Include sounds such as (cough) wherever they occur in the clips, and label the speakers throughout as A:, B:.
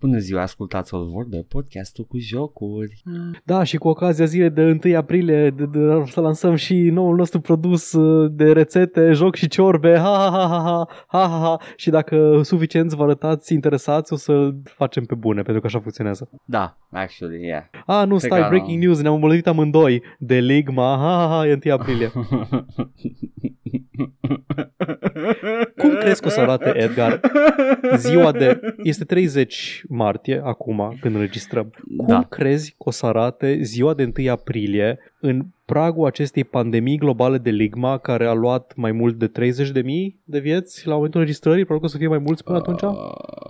A: Bună ziua, ascultați o vorbe, podcastul cu jocuri.
B: Da, și cu ocazia zilei de 1 aprilie de, de, să lansăm și noul nostru produs uh, de rețete, joc și ciorbe, ha ha ha ha ha, ha ha ha și dacă suficienți vă arătați interesați o să-l facem pe bune, pentru că așa funcționează.
A: Da, actually, yeah.
B: A, nu,
A: Pe
B: stai,
A: care-
B: breaking news, ne-am îmbolnăvit amândoi de ligma, ha ha ha, e
A: (laughs)
B: 1 aprilie. Cum crezi că o să arate, Edgar, ziua de... Este 30 martie acum când înregistrăm. Cum
A: Da.
B: crezi că o să arate ziua de 1 aprilie în pragul acestei pandemii globale de ligma care a luat mai mult de 30 de mii de vieți la momentul înregistrării? Probabil că o să fie mai mulți până atunci.
A: Uh,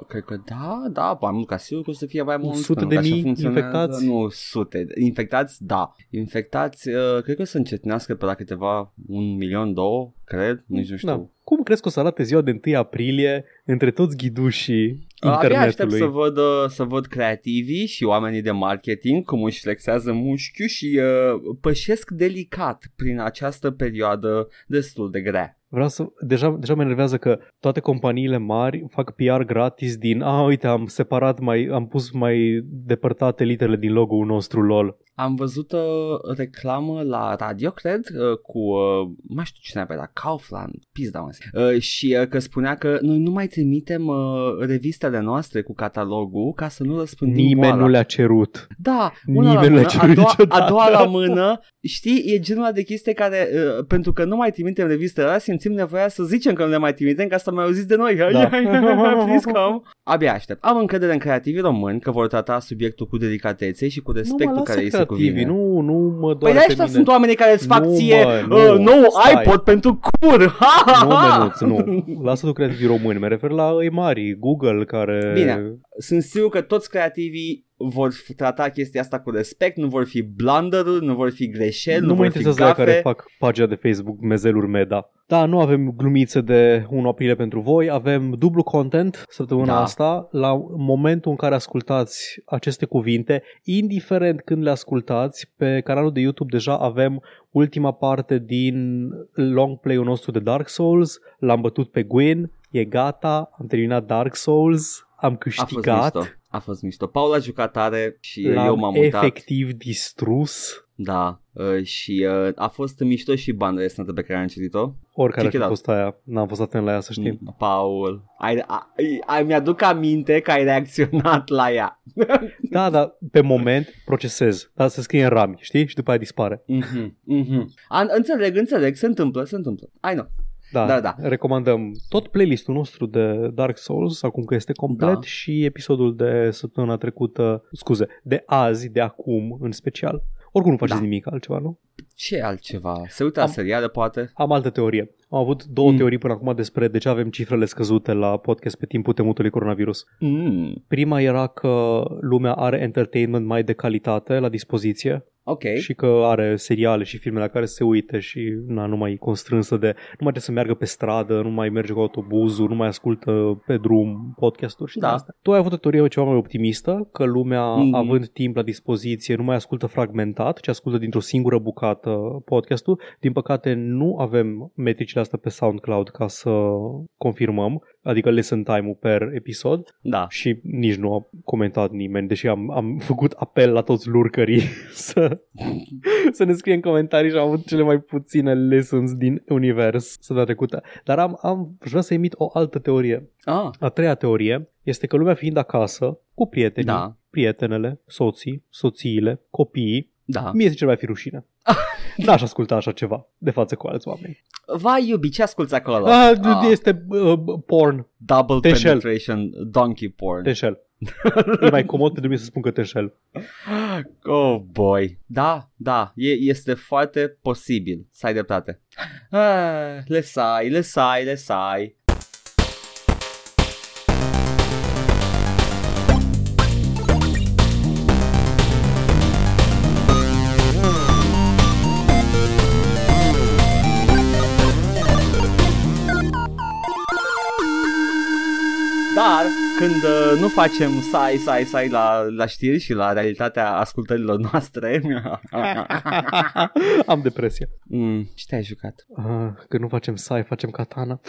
A: cred că da, da, mai mult ca sigur că o să fie mai mult.
B: 100
A: pentru
B: de
A: că așa
B: mii
A: funcționează.
B: infectați?
A: Nu, sute. Infectați, da. Infectați, uh, cred că o să încetinească pe la câteva un milion, două, cred, nici nu știu.
B: Da. Cum crezi că o să arate ziua de 1 aprilie între toți ghidușii
A: Abia aștept să
B: internetului?
A: văd, uh, să văd creativii și oamenii de marketing cum își flexează mușchiul și uh, pășesc delicat prin această perioadă destul de grea.
B: Vreau să... Deja, deja mă enervează că toate companiile mari fac PR gratis din A, uite, am separat mai... am pus mai depărtate literele din logo-ul nostru, lol.
A: Am văzut uh, reclamă la radio, cred, uh, cu, uh, mai știu cine avea, la Kaufland, pizda mă, uh, și uh, că spunea că noi nu mai trimitem uh, revistele noastre cu catalogul ca să nu răspândim
B: Nimeni
A: boala.
B: nu le-a cerut.
A: Da, una la
B: Nimeni
A: mână,
B: n-a cerut
A: a doua,
B: niciodată.
A: a doua la mână, știi, e genul ăla de chestie care, uh, pentru că nu mai trimitem revistele alea, simțim nevoia să zicem că nu le mai trimitem ca să mai auziți de noi. Da.
B: Da.
A: Please come. Abia aștept. Am încredere în creativii români că vor trata subiectul cu delicatețe și cu
B: nu
A: respectul
B: mă lasă
A: care îi se
B: creativii,
A: cuvine.
B: Nu, nu mă
A: Păi
B: doare
A: de
B: pe
A: ăștia
B: mine.
A: sunt oamenii care îți fac
B: Nu,
A: ție
B: mă, nu,
A: uh, nou
B: stai.
A: iPod pentru cur. (laughs) Ha, ha,
B: Nu,
A: ha.
B: mănuț, nu. Lasă tu creativii români. Mă refer la ei mari, Google, care...
A: Bine. Sunt sigur că toți creativii vor f- trata chestia asta cu respect, nu vor fi blunderuri, nu vor fi greșeli, nu,
B: nu mă
A: vor fi
B: interesează aia
A: gafe.
B: care fac pagina de Facebook Mezeluri Meda. Da, nu avem glumițe de 1 aprilie pentru voi, avem dublu content săptămâna
A: Da.
B: asta. La momentul în care ascultați aceste cuvinte, indiferent când le ascultați, pe canalul de YouTube deja avem ultima parte din long play-ul nostru de Dark Souls. L-am bătut pe Gwyn, e gata, am terminat Dark Souls, am
A: A fost
B: câștigat,
A: mișto. A fost mișto. Paul a jucat tare și
B: l-am
A: eu m-am mutat.
B: efectiv distrus.
A: Da. Uh, și uh, a fost mișto și banda restantă pe care am citit-o.
B: Oricare
A: Check
B: ar
A: it
B: fi
A: out.
B: fost aia, n-am fost atent la ea, să știi.
A: Mm, Paul. Ai, a, ai, mi-aduc aminte că ai reacționat la ea.
B: Da, dar pe moment procesez. Dar se scrie în rami, știi? Și după aia dispare.
A: Mhm, mhm. An- înțeleg, înțeleg. Se întâmplă, se întâmplă. I know.
B: Da,
A: Da, da.
B: Recomandăm tot playlistul nostru de Dark Souls, acum că este complet,
A: Da.
B: și episodul de săptămâna trecută, scuze, de azi, de acum în special. Oricum nu faceți
A: Da.
B: nimic altceva, nu?
A: Ce altceva? Se uită la
B: Am-
A: seriale, poate?
B: Am altă teorie. Am avut două
A: Mm.
B: teorii până acum despre de ce avem cifrele scăzute la podcast pe timpul temutului coronavirus.
A: Mm.
B: Prima era că lumea are entertainment mai de calitate la dispoziție,
A: Ok.
B: și că are seriale și filme la care se uite și na, nu mai e constrânsă de... Nu mai trebuie să meargă pe stradă, nu mai merge cu autobuzul, nu mai ascultă pe drum podcasturi și
A: Da.
B: da. astea. Tu ai avut o teorie ceva mai optimistă, că lumea,
A: Mhm.
B: mm-hmm. având timp la dispoziție, nu mai ascultă fragmentat, ci ascultă dintr-o singură bucată podcastul. Din păcate, nu avem metricile astea pe SoundCloud ca să confirmăm, adică listen time-ul per episod
A: Da.
B: și nici nu a comentat nimeni, deși am, am făcut apel la toți lurcării (laughs) să, să ne scrie în comentarii și am avut cele mai puține lessons din univers săptămâna trecută. Dar am, am aș vrea să emit o altă teorie.
A: Ah,
B: A treia teorie este că lumea fiind acasă, cu prietenii, da.
A: da.
B: prietenele, soții, soțiile, copiii,
A: Da.
B: mie zice mai fi (laughs) rușine. N-aș asculta așa ceva de față cu alți oameni.
A: Vai, iubi, ce asculti acolo?
B: Ah, Este uh, porn,
A: Double
B: Te înșel.
A: penetration donkey porn.
B: te înșel. E mai comod pentru mine să spun că te înșel.
A: (gasps) Oh boy. Da, da, e, este foarte posibil să ai dreptate. Ah, le sai, le sai, le sai. Dar când uh, nu facem sai, sai, sai la, la știri și la realitatea ascultărilor noastre... (laughs)
B: (laughs) Am depresie.
A: mm, ce te-ai jucat?
B: Ah, Când nu facem sai, facem katana.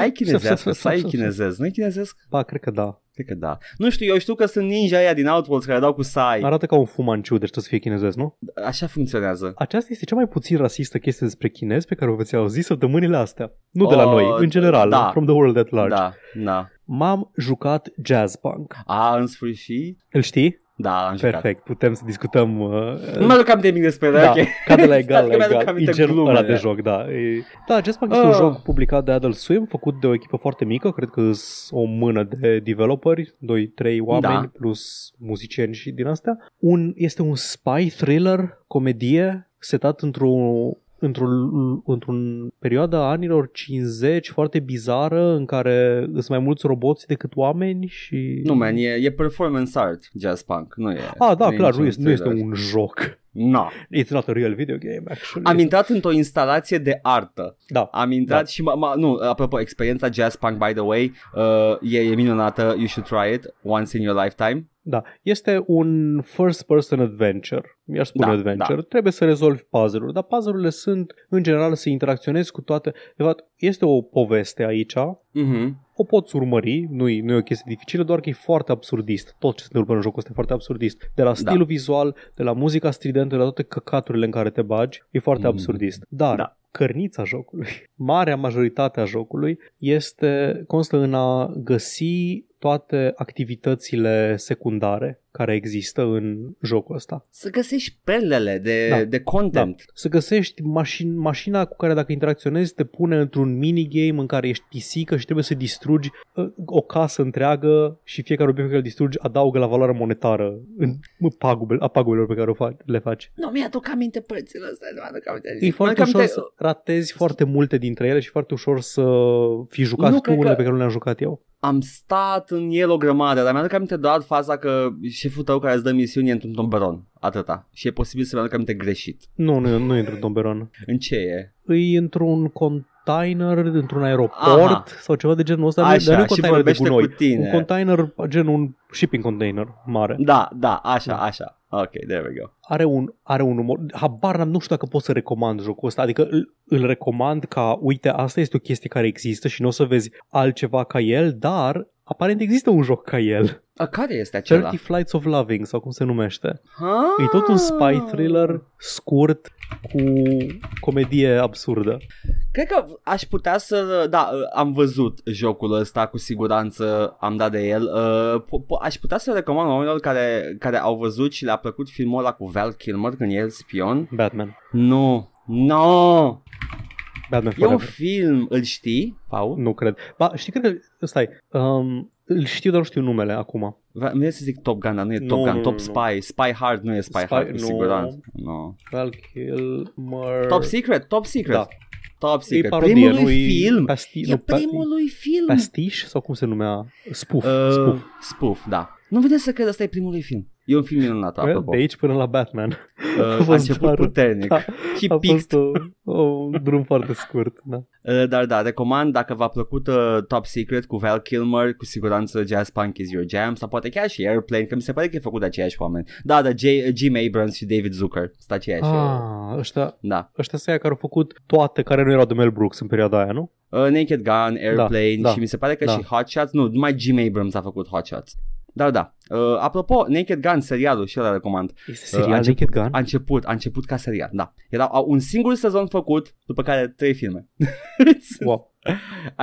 A: Ai chinezească sau ai chinezesc? Nu-i chinezesc?
B: Ba, cred că da.
A: Cred că da. Nu știu, eu știu că sunt ninja aia din Outworlds care dau cu sai.
B: Arată ca un fumanciu, deci trebuie să fie chinezesc, nu?
A: Așa funcționează.
B: Aceasta este cea mai puțin rasistă chestie despre chinezi pe care o veți auzi săptămânile astea. Nu de la
A: Oh,
B: noi, în general,
A: da.
B: from the world at large.
A: Da, da.
B: M-am jucat jazz punk.
A: A, în sfârșit?
B: Îl știi?
A: Da, am jucat.
B: Perfect, putem să discutăm uh,
A: Nu mă aduc aminte despre
B: Da,
A: da. ok. (laughs)
B: ca de la egal la
A: Adică mi-aduc
B: egal. E
A: aminte
B: genul
A: glumele.
B: ăla de joc, da. E... Da, Jazz Punk este un
A: Ah.
B: joc publicat de Adult Swim, făcut de o echipă foarte mică, cred că sunt o mână de developeri, 2-3 oameni
A: Da.
B: plus muzicieni și din astea. Un, este un spy thriller, comedie, setat într-o într-un, într-un perioadă a anilor 50 foarte bizară în care sunt mai mulți roboți decât oameni și...
A: Nu, man, e, e performance art, jazz punk, nu e.
B: Ah, da,
A: e
B: clar,
A: niciun
B: nu este, nu este
A: thriller.
B: un joc. (laughs)
A: No.
B: It's not a real video game, actually.
A: Am intrat într-o instalație de artă.
B: Da.
A: Am intrat da. și, m- m- nu, apropo, experiența jazz punk, by the way, uh, e, e minunată, you should try it once in your lifetime.
B: Da, este un first person adventure. Mi-aș spune
A: Da,
B: adventure. Trebuie să rezolvi puzzle-uri, dar puzzle-urile sunt în general să interacționezi cu toate. De fapt, este o poveste aici.
A: Mhm.
B: O poți urmări, nu e, nu e o chestie dificilă, doar că e foarte absurdist. Tot ce se întâmplă în jocul ăsta e foarte absurdist. De la stilul vizual, de la muzica stridentă, de la toate căcaturile în care te bagi, e foarte
A: Mhm.
B: absurdist. Dar
A: Da.
B: cărnița jocului, (laughs) marea majoritate a jocului, este, constă în a găsi toate activitățile secundare care există în jocul ăsta.
A: Să găsești perlele de,
B: Da.
A: da. de content. Da.
B: Să găsești mașin, mașina cu care dacă interacționezi te pune într-un minigame în care ești pisică și trebuie să distrugi uh, o casă întreagă și fiecare obiect pe care îl distrugi adaugă la valoare monetară în în pagubele, a pagubelor pe care o faci, le faci.
A: Nu mi-aduc aminte părțile astea, nu mi-aduc aminte.
B: E foarte
A: Mi-aduc
B: ușor
A: aminte-
B: să ratezi foarte multe dintre ele și foarte ușor să fi jucat
A: Nu,
B: tu
A: cred
B: unele
A: că-
B: pe care nu le-am jucat eu.
A: am stat în el o grămadă, dar mi-aduc aminte doar faza că șeful tău care îți dă misiune e într-un tomberon, atâta. Și e posibil să mi-aduc aminte greșit.
B: Nu, nu, nu e într-un tomberon.
A: În ce e?
B: Îi într-un container, într-un aeroport
A: Aha.
B: sau ceva de genul ăsta,
A: așa,
B: dar nu e
A: și
B: container de
A: vorbește
B: gunoi.
A: cu tine.
B: Un container, gen un shipping container mare.
A: Da, da, așa,
B: Da.
A: așa. Ok, there we go.
B: Are un, are un umor. Habar n-am, nu știu dacă pot să recomand jocul ăsta. Adică îl, îl recomand ca, uite, asta este o chestie care există și nu o să vezi altceva ca el, dar aparent există un joc ca el.
A: A, care este acela?
B: 30 Flights of Loving sau cum se numește.
A: Ha?
B: E tot un spy
A: Ah.
B: thriller scurt cu comedie absurdă.
A: Cred că aș putea să... Da, am văzut jocul ăsta, cu siguranță am dat de el. Uh, po- po- Aș putea să recomand oamenilor care, care au văzut și le-a plăcut filmul ăla cu Val Kilmer când e el spion.
B: Batman.
A: Nu, nu!
B: Batman
A: E é um un
B: Forever.
A: film, îl știi, Paul?
B: Nu cred. Ba, știi, cred că... Stai. Um, îl știu, dar nu știu numele acum.
A: Vre- Mi-e să zic Top Gun, dar nu e
B: Nu,
A: Top Gun,
B: nu,
A: Top
B: nu,
A: Spy, Spy Hard nu e Spy,
B: Spy-
A: Hard, cu
B: nu.
A: siguranță. No.
B: Val Kilmer...
A: Top Secret, Top Secret.
B: Da.
A: Top
B: Tá. E
A: Secret,
B: parodie,
A: primul
B: nu
A: lui film.
B: Pasti-
A: E
B: nu, pa-
A: primul lui film.
B: Pastiș sau cum se numea? Spoof.
A: Uh,
B: spoof.
A: Spoof, da. Nu vedeți să cred, asta e primul lui film. E é um un film minunat, apropo.
B: De aici până la Batman.
A: Uh, a
B: fost
A: început
B: doar- (laughs)
A: puternic.
B: Da,
A: Și
B: A
A: pic.
B: fost o, o, un drum foarte scurt.
A: (laughs)
B: Da.
A: Uh, dar da, recomand dacă v-a plăcut uh, Top Secret cu Val Kilmer, cu siguranță Jazz Punk is your jam, sau poate chiar și Airplane, că mi se pare că e făcut de aceiași oameni. Da, da, J- Jim Abrams și David Zucker. Sunt aceiași. uh,
B: Ah, ăștia,
A: Da.
B: ăștia sunt aia care au făcut toate care nu erau de Mel Brooks în perioada aia, nu?
A: Uh, Naked Gun, Airplane
B: da,
A: și mi se pare că
B: da.
A: și Hot Shots, nu, numai Jim Abrams a făcut Hot Shots. Dar da, uh, apropo, Naked Gun, serialul și ăla recomand.
B: Este
A: serial
B: serial Naked Gun?
A: A început, a început ca serial, da. Era au un singur sezon făcut, după care trei
B: (laughs)
A: filme. (laughs)
B: Wow.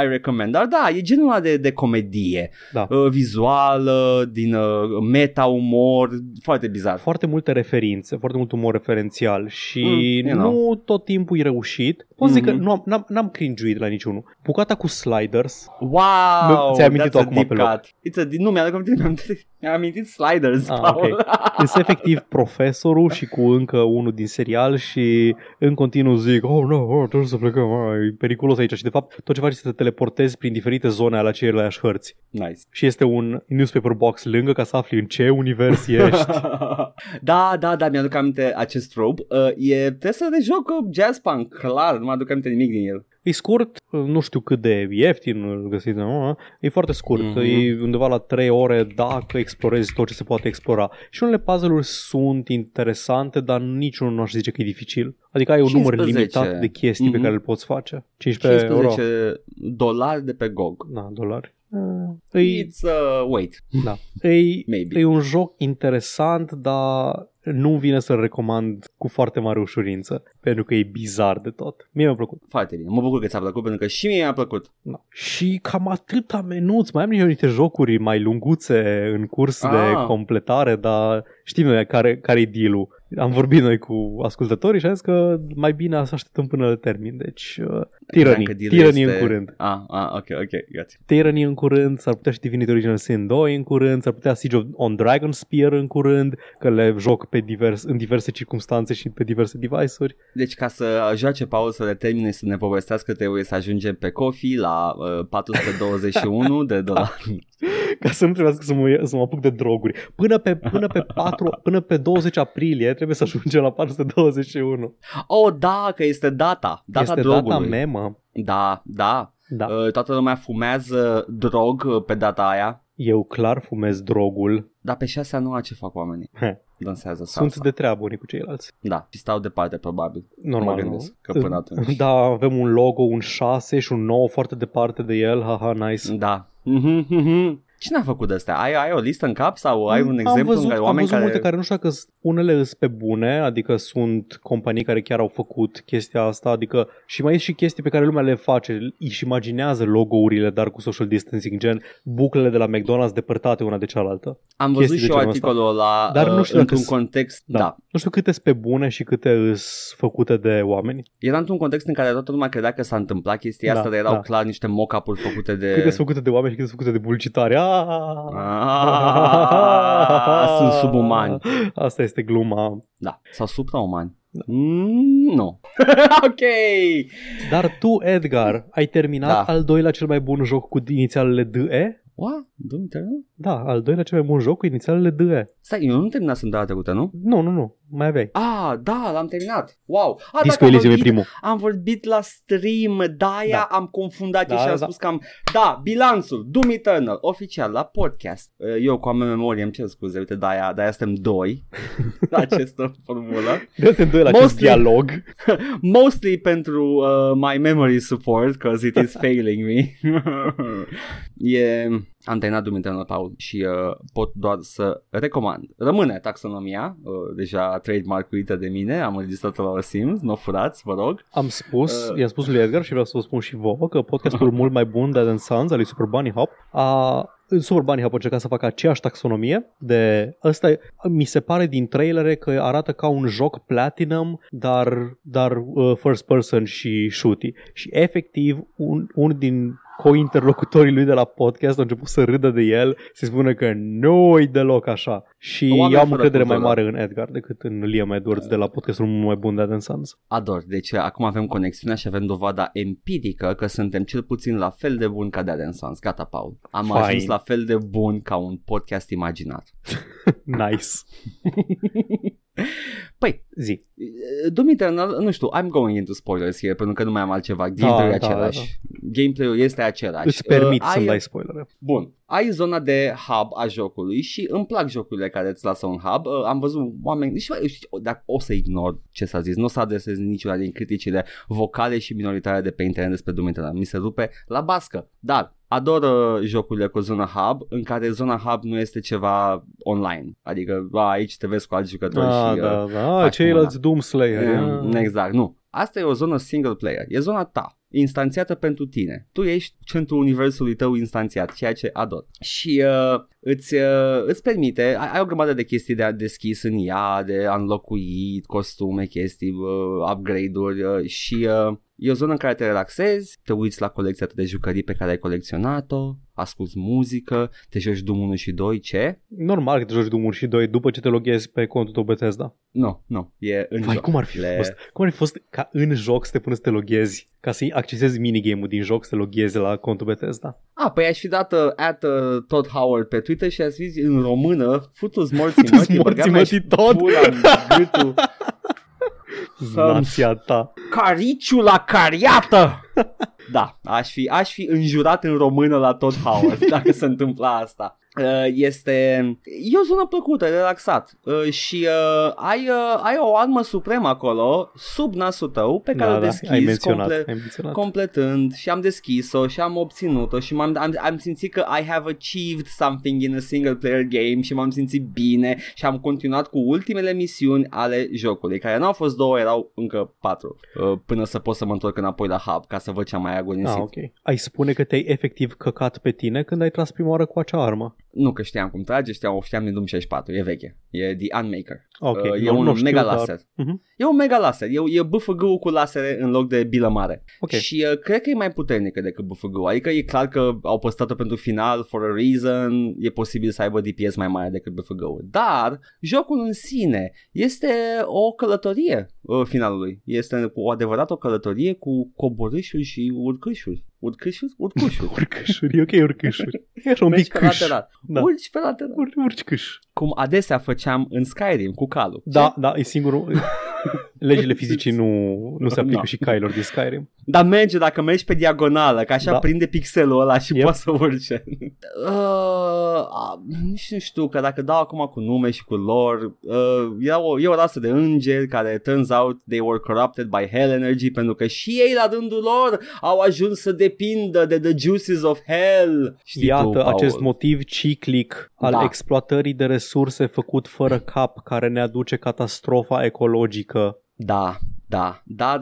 A: I recommend. Dar da, e genul ăla de, de comedie.
B: Da.
A: Uh, vizuală, din uh, meta-umor, foarte bizar.
B: Foarte multe referințe, foarte mult umor referențial și
A: Mm, you know.
B: nu tot timpul e reușit. Pot zic că
A: Mhm.
B: nu am, n-am, n-am cringuit la niciunul. Bucata cu sliders,
A: Wow!
B: Nu, ți-ai amintit-o
A: that's a
B: acum
A: deep
B: pe loc.
A: cut. It's a, nu, mi-am amintit, mi-am amintit, mi-am amintit Sliders,
B: Ah,
A: Paul.
B: Sunt efectiv profesorul și cu încă unul din serial și în continuu zic, oh, no, oh, trebuie să plecăm, oh, e periculos aici. Și de fapt tot ce faci este să te teleportezi prin diferite zone ale aceleiași hărți.
A: (laughs) nice. (laughs)
B: Și este un newspaper box lângă ca să afli în ce univers ești.
A: da, da, da, mi-aduc aminte acest trope. Uh, e, trebuie să ne joc uh, jazz punk, clar, nu mă aduc aminte nimic din el.
B: E scurt, nu știu cât de ieftin îl găsiți, nu? e foarte scurt, mm-hmm. e undeva la 3 ore dacă explorezi tot ce se poate explora. Și unele puzzle-uri sunt interesante, dar niciunul nu aș zice că e dificil. Adică ai un 15. număr limitat de chestii mm-hmm. pe care le poți face.
A: 15, 15 euro. dolari de pe GOG.
B: Da, dolari. Eh, Păi-
A: E, It's a wait.
B: Da. E, Maybe. e un joc interesant, dar nu vine să-l recomand cu foarte mare ușurință, pentru că e bizar de tot. Mie mi-a plăcut.
A: Foarte bine. Mă bucur că ți-a plăcut, pentru că și mie mi-a plăcut.
B: Da. Și cam atâta menuți. Mai am niște jocuri mai lunguțe în curs ah. de completare, dar știm noi care, care-i deal-ul am vorbit noi cu ascultătorii și am zis că mai bine să așteptăm până le termin. Deci, uh, Tyranny, Tyranny este... în curând.
A: Ah, ah, ok, ok, gata.
B: Tyranny în curând, s-ar putea și Divinity Original Sin 2 în curând, s-ar putea Siege on Dragon Spear în curând, că le joc pe divers, în diverse circunstanțe și pe diverse device-uri.
A: Deci ca să joace Paul să le termine să ne povestească, trebuie să ajungem pe Coffee la uh, 421 de dolari.
B: ca să nu trebuiască să mă, să mă apuc de droguri. Până pe, până pe, 4, până pe 20 aprilie trebuie să ajungem la 421.
A: (laughs) Oh, da, că este data. Data
B: este
A: drogului.
B: data memă.
A: Da, da.
B: da.
A: Uh, toată lumea fumează drog uh, pe data aia.
B: Eu clar fumez drogul.
A: Dar pe șasea noua ce fac oamenii?
B: He.
A: Dansează salsa.
B: Sunt de treabă unii cu ceilalți.
A: Da, și stau departe probabil.
B: Normal,
A: mă gândesc nu? că până atunci.
B: Da, avem un logo, un 6 și un 9 foarte departe de el. Haha, nice.
A: Da. Mm-hmm, mm-hmm. Cine a făcut asta? Ai, ai o listă în cap sau ai un Mm, am exemplu
B: văzut,
A: în care oameni
B: am văzut
A: care...
B: multe care nu știu că unele sunt pe bune, adică sunt companii care chiar au făcut chestia asta, adică și mai e și chestii pe care lumea le face, își imaginează logourile, dar cu social distancing, gen buclele de la McDonald's depărtate una de cealaltă.
A: Am văzut și eu articolul ăla uh,
B: dar nu știu
A: într-un context,
B: da. da. Nu știu câte sunt pe bune și câte sunt făcute de oameni.
A: Era într-un context în care toată lumea credea că s-a întâmplat chestia da, asta, dar erau da. clar niște mock-up-uri făcute de...
B: Câte sunt făcute de oameni și câte sunt făcute de publicitare. Ah!
A: Ah, Sunt subumani.
B: Asta este gluma.
A: Da. Sau supraumani. Mm, nu. (laughs) ok.
B: Dar tu, Edgar, ai terminat da. al doilea cel mai bun joc cu inițialele DE?
A: What? Doom Eternal?
B: Da, al doilea cel mai bun joc cu inițialele DE.
A: Stai, eu nu terminasem data trecută, nu?
B: Nu, nu, nu. Mai aveai.
A: Ah, da, l-am terminat. Wow. Ah,
B: Disco Elysium e primul.
A: Am vorbit la stream, de-aia da. am confundat da, și am da. spus că am... Da, bilanțul, Doom Eternal, oficial, la podcast. Eu cu am memorie, îmi cer scuze, uite, de-aia, de-aia suntem (laughs) doi la această formulă.
B: De suntem doi la mostly, acest dialog.
A: mostly pentru uh, my memory support, because it is failing me. (laughs) e... Am terminat Doom Eternal, Paul, și uh, pot doar să recomand. Rămâne taxonomia, uh, deja trademark-uită de mine, am înregistrat-o la o Sims, nu furați, vă rog.
B: Am spus, uh, i-am spus lui Edgar și vreau să o spun și vouă, că podcastul mult mai bun de Dan Sons, al lui Super Bunny Hop, a Suburbanii au încercat să facă aceeași taxonomie de ăsta e, mi se pare din trailere că arată ca un joc platinum, dar, dar uh, first person și shooty. Și efectiv, un, un din co-interlocutorii lui de la podcast au început să râdă de el, se spune că nu e deloc așa. Și Oameni eu am încredere mai mare în Edgar decât în Liam Edwards de la podcastul mult mai bun de Adam Sands.
A: Ador, deci acum avem conexiunea și avem dovada empirică că suntem cel puțin la fel de bun ca de Adam Sands. Gata, Paul. Am Fine. ajuns la fel de bun ca un podcast imaginat.
B: nice.
A: (laughs) Păi,
B: zi.
A: Doom Uh, Eternal, nu știu, I'm going into spoilers here, pentru că nu mai am altceva. Gameplay-ul da, da, același. Da, da. Gameplay-ul este același.
B: Îți permit uh, să ai... dai spoilere.
A: Bun. Ai zona de hub a jocului și îmi plac jocurile care îți lasă un hub. Uh, am văzut oameni... Și dacă o să ignor ce s-a zis, nu o să adresez niciuna din criticile vocale și minoritare de pe internet despre Doom Eternal. Mi se rupe la bască. Dar ador uh, jocurile cu zona hub în care zona hub nu este ceva online. Adică a, aici te vezi cu alți jucători
B: da,
A: și...
B: Uh, da, da, ceilalți Doom Slayer.
A: Yeah, exact, nu. Asta e o zonă single player, e zona ta, instanțiată pentru tine. Tu ești centrul universului tău instanțiat, ceea ce ador. Și uh, îți, uh, îți permite, ai, ai o grămadă de chestii de deschis în ea, de înlocuit, costume, chestii, uh, upgrade-uri uh, și uh, E o zonă în care te relaxezi, te uiți la colecția ta de jucării pe care ai colecționat-o, asculti muzică, te joci Doom 1 și 2, ce?
B: Normal că te joci Doom 1 și 2 după ce te loghezi pe contul tău Bethesda.
A: Nu, no, nu, no, e în
B: Vai,
A: joc.
B: cum ar fi Le... fost? Cum ar fi fost ca în joc să te până să te loghezi, ca să accesezi minigame-ul din joc, să te loghezi la contul Bethesda?
A: A, păi aș fi dat uh, at uh, Todd Howard pe Twitter și aș zis în română, futu-ți morții mătii,
B: morții mătii tot! Nația ta.
A: Cariciu la cariată! Da, aș fi, aș fi înjurat în română la tot (laughs) Howard dacă se întâmpla asta. Uh, Este E o zonă plăcută, relaxat Și uh, ai, uh, ai o armă supremă acolo Sub nasul tău Pe care da, o deschizi da, ai menționat, comple- ai menționat. Completând Și am deschis-o și am obținut-o Și m-am, am, am simțit că I have achieved something In a single player game Și m-am simțit bine Și am continuat cu ultimele misiuni Ale jocului Care n-au fost două, erau încă patru uh, Până să pot să mă întorc înapoi la hub Ca să văd ce am mai agonisit ah,
B: okay. Ai spune că te-ai efectiv căcat pe tine Când ai tras prima oară cu acea armă
A: nu că știam cum trage, știam, o știam din Doom 64, e veche, e The Unmaker.
B: Okay,
A: uh, e un știu, mega dar... laser. Uh-huh. E un mega laser, e, e BFG-ul cu lasere în loc de bilă mare.
B: Okay.
A: Și uh, cred că e mai puternică decât BFG-ul, adică e clar că au postat-o pentru final, for a reason, e posibil să aibă DPS mai mare decât BFG-ul. Dar jocul în sine este o călătorie uh, finalului, este o adevărat o călătorie cu coborâșuri și urcășuri. Urcășuri? Urcușuri.
B: urcășuri, e ok (laughs) urcășuri. E așa un pic
A: pe lateral. Da. Urci pe lateral.
B: Ur, urci câș.
A: Cum adesea făceam în Skyrim cu calul.
B: Da, Ce? da, e singurul... (laughs) Legile fizicii nu, nu se aplică no. și cailor din Skyrim.
A: Dar merge dacă mergi pe diagonală, că așa da. prinde pixelul ăla și yep. poți să urce. Uh, nici nu știu, că dacă dau acum cu nume și cu lor, uh, e, o, e o rasă de îngeri care turns out they were corrupted by hell energy pentru că și ei la rândul lor au ajuns să depindă de the juices of hell.
B: Știi Iată tu, Paul. acest motiv ciclic al da. exploatării de resurse făcut fără cap care ne aduce catastrofa ecologică.
A: Da, da, dar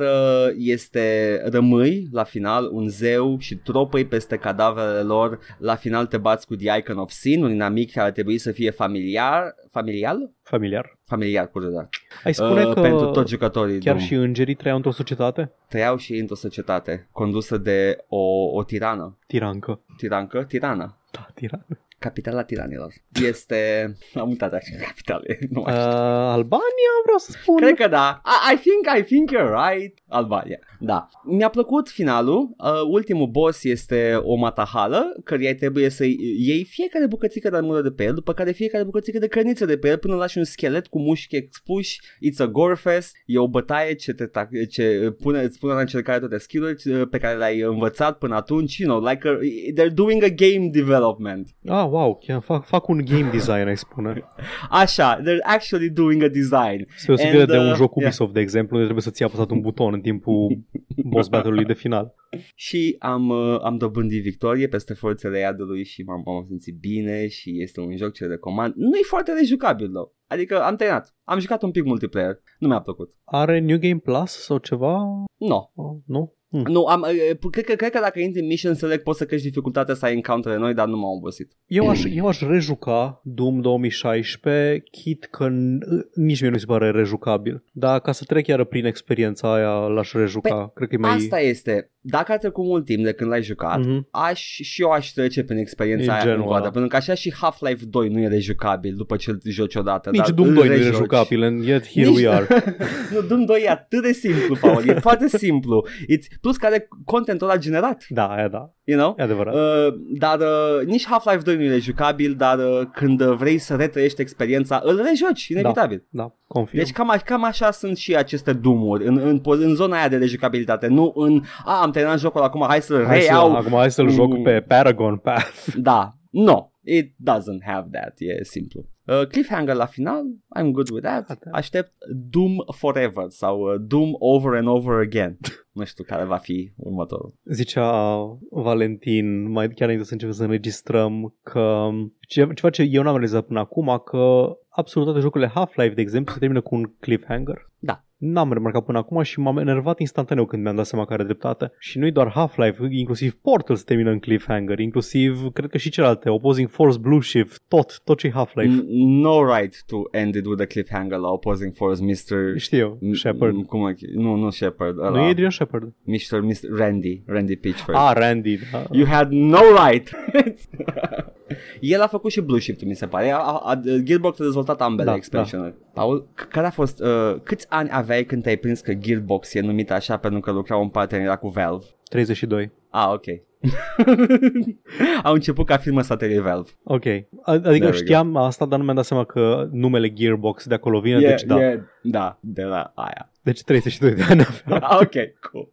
A: este rămâi la final un zeu și tropăi peste cadavrele lor. La final te bați cu The Icon of Sin, un inamic care ar trebui să fie familiar, familial?
B: Familiar.
A: Familiar, cu da.
B: Ai spune uh, că
A: pentru toți jucătorii.
B: Chiar drum. și îngerii trăiau într-o societate?
A: Trăiau și într-o societate condusă de o, o tirană.
B: Tirancă.
A: Tirancă? Tirana.
B: Da, tirană
A: capitala tiranilor. Este... Am uitat așa capitale. Nu mai
B: uh, Albania, vreau să spun.
A: Cred că da. I, I think, I think you're right. Albania. Da. Mi-a plăcut finalul. Uh, ultimul boss este o matahală, căreia trebuie să iei fiecare bucățică de armură de pe el, după care fiecare bucățică de cărniță de pe el, până lași un schelet cu mușchi expuși. It's a gore fest. E o bătaie ce, te ta- ce pune, îți pune la încercare toate skill pe care le-ai învățat până atunci. You know, like a, they're doing a game development.
B: Ah, wow, chiar fac, fac un game design, ai spune.
A: Așa, they're actually doing a design.
B: Spre deosebire de uh, un joc Ubisoft, yeah. de exemplu, unde trebuie să ți apăsat un buton în (laughs) timpul boss battle-ului de final.
A: Și am, uh, am dobândit victorie peste forțele iadului și m-am, m-am simțit bine și este un joc ce recomand. Nu e foarte rejucabil, though. Adică am terminat. Am jucat un pic multiplayer. Nu mi-a plăcut.
B: Are New Game Plus sau ceva?
A: Nu.
B: No. Nu?
A: Mm. Nu, am, cred, că, cred că dacă intri în Mission Select poți să crești dificultatea să ai encounter noi, dar nu m-am obosit.
B: Eu aș, eu aș rejuca Doom 2016, chit că uh, nici mie nu se pare rejucabil. Dar ca să trec iară prin experiența aia, l-aș rejuca. Pe cred că e mai...
A: Păi,
B: Mm. Mhm.
A: Asta este. Dacă a trecut mult timp de când l-ai jucat, mm-hmm. aș, și eu aș trece prin experiența în aia în coadă, pentru că așa și Half-Life 2 nu e rejucabil după ce îl joci odată.
B: Nici
A: dar
B: Doom 2 nu e rejucabil, and yet here nici... we are.
A: (laughs) nu, Doom 2 e atât de simplu, Paul, e foarte simplu. It's plus care contentul ăla generat.
B: Da, aia da.
A: You know?
B: E adevărat.
A: Uh, dar uh, nici Half-Life 2 nu e jucabil, dar uh, când vrei să retrăiești experiența, îl rejoci, inevitabil.
B: Da, da confirm.
A: Deci cam, cam așa sunt și aceste dumuri, în, în, în zona aia de rejucabilitate, nu în, a, am terminat jocul acum, hai să-l hai reiau.
B: Să, acum hai să-l joc uh, pe Paragon Path.
A: Da, no, it doesn't have that, e simplu. Uh, cliffhanger la final, I'm good with that. Atât. Aștept Doom Forever sau uh, Doom Over and Over Again.
B: (laughs)
A: nu știu care va fi următorul.
B: Zicea Valentin, mai chiar înainte să începem să înregistrăm, că ceva ce eu n-am realizat până acum, că absolut toate jocurile Half-Life, de exemplu, se termină cu un cliffhanger.
A: Da.
B: N-am remarcat până acum și m-am enervat instantaneu când mi-am dat seama care are dreptate. Și nu-i doar Half-Life, inclusiv Portal se termină în cliffhanger, inclusiv, cred că și celelalte, Opposing Force, Blue Shift, tot, tot ce
A: Mm.
B: Half-Life.
A: No right to end it with a cliffhanger la Opposing Force, Mr.
B: Știu,
A: Mm.
B: Shepard.
A: Cum Nu, nu Shepard.
B: Nu e Adrian Shepard.
A: Mr. Mr. Randy, Randy Pitchford.
B: Ah, Randy, da.
A: You had no right! Păi. (laughs) El a făcut și Blue Shift, mi se pare. A, a, Gearbox a dezvoltat ambele da, expansionuri. Da. Paul, care a fost, uh, câți ani aveai când te-ai prins că Gearbox e numit așa pentru că lucrau în parteneriat cu Valve?
B: 32.
A: Ah, ok. (laughs) Au început ca filmă satele Valve.
B: Ok. Adică știam go. asta, dar nu mi-am dat seama că numele Gearbox de acolo vine, yeah, deci da. Yeah,
A: da, de la aia.
B: Deci 32 de ani avea
A: (laughs) ok, cool.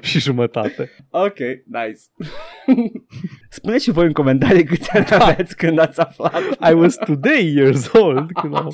B: și jumătate.
A: Ok, nice. (laughs) Spuneți și voi în comentarii câți ani aveți când ați aflat.
B: I was today years old. Când
A: (laughs)
B: am...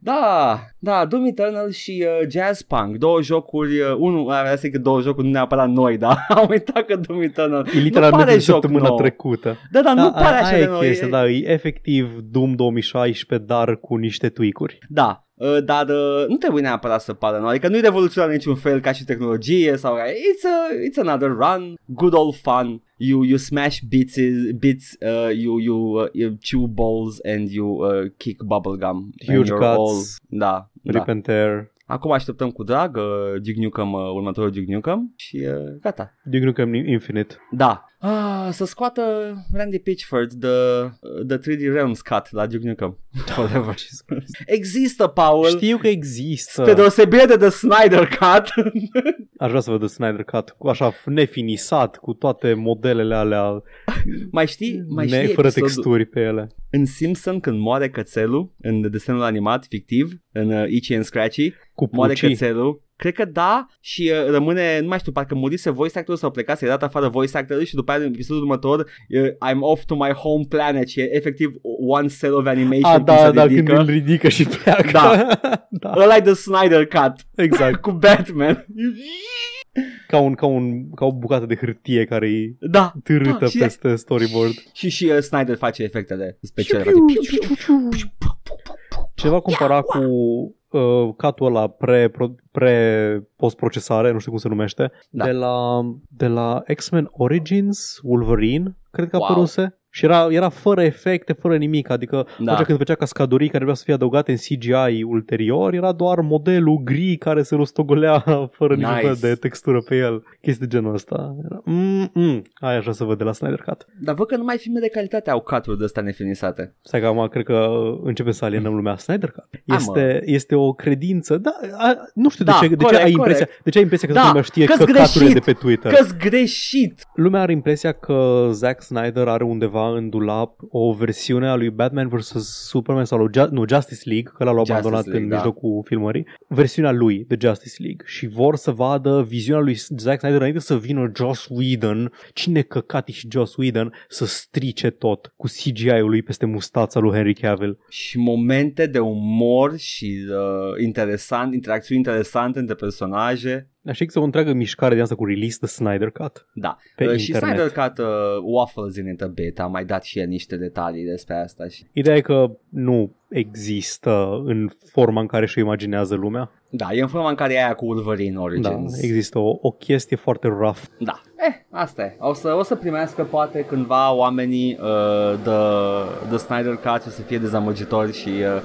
A: Da, da, Doom Eternal și uh, Jazz Punk, două jocuri, uh, unul, avea să zic că două jocuri, nu neapărat noi, (laughs) dar am uitat că Doom Eternal,
B: E literalmente
A: pare
B: din
A: joc
B: săptămâna
A: nou.
B: trecută.
A: da, dar nu pare
B: a-
A: așa
B: aia
A: de
B: e
A: nou,
B: chestia,
A: e-
B: da, e efectiv Doom 2016, dar cu niște tweak-uri.
A: Da, uh, dar uh, nu trebuie neapărat să pară nou, adică nu-i revoluționar în niciun fel ca și tehnologie sau ca... It's, a, it's another run, good old fun. You, you smash bits, bits uh, you, you, uh, you chew balls and you uh, kick bubblegum.
B: Huge
A: you're
B: cuts.
A: Da, da.
B: Rip and tear.
A: Acum așteptăm cu drag uh, Duke Nukem, uh, următorul Duke Nukem și uh, gata.
B: Duke Nukem Infinite.
A: Da. Ah, să scoată Randy Pitchford uh, the, the 3D Realms cut la Duke Nukem. Whatever. Există, Paul.
B: Știu da. că există.
A: da. Spre deosebire de The Snyder Cut (laughs)
B: Aș vrea să văd The Snyder Cut cu așa nefinisat, cu toate modelele alea,
A: Mai știi, mai
B: ne,
A: știi
B: fără
A: episodul
B: texturi pe ele.
A: În Simpson când moare cățelul În desenul animat fictiv În uh, Itchy and Scratchy
B: Cu
A: Moare
B: pucii.
A: cățelul Cred că da și uh, rămâne, nu mai știu, parcă murise voice actorul sau plecat, să-i dat afară voice actorul și după aia în episodul următor uh, I'm off to my home planet și e efectiv one cell of animation
B: A,
A: cum
B: da,
A: se
B: da, când
A: ridică.
B: îl ridică și pleacă.
A: Da.
B: da.
A: Ăla e The Snyder Cut
B: (laughs) Exact,
A: cu Batman. (laughs)
B: ca, un, ca, un, ca o bucată de hârtie care îi
A: Da.
B: târâtă
A: Da, și-
B: peste storyboard.
A: Și și uh, Snyder face efectele speciale.
B: Piu, piu,
A: Face-
B: Cineva compara cu uh, catul ăla pre, pro- pre postprocesare, nu știu cum se numește,
A: Da.
B: de, la, de la X-Men Origins, Wolverine, cred că
A: Wow.
B: apăruse. Și era, era fără efecte, fără nimic, adică da.
A: Da.
B: când făcea cascadorii care trebuia să fie adăugate în CGI ulterior, era doar modelul gri care se rostogolea (laughs) fără nice.
A: Nice.
B: niciun fel de textură pe el. Chestii de genul ăsta. Era, mm-mm, aia așa să văd de la Snyder Cut.
A: Dar văd că numai filme de calitate au cut-uri de astea nefinisate.
B: Stai că acum cred că începe să alienăm lumea Snyder Cut.
A: mă.
B: Este, este o credință, da, a, nu știu
A: Da,
B: de, ce, de, ce
A: corect,
B: ai impresia, de ce ai impresia că
A: Da,
B: toată lumea știe
A: că-s
B: căcaturile
A: greșit,
B: de pe Twitter.
A: Că-s greșit!
B: Lumea are impresia că Zack Snyder are undeva în dulap o versiune a lui Batman vs. Superman sau lui Ju- nu, Justice League, că l-a luat
A: Justice
B: abandonat
A: League,
B: în
A: da.
B: mijlocul filmării, versiunea lui de Justice League și vor să vadă viziunea lui Zack Snyder înainte să vină Joss Whedon, cine căcati și Joss Whedon, să strice tot cu CGI-ul lui peste mustața lui Henry Cavill.
A: Și momente de umor și uh, interesant, interacțiuni interesante între personaje.
B: Așa că există o întreagă mișcare de asta cu release the Snyder Cut.
A: Da.
B: Pe
A: uh,
B: uh,
A: și
B: internet.
A: Snyder Cut uh, Waffles in it a bit, a mai dat și el niște detalii despre asta. Și...
B: Ideea e că nu există în forma în care și-o imaginează lumea.
A: Da, e în forma în care e aia cu Wolverine
B: Da,
A: Origins.
B: există o, o chestie foarte rough.
A: Da. Eh, asta e. O să, o să primească poate cândva oamenii uh, de, de Snyder Cut o să fie dezamăgitori și uh,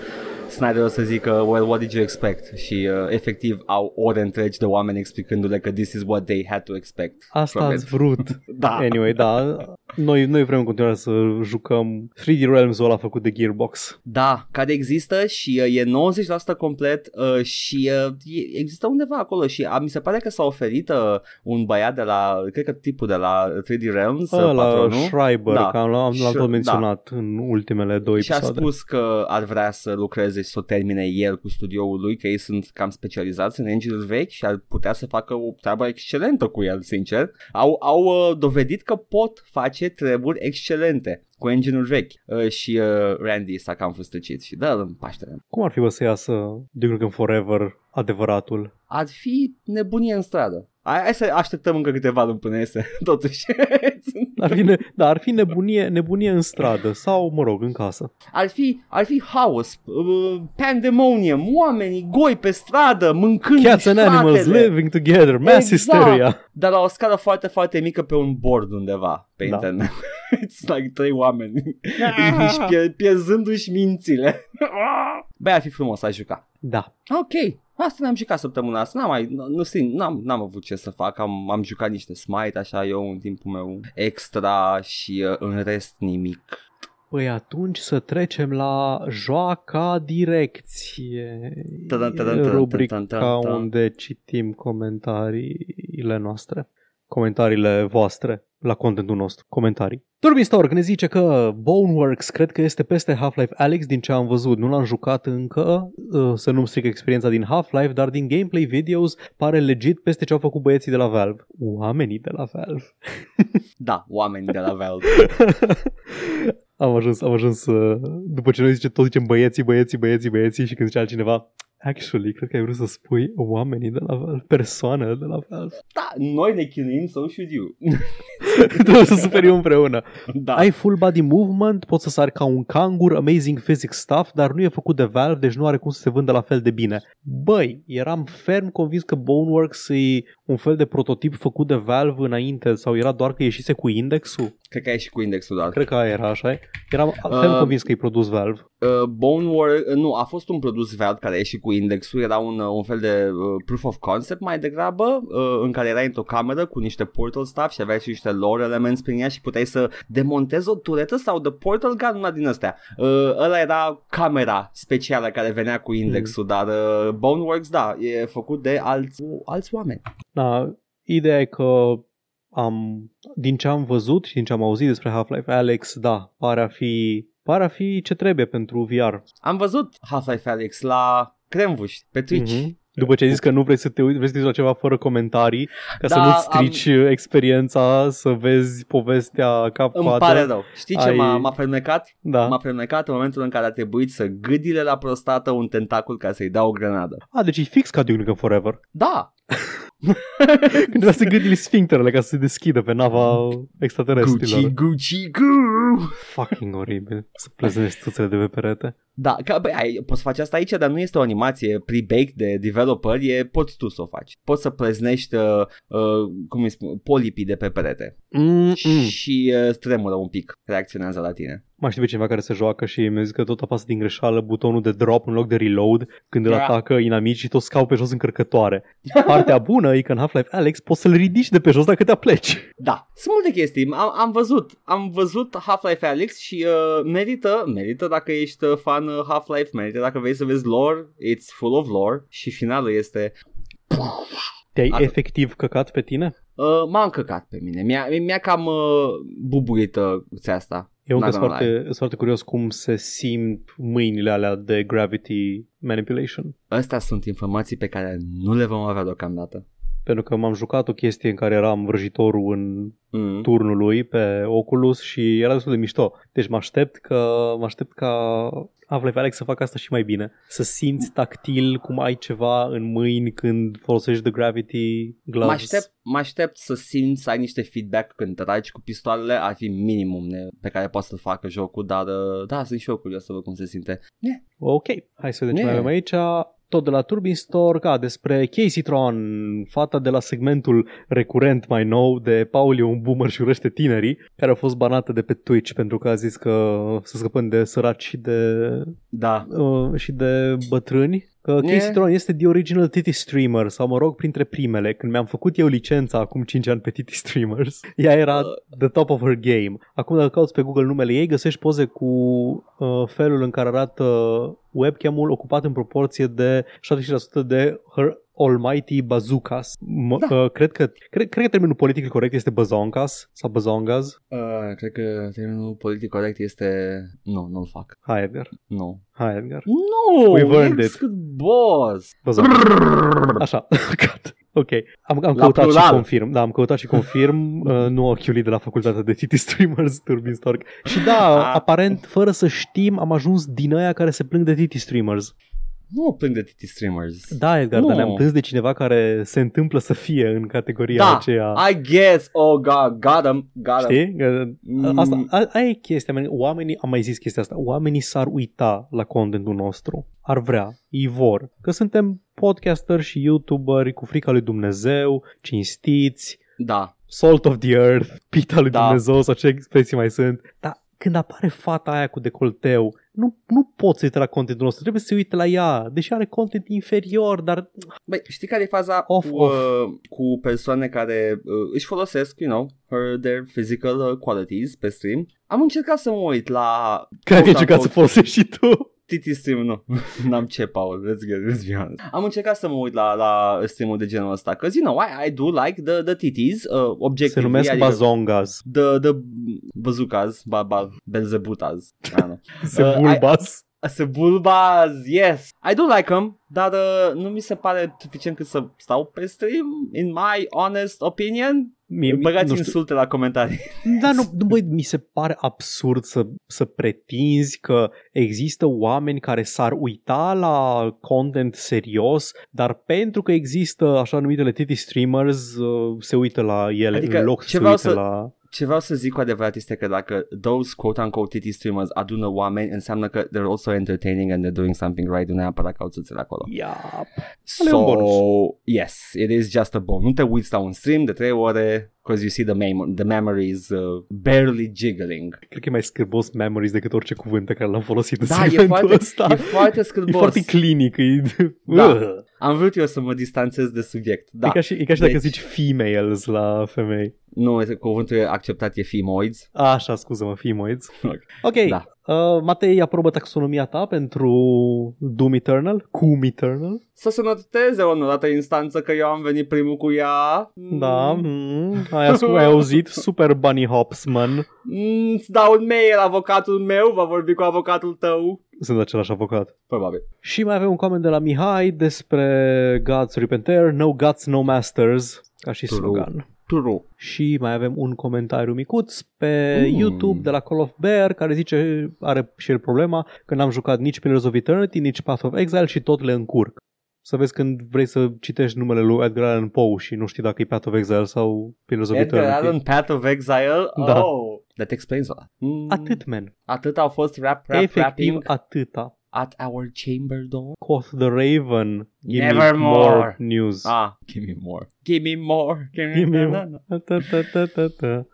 A: Snyder o să zică, well, what did you expect? Și uh, efectiv au ore întregi de oameni explicându-le că this is what they had to expect.
B: Asta
A: from
B: ați
A: it.
B: vrut.
A: (laughs) Da.
B: Anyway, da, noi, noi vrem în continuare să jucăm 3D Realms-ul ăla făcut de Gearbox.
A: Da, care există și uh, e 90% complet uh, și uh, e- există undeva acolo și uh, mi se pare că s-a oferit uh, un băiat de la, cred că tipul de la 3D Realms, uh,
B: Ăla,
A: patronul.
B: Schreiber,
A: Da.
B: da. că am, am, l-am
A: Sh- da.
B: tot menționat da. în ultimele două
A: Și a
B: episoade.
A: spus că ar vrea să lucreze și să o termine el cu studioul lui, că ei sunt cam specializați în engine vechi și ar putea să facă o treabă excelentă cu el, sincer. Au, au uh, dovedit că pot face treburi excelente cu engine vechi uh, și uh, Randy s-a cam fustăcit și dă-l în paștere.
B: Cum ar fi bă, să iasă Duke Nukem Forever adevăratul?
A: Ar fi nebunie în stradă. Hai hai să așteptăm încă câteva luni până iese, (laughs) totuși.
B: Ar fi, ne, da, ar fi nebunie, nebunie în stradă sau, mă rog, în casă.
A: Ar fi, ar fi haos, uh, pandemonium, oamenii goi pe stradă, mâncând
B: Cats and animals
A: șoapele.
B: living together, mass
A: Exact.
B: hysteria.
A: Dar la o scară foarte, foarte mică pe un board undeva pe da.
B: Da. Ah.
A: internet. (laughs) It's like trei oameni își pier- pierzându-și mințile. Băi, ar fi frumos, aș juca.
B: Da.
A: Ok, asta ne-am jucat săptămâna asta. N-am, mai, nu știu, n-am, n-am avut ce să fac. Am, am jucat niște smite așa eu în timpul meu extra și uh, în rest nimic.
B: Păi atunci să trecem la joaca direcție,
A: Tadam, tadam, tadam, tadam,
B: rubrica
A: tadam, tadam.
B: unde citim comentariile noastre. comentariile voastre la contentul nostru, comentarii. Turbistorg ne zice că Boneworks cred că este peste Half-Life Alex din ce am văzut. Nu l-am jucat încă, uh, să nu-mi stric experiența din Half-Life, dar din gameplay videos pare legit peste ce au făcut băieții de la Valve. Oamenii de la Valve.
A: Da, oamenii de la Valve.
B: (laughs) am ajuns, am ajuns, uh, după ce noi zice tot zicem băieții, băieții, băieții, băieții și când zice altcineva, Actually, cred că ai vrut să spui oamenii de la Valve, persoanele de la Valve.
A: Da, noi ne chinuim, so should you.
B: (laughs)
A: (laughs)
B: Trebuie să suferim împreună.
A: Da.
B: Ai full body movement, poți să sari ca un cangur, amazing physics stuff, dar nu e făcut de Valve, deci nu are cum să se vândă la fel de bine. Băi, eram ferm convins că Boneworks e un fel de prototip făcut de Valve înainte sau era doar că ieșise cu indexul?
A: Cred că e și cu indexul, da.
B: Cred că era așa. e. Eram ferm
A: Uh,
B: convins că e produs Valve.
A: Uh, Bonework, nu, a fost un produs Valve care a ieșit cu indexul, era un, uh, un fel de uh, proof of concept mai degrabă, uh, în care erai într-o cameră cu niște portal stuff și aveai și niște lore elements prin ea și puteai să demontezi o turetă sau de portal gun, una din astea. Uh, ăla era camera specială care venea cu indexul,
B: Mm.
A: dar uh, Boneworks, da, e făcut de alți, alți oameni.
B: Da, ideea e că am, din ce am văzut și din ce am auzit despre Half-Life Alex, da, pare a fi, pare a fi ce trebuie pentru VR.
A: Am văzut Half-Life Alyx la Cremvuș, pe Twitch.
B: Mhm. După ce ai zis că nu vrei să te uiți, vrei să te uiți la ceva fără comentarii, ca să
A: Da,
B: nu-ți strici am... experiența, să vezi povestea cap
A: Îmi pare rău. Știi ce
B: Ai-
A: m-a, m-a fermecat?
B: Da.
A: M-a fermecat în momentul în care a trebuit să gâdile la prostată un tentacul ca să-i dau o grenadă.
B: A, deci e fix ca Duke Nukem Forever. (laughs)
A: Da!
B: Când trebuia să gâdili sfincterele ca să se deschidă pe nava
A: Gucci,
B: extraterestrilor.
A: Gucci, guu!
B: Fucking oribil. Să plăzenești tuțele de pe perete.
A: Da, că, băi, ai, poți face asta aici, dar nu este o animație pre-baked de developer, e, poți tu să o faci. Poți să plăznești, uh, uh, cum îi spun, polipii de pe perete
B: Mm-mm.
A: și uh, tremură un pic, reacționează la tine.
B: Mai știu pe cineva care se joacă și mi-a zis că tot apasă din greșeală butonul de drop în loc de reload când îl
A: Da.
B: atacă inamici și toți cau pe jos în cărcătoare. Partea bună e că în Half-Life Alex poți să-l ridici de pe jos dacă te apleci.
A: Da, sunt multe chestii. Am, am văzut, am văzut Half-Life Alyx și uh, merită, merită dacă ești uh, fan uh, Half-Life, merită dacă vrei să vezi lore, it's full of lore și finalul este
B: Te-ai
A: Atât.
B: efectiv căcat pe tine?
A: uh, m-am căcat pe mine. Mi-a, mi-a cam uh, bubuită asta.
B: Eu încă
A: Da,
B: sunt
A: da, da.
B: foarte, sunt foarte curios cum se simt mâinile alea de gravity manipulation.
A: Astea sunt informații pe care nu le vom avea deocamdată.
B: Pentru că m-am jucat o chestie în care eram vrăjitorul în
A: Mm.
B: turnul lui pe Oculus și era destul de mișto. Deci mă aștept că mă aștept ca Half-Life Alex să facă asta și mai bine. Să simți tactil cum ai ceva în mâini când folosești The Gravity Gloves.
A: Mă aștept, mă aștept să simți să ai niște feedback când tragi cu pistoalele, ar fi minimum ne- pe care poate să-l facă jocul, dar uh, da, sunt și eu curios să văd cum se simte.
B: Ok, hai să vedem ce mai
A: Yeah.
B: avem aici. Tot de la Turbin Store, ca despre Casey Tron, fata de la segmentul recurent mai nou de Paul e un boomer și urăște tinerii, care a fost banată de pe Twitch pentru că a zis că să scăpăm de săraci și de,
A: Da,
B: uh, și de bătrâni. Că
A: Yeah.
B: Casey Tron este the original TT Streamer, sau mă rog, printre primele. Când mi-am făcut eu licența acum 5 ani pe TT Streamers, (laughs) ea era the top of her game. Acum dacă cauți pe Google numele ei, găsești poze cu uh, felul în care arată webcam-ul ocupat în proporție de 70% de her almighty bazookas. M-
A: Da.
B: uh, cred, că, cred, cred că termenul politic corect este bazongas sau bazongas.
A: Uh, cred că termenul politic corect este... Nu, nu-l fac.
B: Hai Edgar,
A: Nu.
B: hai Edgar.
A: Nu!
B: We've earned
A: ex- boss!
B: Bazongas. Așa, (laughs) cat. Ok, am, am
A: La
B: căutat și
A: plural.
B: confirm, da, am căutat și
A: (laughs)
B: confirm, uh, nu ochiului de la facultatea de TT Streamers, Turbin Stork. Și da,
A: Ah.
B: aparent, fără să știm, am ajuns din aia care se plâng de TT Streamers.
A: Nu mă plâng de TT streamers.
B: Da, Edgar,
A: Nu.
B: dar ne-am plâns de cineva care se întâmplă să fie în categoria
A: Da,
B: aceea.
A: I guess, oh god, got him, got him.
B: Știi? Că-
A: Mm,
B: Asta, a- aia e chestia, man. oamenii, am mai zis chestia asta, oamenii s-ar uita la contentul nostru, ar vrea, ei vor, că suntem podcaster și youtuberi cu frica lui Dumnezeu, cinstiți,
A: Da.
B: salt of the earth, pita lui
A: Da.
B: Dumnezeu sau ce expresii mai sunt, dar când apare fata aia cu decolteu, nu, nu poți să uite la contentul nostru, trebuie să se uite la ea, deși are content inferior, dar
A: Băi, știi care e faza
B: Off,
A: cu,
B: off.
A: Uh, cu persoane care uh, își folosesc, you know, her, their physical uh, qualities pe stream? Am încercat să mă uit la...
B: cred că ai
A: Tot
B: încercat
A: acolo.
B: să folosești și tu.
A: Titi stream
B: (laughs)
A: nu N-am ce Paul Let's get let's be honest Am încercat să mă uit la, la stream de genul ăsta Că you know I, I do like the, the titis uh,
B: Se
A: Objective
B: numesc bazongas.
A: The, the Bazookas ba, ba, Belzebutas I don't know. (laughs)
B: Se
A: Uh,
B: bulbas.
A: Se bulbaz Yes I do like them Dar uh, nu mi se pare suficient cât să stau pe stream In my honest opinion
B: Mie,
A: Băgați
B: nu știu.
A: insulte la comentarii
B: Da, nu, nu, băi, mi se pare absurd să, să pretinzi că există oameni care s-ar uita la content serios, dar pentru că există așa numitele TT streamers, uh, se uită la ele
A: Adică
B: în loc
A: ce
B: să se
A: vreau
B: uită
A: să-
B: la...
A: Ce vreau să zic cu adevărat este că dacă those quote-unquote titty streamers adună oameni, înseamnă că they're also entertaining and they're doing something right, nu neapărat că au țâțele acolo.
B: Ia, Ale un
A: So,
B: bonus.
A: yes, it is just a bomb. Nu te uiți la un stream de 3 ore, because you see the, mem- the memories uh, barely jiggling.
B: cred că e mai scârbos memories decât orice cuvânt pe care l-am folosit în
A: Da, e
B: segmentul
A: foarte,
B: ăsta. (laughs)
A: e foarte
B: E
A: scârbos.
B: foarte clinic, e...
A: Da.
B: Ugh.
A: Am vrut eu să mă distanțez de subiect. Da,
B: E ca și, e ca și dacă
A: Deci-
B: zici females la femei.
A: nu, este- cuvântul acceptat e femoids.
B: Așa, scuză-mă, femoids.
A: Ok.
B: Ok,
A: Da.
B: uh, Matei aprobă taxonomia ta pentru Doom Eternal, Cum Eternal.
A: Să se noteze o dată instanță că eu am venit primul cu ea.
B: Da, mm, ai, ascu- ai auzit, super bunny hopsman.
A: Mm, îți dau un mail, avocatul meu va vorbi cu avocatul tău.
B: Sunt același avocat.
A: Probabil.
B: Și mai avem un coment de la Mihai despre Gods Repenter, No Gods, No Masters, ca și
A: True.
B: slogan.
A: True.
B: Și mai avem un comentariu micuț pe
A: Mm.
B: mm. YouTube de la Call of Bear care zice, are și el problema, că n-am jucat nici Pillars of Eternity, nici Path of Exile și tot le încurc. Să vezi când vrei să citești numele lui Edgar Allan Poe și nu știi dacă e Path of Exile sau Pillars of
A: Edgar
B: Eternity.
A: Allan, Path of Exile.
B: Da.
A: Oh. That explains a lot. Mm.
B: Atât, man.
A: Atât au fost rap, rap,
B: Efectiv
A: rapping
B: atâta.
A: at our chamber door.
B: Quoth the Raven. Give me
A: Nevermore.
B: more news.
A: Ah, give me more. Give me more. Give me,
B: Give me
A: na, na, na.
B: Ta-ta-ta-ta-ta.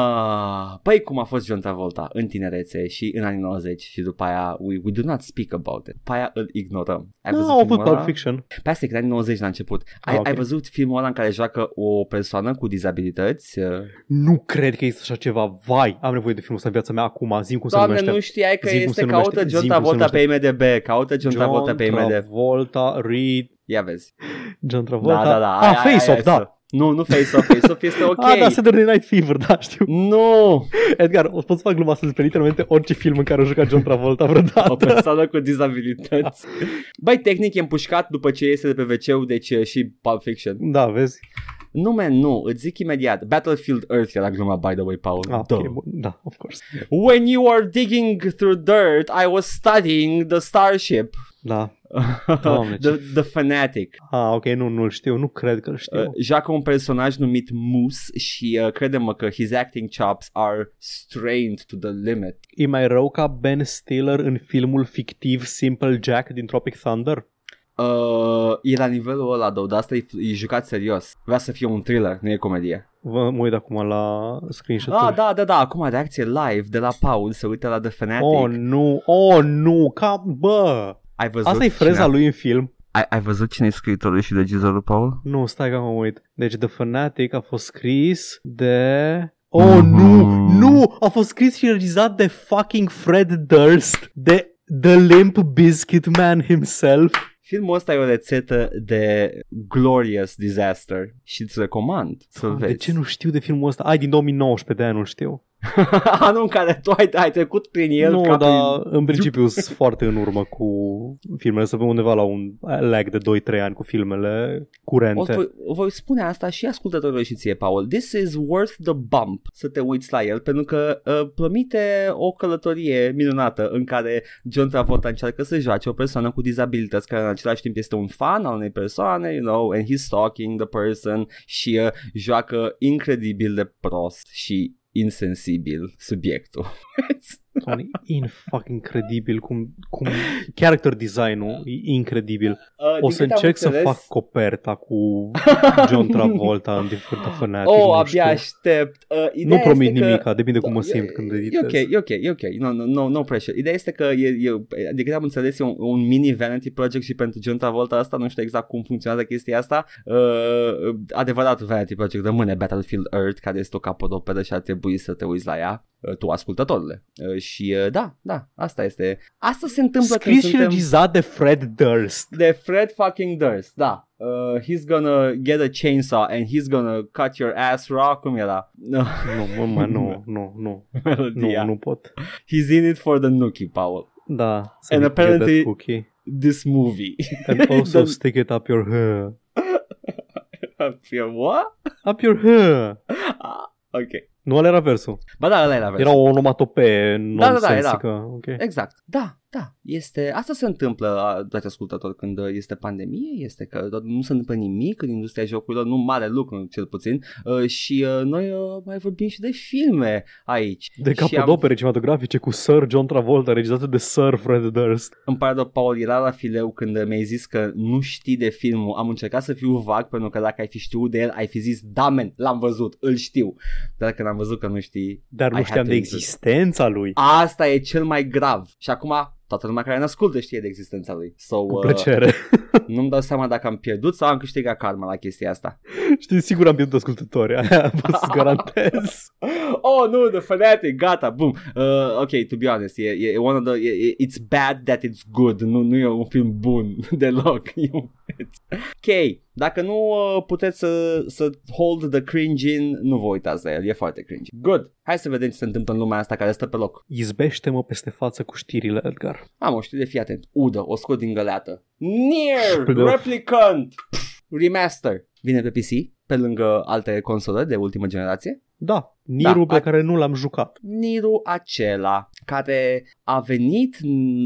A: Ah, păi cum a fost John Travolta în tinerețe și în anii 90 și după aia we, we do not speak about it. După aia îl ignorăm. Ai
B: Nu,
A: văzut
B: Da, au
A: filmul
B: avut Pulp
A: ăla?
B: Fiction.
A: Pe asta e că în anii 90 la început. Ai,
B: Ah, ok.
A: ai văzut filmul ăla în care joacă o persoană cu dizabilități? Uh,
B: Nu cred că există așa ceva. Vai, am nevoie de filmul ăsta în viața mea acum. Zim cum se
A: Doamne,
B: numește.
A: nu știai că
B: Zi cum
A: este
B: se numește,
A: caută
B: zi
A: John
B: cum se
A: Travolta pe
B: numește.
A: IMDB, caută John Travolta pe IMDB.
B: Travolta, Reed,
A: Ia vezi.
B: John Travolta.
A: Da, da, da.
B: Ah, Face Off, da.
A: să- Nu, nu Face Off, Face Off este ok.
B: Ah, da, Saturday Night Fever, da, știu.
A: Nu,
B: Edgar, o pot să fac gluma asta despre literalmente orice film în care a jucat John Travolta
A: o
B: vreodată.
A: persoană cu dizabilități. Băi, tehnic e împușcat după ce iese de pe wc deci uh, și Pulp Fiction.
B: Da, vezi?
A: Nu, man, nu, îți zic imediat. Battlefield Earth era gluma, by the way, Paul.
B: Ah,
A: Duh.
B: okay, bun, da, of course.
A: When you were digging through dirt, I was studying the starship.
B: Da. Doamne, ce-
A: the, the fanatic.
B: Ah, ok, nu, nu știu, nu cred că știu.
A: Uh, joacă un personaj numit Moose și uh, credem că his acting chops are strained to the limit.
B: E mai rău ca Ben Stiller în filmul fictiv Simple Jack din Tropic Thunder?
A: Uh, e la nivelul ăla, două, dar asta e, e jucat serios. Vrea să fie un thriller, nu e comedie.
B: Vă mă uit acum la screenshot
A: Ah, da, da, da, acum reacție live de la Paul, se uită la The Fanatic.
B: Oh, nu, oh, nu, cam, bă!
A: ai văzut
B: Asta e freza
A: cine,
B: lui în film.
A: Ai, ai văzut cine e scriitorul și regizorul, Paul?
B: Nu, stai că mă uit. Deci The Fanatic a fost scris de... Oh, nu! Nu! A fost scris și regizat de fucking Fred Durst, de The Limp Bizkit Man himself.
A: Filmul ăsta e o rețetă de glorious disaster și îți recomand să-l vezi.
B: Ah, De ce nu știu de filmul ăsta? Ai, din 2019, de aia nu știu.
A: (laughs) Anul în care tu ai, ai trecut prin el
B: nu, da,
A: ca prin
B: dar în principiu sunt foarte în urmă cu filmele. Să undeva la un lag de 2-3 ani cu filmele
A: O
B: curente.
A: voi, o voi spune asta și ascultătorilor și ție, Paul. This is worth the bump să te uiți la el, pentru că uh, promite o călătorie minunată în care John Travolta încearcă să joace o persoană cu dizabilități care în același timp este un fan al unei persoane, you know, and he's stalking the person și uh, joacă incredibil de prost și insensibil subiectul.
B: Tony, incredibil cum, cum character design-ul e incredibil.
A: Uh,
B: O
A: din
B: să
A: câte am
B: încerc să
A: înțeles-
B: fac
A: (gasps)
B: coperta
A: (laughs)
B: cu John Travolta în Different Fanatic.
A: Oh,
B: nu
A: abia
B: știu.
A: aștept. Uh, ideea
B: Nu promit
A: este că-
B: nimic, depinde cum mă
A: Da,
B: simt când
A: E
B: editez.
A: ok, e ok, e ok. No, no, no, no pressure. Ideea este că e, e de cât am înțeles, e un, un mini vanity project și pentru John Travolta asta, nu știu exact cum funcționează chestia asta. Uh, adevăratul vanity project rămâne Battlefield Earth, care este o capodoperă și ar trebui să te uiți la ea. tu ascultătorule. Și da, da, asta este. Asta se întâmplă
B: Scris
A: când
B: și
A: suntem...
B: regizat de Fred Durst.
A: de Fred fucking Durst, da. Uh, he's gonna get a chainsaw and he's gonna cut your ass raw, cum era?
B: (laughs)
A: (laughs)
B: Nu, mă, mă, nu, nu, nu,
A: Melodia.
B: nu, nu pot.
A: He's in it for the nookie, Paul.
B: Da. să
A: And
B: get that
A: apparently-
B: cookie.
A: This (laughs) movie.
B: And also
A: Then-
B: stick it up your hair.
A: What?
B: Up your hair.
A: Ok.
B: Nu ăla era versul.
A: Ba da, ăla era
B: Era o onomatopee
A: Da,
B: nonsensică. Ok.
A: Exact, da, da, este, asta se întâmplă, dragi ascultători, când uh, este pandemie, este că tot nu se întâmplă nimic în industria jocurilor, nu mare lucru cel puțin uh, și uh, noi uh, mai vorbim și de filme aici.
B: De
A: și am,
B: capodopere cinematografice cu Sir John Travolta, regizată de Sir Fred Durst.
A: îmi pare rău, Paul, era la fileu când uh, mi-ai zis că nu știi de filmul, am încercat să fiu vag pentru că dacă ai fi știut de el, ai fi zis, da, men, l-am văzut, îl știu, dar când am văzut că nu știi,
B: Dar
A: I
B: nu
A: had
B: știam
A: to
B: de
A: include-
B: existența lui.
A: asta e cel mai grav și acum... Toată lumea care ne ascultă știe de existența lui. So,
B: Cu
A: uh,
B: plăcere.
A: (laughs) Nu-mi dau seama dacă am pierdut sau am câștigat karma la chestia asta.
B: (laughs)
A: (gasps)
B: Știi, sigur am pierdut ascultători, aia pot (laughs) să garantez.
A: Oh, nu, The Fanatic, gata, boom. Uh, ok, to be honest, e, e e one of the, e, e- it's bad that it's good. Nu, nu e un film bun (laughs) deloc. E un- ok, dacă nu uh, puteți să, să hold the cringe in, nu vă uitați la el, e foarte cringe. Good, hai să vedem ce se întâmplă în lumea asta care stă pe loc.
B: Izbește-mă peste față cu știrile, Edgar.
A: Am o știre, fii atent. Udă, o scot din găleată. Near
B: Plăf.
A: Replicant Pff, Remaster. Vine pe PC, pe lângă alte console de ultimă generație.
B: Da, Nirul
A: Da,
B: pe
A: a-
B: care nu l-am jucat.
A: Niru acela care a venit,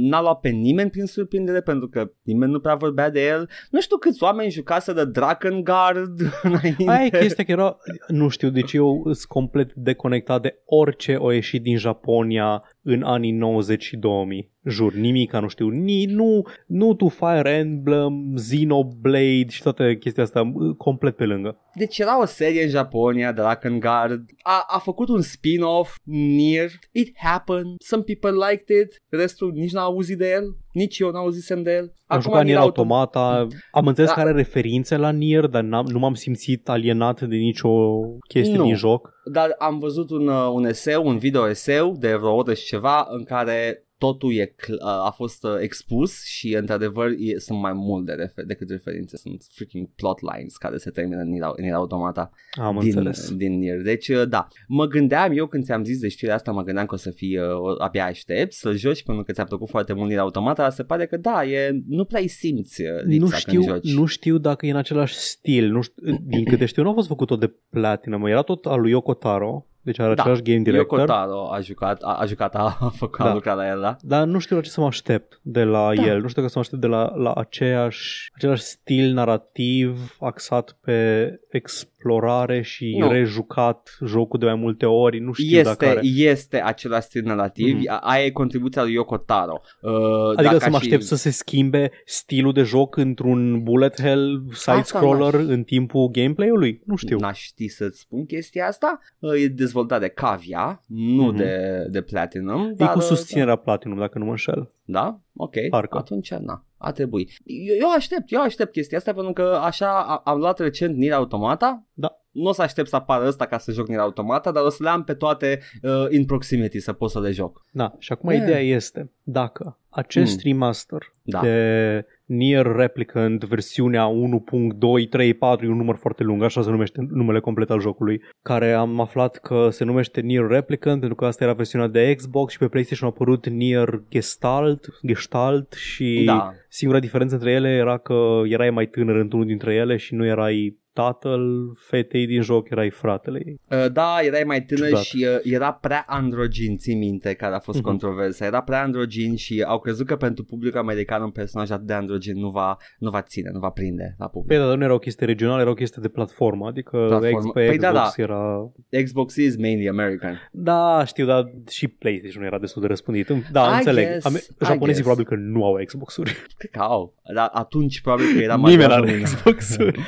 A: n-a luat pe nimeni prin surprindere pentru că nimeni nu prea vorbea de el. Nu știu câți oameni jucaseră de Drakengard (laughs) înainte.
B: Aia e chestia că era, nu știu, deci eu sunt complet deconectat de orice o ieșit din Japonia în anii 90 și 2000. Jur, nimica, nu știu, ni, nu, nu tu Fire Emblem, Xenoblade și toate chestia asta, complet pe lângă.
A: Deci era o serie în Japonia, Drakengard, a, a făcut un spin-off, Nier, It Happened, Some People Liked It, restul nici n-au auzit de el, nici eu n-au auzit de el.
B: Am jucat Nier
A: Nier Auto-
B: Automata, am înțeles
A: Da.
B: că are referințe la Nier, dar n-am, nu m-am simțit alienat de nicio chestie
A: Nu.
B: din joc.
A: dar am văzut un, uh, un eseu, un video eseu de vreo oră și ceva în care totul e cl- a fost uh, expus și într-adevăr e, sunt mai mult de refer- decât referințe, sunt freaking plotlines care se termină în Nier, în Nier Automata
B: Am
A: din,
B: înțeles.
A: din Nier. Deci uh, da, mă gândeam eu când ți-am zis de știrea asta, mă gândeam că o să fii, uh, o- abia aștept să-l joci pentru că ți-a plăcut foarte mult Nier Automata, dar se pare că da, e, nu prea-i simți uh, lipsa
B: nu
A: când
B: știu,
A: joci.
B: nu știu dacă e în același stil. Nu știu, din câte știu, nu a fost făcut tot de Platinum. Era tot al lui Yoko Taro, deci are
A: Da,
B: același game director.
A: Yoko Taro a jucat, a, a jucat, a, a făcut, a
B: Da.
A: lucrat la el, da?
B: Dar nu știu la ce să mă aștept de la
A: Da.
B: el. Nu știu dacă să mă aștept de la, la aceeași, același stil narrativ axat pe explorare și
A: Nu.
B: rejucat jocul de mai multe ori. Nu știu dacă
A: este,
B: are.
A: este același stil narrativ,
B: Mhm.
A: mm-hmm. aia e contribuția lui Yoko Taro. Uh,
B: Adică
A: dacă
B: să mă
A: aș fi-
B: aștept să se schimbe stilul de joc într-un bullet hell side-scroller în timpul gameplay-ului? Nu știu.
A: N-aș ști să-ți spun chestia asta. Uh, e dezvoltat de Cavia, nu
B: Mhm.
A: de, de Platinum.
B: E
A: Dar,
B: cu
A: uh,
B: susținerea Platinum, dacă nu mă înșel.
A: Da? Ok.
B: Parcă.
A: Atunci, na, a trebui. Eu, eu aștept, eu aștept chestia asta pentru că așa a- am luat recent Nier Automata.
B: Da.
A: Nu o să aștept să apară ăsta ca să joc Nier Automata, dar o să le am pe toate uh, in proximity să pot să le joc.
B: Da, și acum
A: Yeah.
B: ideea este dacă acest
A: Mm.
B: remaster
A: Da.
B: de Nier Replicant versiunea 1.234, e un număr foarte lung, așa se numește numele complet al jocului, care am aflat că se numește Nier Replicant pentru că asta era versiunea de Xbox și pe PlayStation a apărut Nier Gestalt, Gestalt și
A: Da.
B: singura diferență între ele era că erai mai tânăr într-unul dintre ele și nu erai tatăl fetei din joc, erai fratele ei.
A: Uh, Da, erai mai tânăr
B: Ciudat.
A: și uh, era prea androgin, ții minte, care a fost
B: Mhm.
A: controversa. Era prea androgin și au crezut că pentru publicul american un personaj atât de androgin nu va, nu va ține, nu va prinde la public.
B: Păi da, dar nu era o chestie regională, era o chestie de platformă, adică
A: Platformă.
B: platformă. pe
A: Păi
B: păi
A: da,
B: Xbox da, da. era...
A: Xbox is mainly American.
B: Da, știu, dar și PlayStation nu era destul de răspândit. Îmi- Da,
A: I
B: înțeleg.
A: guess,
B: Ame-
A: I
B: Japonezii
A: guess.
B: probabil că nu au Xbox-uri.
A: Cred că au, dar atunci probabil că era mai
B: Nimeni
A: greu
B: are
A: lumea.
B: Xbox-uri.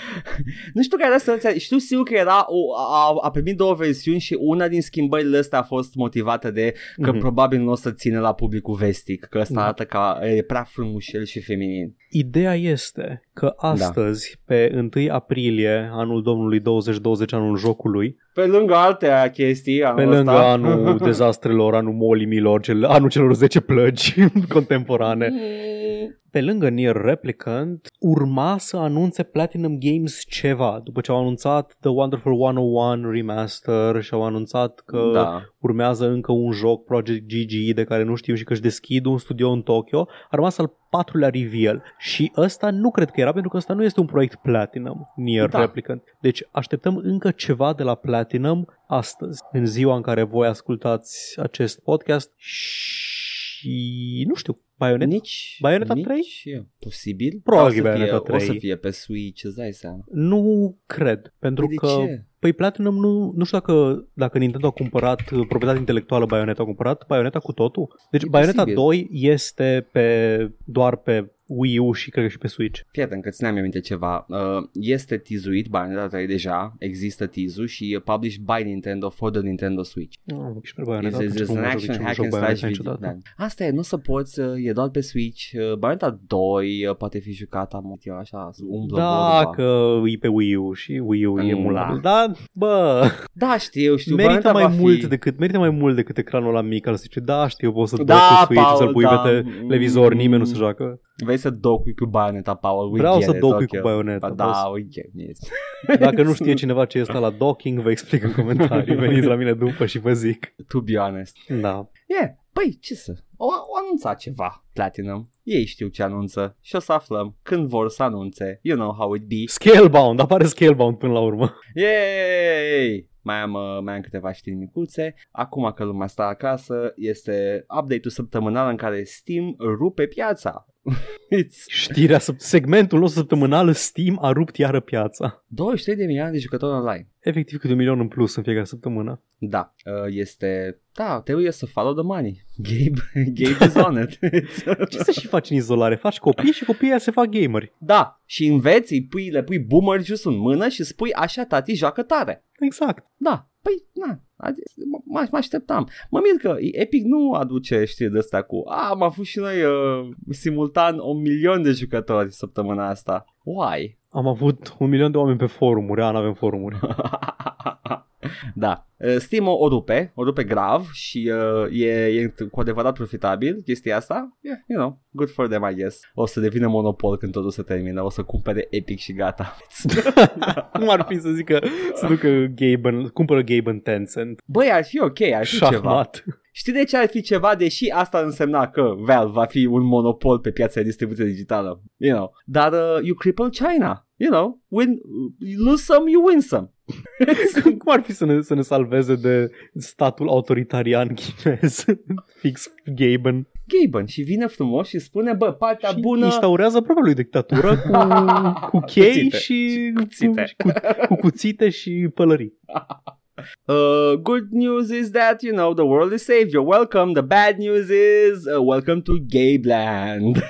A: Nu știu care asta, știu sigur că era, o, a, a primit două versiuni și una din schimbările astea a fost motivată de (laughs) că
B: Mhm.
A: probabil nu o să ține la publicul vestic, că asta
B: Da.
A: arată ca e prea frumușel și feminin.
B: Ideea
A: Da.
B: este că astăzi, pe 1 aprilie, anul domnului 2020, anul jocului,
A: Pe lângă alte chestii, anul
B: Pe lângă
A: ăsta, (laughs)
B: (laughs) anul dezastrelor, anul molimilor, cel, anul celor 10 plăgi (laughs) contemporane. Pe lângă Nier Replicant, urma să anunțe Platinum Games ceva, după ce au anunțat The Wonderful 101 Remaster și au anunțat că da.
A: da.
B: urmează încă un joc, Project GG, de care nu știm și că își deschid un studio în Tokyo, a rămas al patrulea reveal și ăsta nu cred că era pentru că ăsta nu este un proiect Platinum, Nier
A: Da.
B: da. Replicant. Deci așteptăm încă ceva de la Platinum astăzi, în ziua în care voi ascultați acest podcast și nu știu, Bayonetta?
A: Nici,
B: Bayonetta
A: nici
B: 3?
A: eu. Posibil? Da,
B: Probabil
A: o să, fie,
B: Bayonetta
A: o să
B: 3.
A: fie pe Switch, îți dai seama.
B: Nu cred, pentru
A: Păi de
B: că...
A: ce?
B: Păi Platinum nu, nu știu dacă, dacă Nintendo a cumpărat uh, proprietatea intelectuală Bayonetta, a cumpărat Bayonetta cu totul. Deci
A: E
B: Bayonetta
A: posibil.
B: 2 este pe, doar pe Wii U și cred că și pe Switch.
A: Prieten, că țineam eu minte ceva. Uh, Este tizuit, Bayonetta 3 deja, există tizul și e published by Nintendo for the Nintendo Switch.
B: Nu, și pe
A: Is
B: Bayonetta.
A: is- is
B: atunci cum
A: an
B: mă joc,
A: action
B: nici nu
A: hack
B: joc
A: and slash
B: Bayonetta
A: video.
B: niciodată.
A: da. Asta e, nu se poți, uh, e doar pe Switch. Uh, Bayonetta 2 uh, poate fi jucată, am eu așa, umblă
B: Da,
A: vorba.
B: că e pe Wii U și Wii U e
A: Mm,
B: emulabil. Da, bă,
A: Da, știu, (laughs) știu.
B: merită
A: Bayonetta
B: mai
A: va
B: mult
A: fi...
B: decât merită mai mult decât ecranul la mic care să zice, da, știu, poți să da,
A: Da,
B: pe Switch,
A: Paul,
B: să-l pui
A: da.
B: pe te- televizor, nimeni nu se
A: Mm.
B: joacă.
A: Vrei să docui cu Bayonetta, Paul? We
B: Vreau
A: get
B: să
A: it,
B: docui cu
A: ok.
B: Bayonetta. boss.
A: Da, we get it.
B: (laughs) Dacă nu
A: (laughs)
B: știe cineva ce este la docking, vă explic în comentarii. Veniți la mine după și vă zic.
A: To be honest.
B: Da.
A: Yeah, păi, ce să... O, o anunța ceva, Platinum. Ei știu ce anunță și o să aflăm când vor să anunțe. You know how it be.
B: Scalebound, apare Scalebound până la urmă.
A: Yay! Mai am, uh, mai am câteva știri micuțe. Acum că lumea stă acasă, este update-ul săptămânal în care Steam rupe piața. (laughs) It's
B: Știrea, sub- segmentul nostru săptămânal Steam a rupt iară piața.
A: 23 de milioane de jucători online.
B: Efectiv câte un milion în plus în fiecare săptămână.
A: Da, uh, este... Da, trebuie să follow the money. (laughs) Gabe, Gabe is on it. (laughs)
B: Ce să și faci în izolare? Faci copii și copiii aia se fac gameri.
A: da, și înveți, îi pui, le pui boomer just în mână și spui așa, tati, joacă tare.
B: Exact.
A: Da, păi, na, adi- mă- mă mă așteptam. Mă mir că Epic nu aduce știri de asta cu A, am avut și noi uh, simultan un milion de jucători săptămâna asta. Why? (laughs)
B: Am avut un milion de oameni pe forumuri, an avem forumuri. (laughs)
A: da, Uh, Steam o o rupe, o rupe grav și uh, e, e cu adevărat profitabil chestia asta. Yeah, you know, good for them, I guess. O să devină monopol când totul se termină, o să cumpere Epic și gata. (laughs)
B: Cum ar fi să zică să ducă Gabe în, cumpără Gabe în Tencent?
A: Băi, ar fi ok, ar fi ceva.
B: Șahmat.
A: Știi de ce ar fi ceva, deși asta însemna că Valve va fi un monopol pe piața de distribuție digitală, you know. Dar uh, you cripple China, you know, win, you lose some, you win some.
B: (laughs) Cum cum ar fi să ne, să ne salveze de statul autoritarian chinez? (laughs) Fix Gaben.
A: Gaben și vine frumos și spune, bă, partea
B: Și
A: bună...
B: instaurează propria lui dictatură cu, cu chei
A: Cuțite.
B: și
A: cuțite.
B: Cu, cu, cu cuțite și pălării.
A: Uh, good news is that, you know, the world is saved, you're welcome. The bad news is, uh, welcome to Gabeland. (laughs)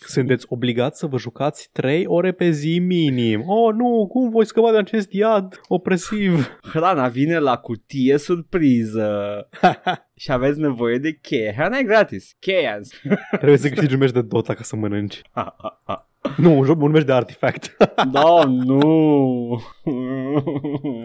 B: Sunteți obligați să vă jucați 3 ore pe zi minim. Oh, nu, cum voi scăpa de acest iad
A: (laughs)
B: opresiv?
A: Hrana vine la cutie surpriză și aveți nevoie de cheie. Hrana e gratis, cheia. Ah,
B: Trebuie să câștigi un meci de Dota ca să mănânci. Nu, un, joc, un meci de artifact.
A: Da, nu! (laughs)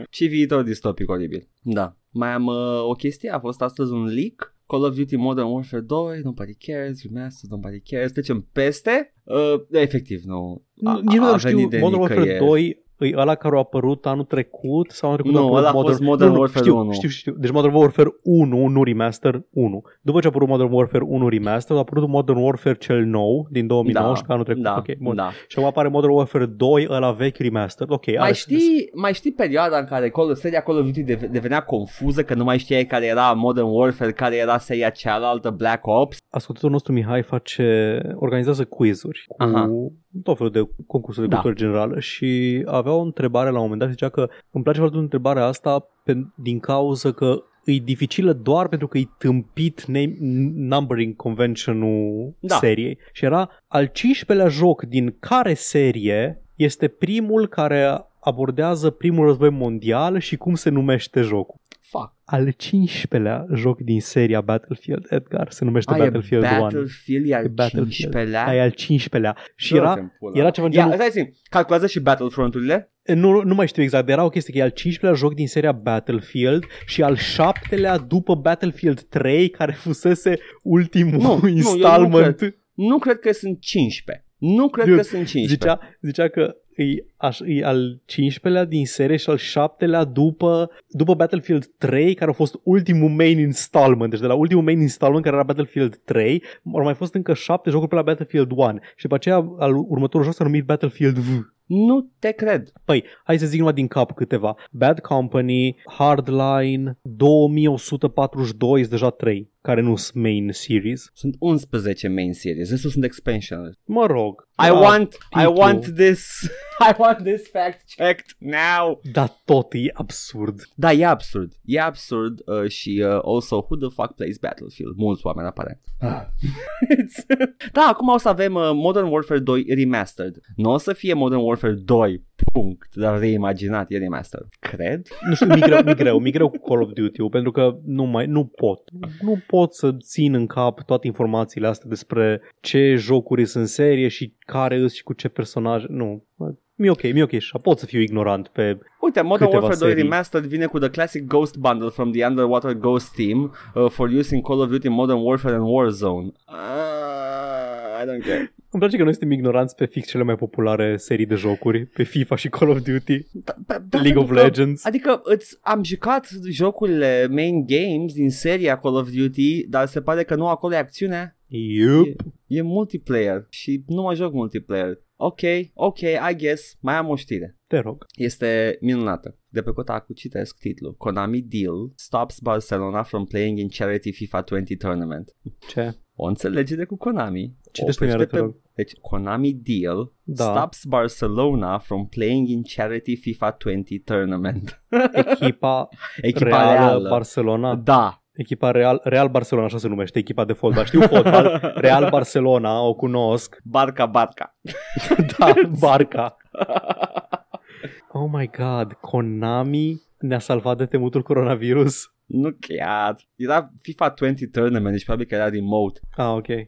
A: Ce viitor distopic oribil. Da. Mai am uh, o chestie, a fost astăzi un leak. Call of Duty Modern Warfare 2, nobody cares, remastered, nobody cares, trecem peste. Uh, efectiv, nu. A-
B: Nici
A: a-
B: nu
A: a
B: știu,
A: venit de
B: Modern Warfare
A: nicăieri.
B: 2 e ăla care a apărut anul trecut sau anul trecut
A: Nu,
B: a apărut
A: ăla a fost Modern
B: nu, nu,
A: Warfare
B: știu,
A: 1.
B: Știu, știu, Deci Modern Warfare 1, nu remaster, 1. După ce a apărut Modern Warfare 1 remaster, a apărut Modern Warfare cel nou din 2019 anul trecut.
A: Da,
B: ok, bun.
A: da.
B: Și acum apare Modern Warfare 2, ăla vechi remaster. Ok,
A: Mai
B: are sens.
A: știi, mai știi perioada în care Call, seria Call of Duty deve- devenea confuză, că nu mai știai care era Modern Warfare, care era seria cealaltă, Black Ops?
B: Ascultătorul nostru Mihai face, organizează quizuri cu
A: Aha.
B: tot felul de concursuri de
A: Da.
B: cultură generală și avea o întrebare la un moment dat, zicea că îmi place foarte mult întrebarea asta pe, din cauza că e dificilă doar pentru că e tâmpit name, numbering convention-ul
A: Da.
B: seriei și era al 15-lea joc din care serie este primul care abordează primul război mondial și cum se numește jocul.
A: fuck?
B: Al 15-lea joc din seria Battlefield, Edgar, se numește
A: Ai
B: Battlefield 1.
A: Battlefield Da, e al
B: Battlefield.
A: 15-lea?
B: Aia al 15-lea. Și
A: Dă-te
B: era,
A: în pula
B: era
A: mea.
B: ceva în
A: Ia,
B: genul...
A: stai zi, calculează și Battlefront-urile?
B: Nu, nu mai știu exact, dar era o chestie că e al 15-lea joc din seria Battlefield și al 7-lea după Battlefield 3, care fusese ultimul
A: Nu, nu, eu nu
B: installment.
A: Nu cred că sunt 15. Nu cred
B: Dude,
A: că sunt 15.
B: zicea, zicea că e, aș, e al 15-lea din serie și al 7-lea după, după Battlefield 3, care a fost ultimul main installment. Deci de la ultimul main installment, care era Battlefield 3, au mai fost încă 7 jocuri pe la Battlefield 1 și după aceea al următorul joc s-a numit Battlefield V.
A: Nu te cred.
B: Păi, hai să zic numai din cap câteva. Bad Company, Hardline, 2142, sunt deja 3, care nu sunt main series.
A: Sunt 11 main series, restul sunt expansion.
B: Mă rog.
A: I
B: da,
A: want, I
B: titlu.
A: want this,
B: (laughs)
A: I want this fact checked now.
B: Dar tot e absurd.
A: Da, e absurd, e absurd uh, și uh, also who the fuck plays Battlefield? Mulți oameni apare.
B: Ah.
A: (laughs) da, acum o să avem uh, Modern Warfare 2 Remastered. Nu o să fie Modern Warfare 2, punct, dar reimaginat e remastered. Cred?
B: Nu știu, mi greu, mi greu, mi greu cu Call of Duty pentru că nu mai, nu pot. Nu pot să țin în cap toate informațiile astea despre ce jocuri sunt în serie și care îs și cu ce personaje. Nu, mi-e ok, mi-e ok și pot să fiu ignorant pe...
A: Uite, Modern
B: Câteva
A: Warfare 2
B: serii.
A: Remastered vine cu the classic Ghost Bundle from the Underwater Ghost Team uh, for use in Call of Duty Modern Warfare and Warzone. Uh, I don't
B: (laughs)
A: care.
B: Îmi place că noi suntem ignoranți pe fix cele mai populare serii de jocuri, pe FIFA și Call of Duty.
A: Da, da, da,
B: League of
A: pentru că-
B: Legends.
A: Adică îți, am jucat jocurile main games din seria Call of Duty, dar se pare că nu acolo e acțiunea,
B: Yup.
A: e multiplayer și nu mai joc multiplayer. Ok, ok, I guess, mai am o știre.
B: Te rog.
A: Este minunată. De pe Kotaku citesc titlul. Konami Deal stops Barcelona from playing in charity FIFA 20 tournament.
B: Ce?
A: O înțelegere cu Konami.
B: Citește-mi
A: Oprește
B: iară, te
A: pe-
B: rog.
A: Deci, Konami Deal
B: Da.
A: stops Barcelona from playing in charity FIFA 20
B: (laughs)
A: tournament.
B: Echipa,
A: (laughs) Echipa
B: reală,
A: reală.
B: Barcelona.
A: da.
B: Echipa Real, Real Barcelona, așa se numește, echipa de fotbal. Știu fotbal. Real Barcelona, o cunosc.
A: (laughs) Barca, barca.
B: (laughs) Da, barca. Oh my god, Konami ne-a salvat de temutul coronavirus.
A: Nu chiar. Era FIFA 20 tournament, deci probabil că era remote.
B: Ah, ok. Trebuia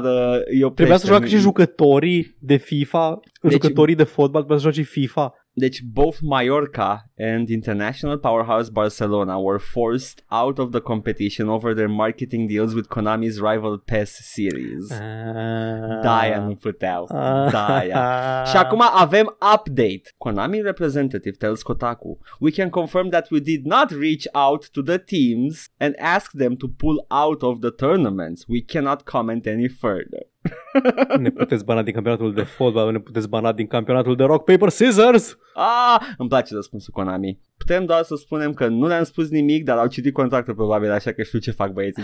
A: Dar uh, eu
B: să joacă și jucătorii de FIFA,
A: Deci-
B: jucătorii de fotbal, trebuia să joace și FIFA.
A: Deci both Mallorca and international powerhouse Barcelona were forced out of the competition over their marketing deals with Konami's rival PES series.
B: Ah.
A: Da, nu puteau. Da,
B: Ah.
A: Și acum avem update. Konami representative tells Kotaku, we can confirm that we did not reach out to the teams and ask them to pull out of the tournaments. We cannot comment any further.
B: (laughs) Ne puteți bana din campionatul de fotbal, ne puteți bana din campionatul de rock, paper, scissors!
A: Ah, îmi place răspunsul Konami. Putem doar să spunem că nu le-am spus nimic, dar au citit contractul probabil, așa că știu ce fac
B: (laughs)
A: băieții.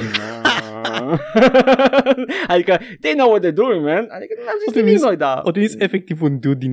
A: adică, they know what they're doing, man. Adică nu am
B: O
A: zis nimic
B: trimis-
A: noi, da. dar...
B: O trimis efectiv un dude din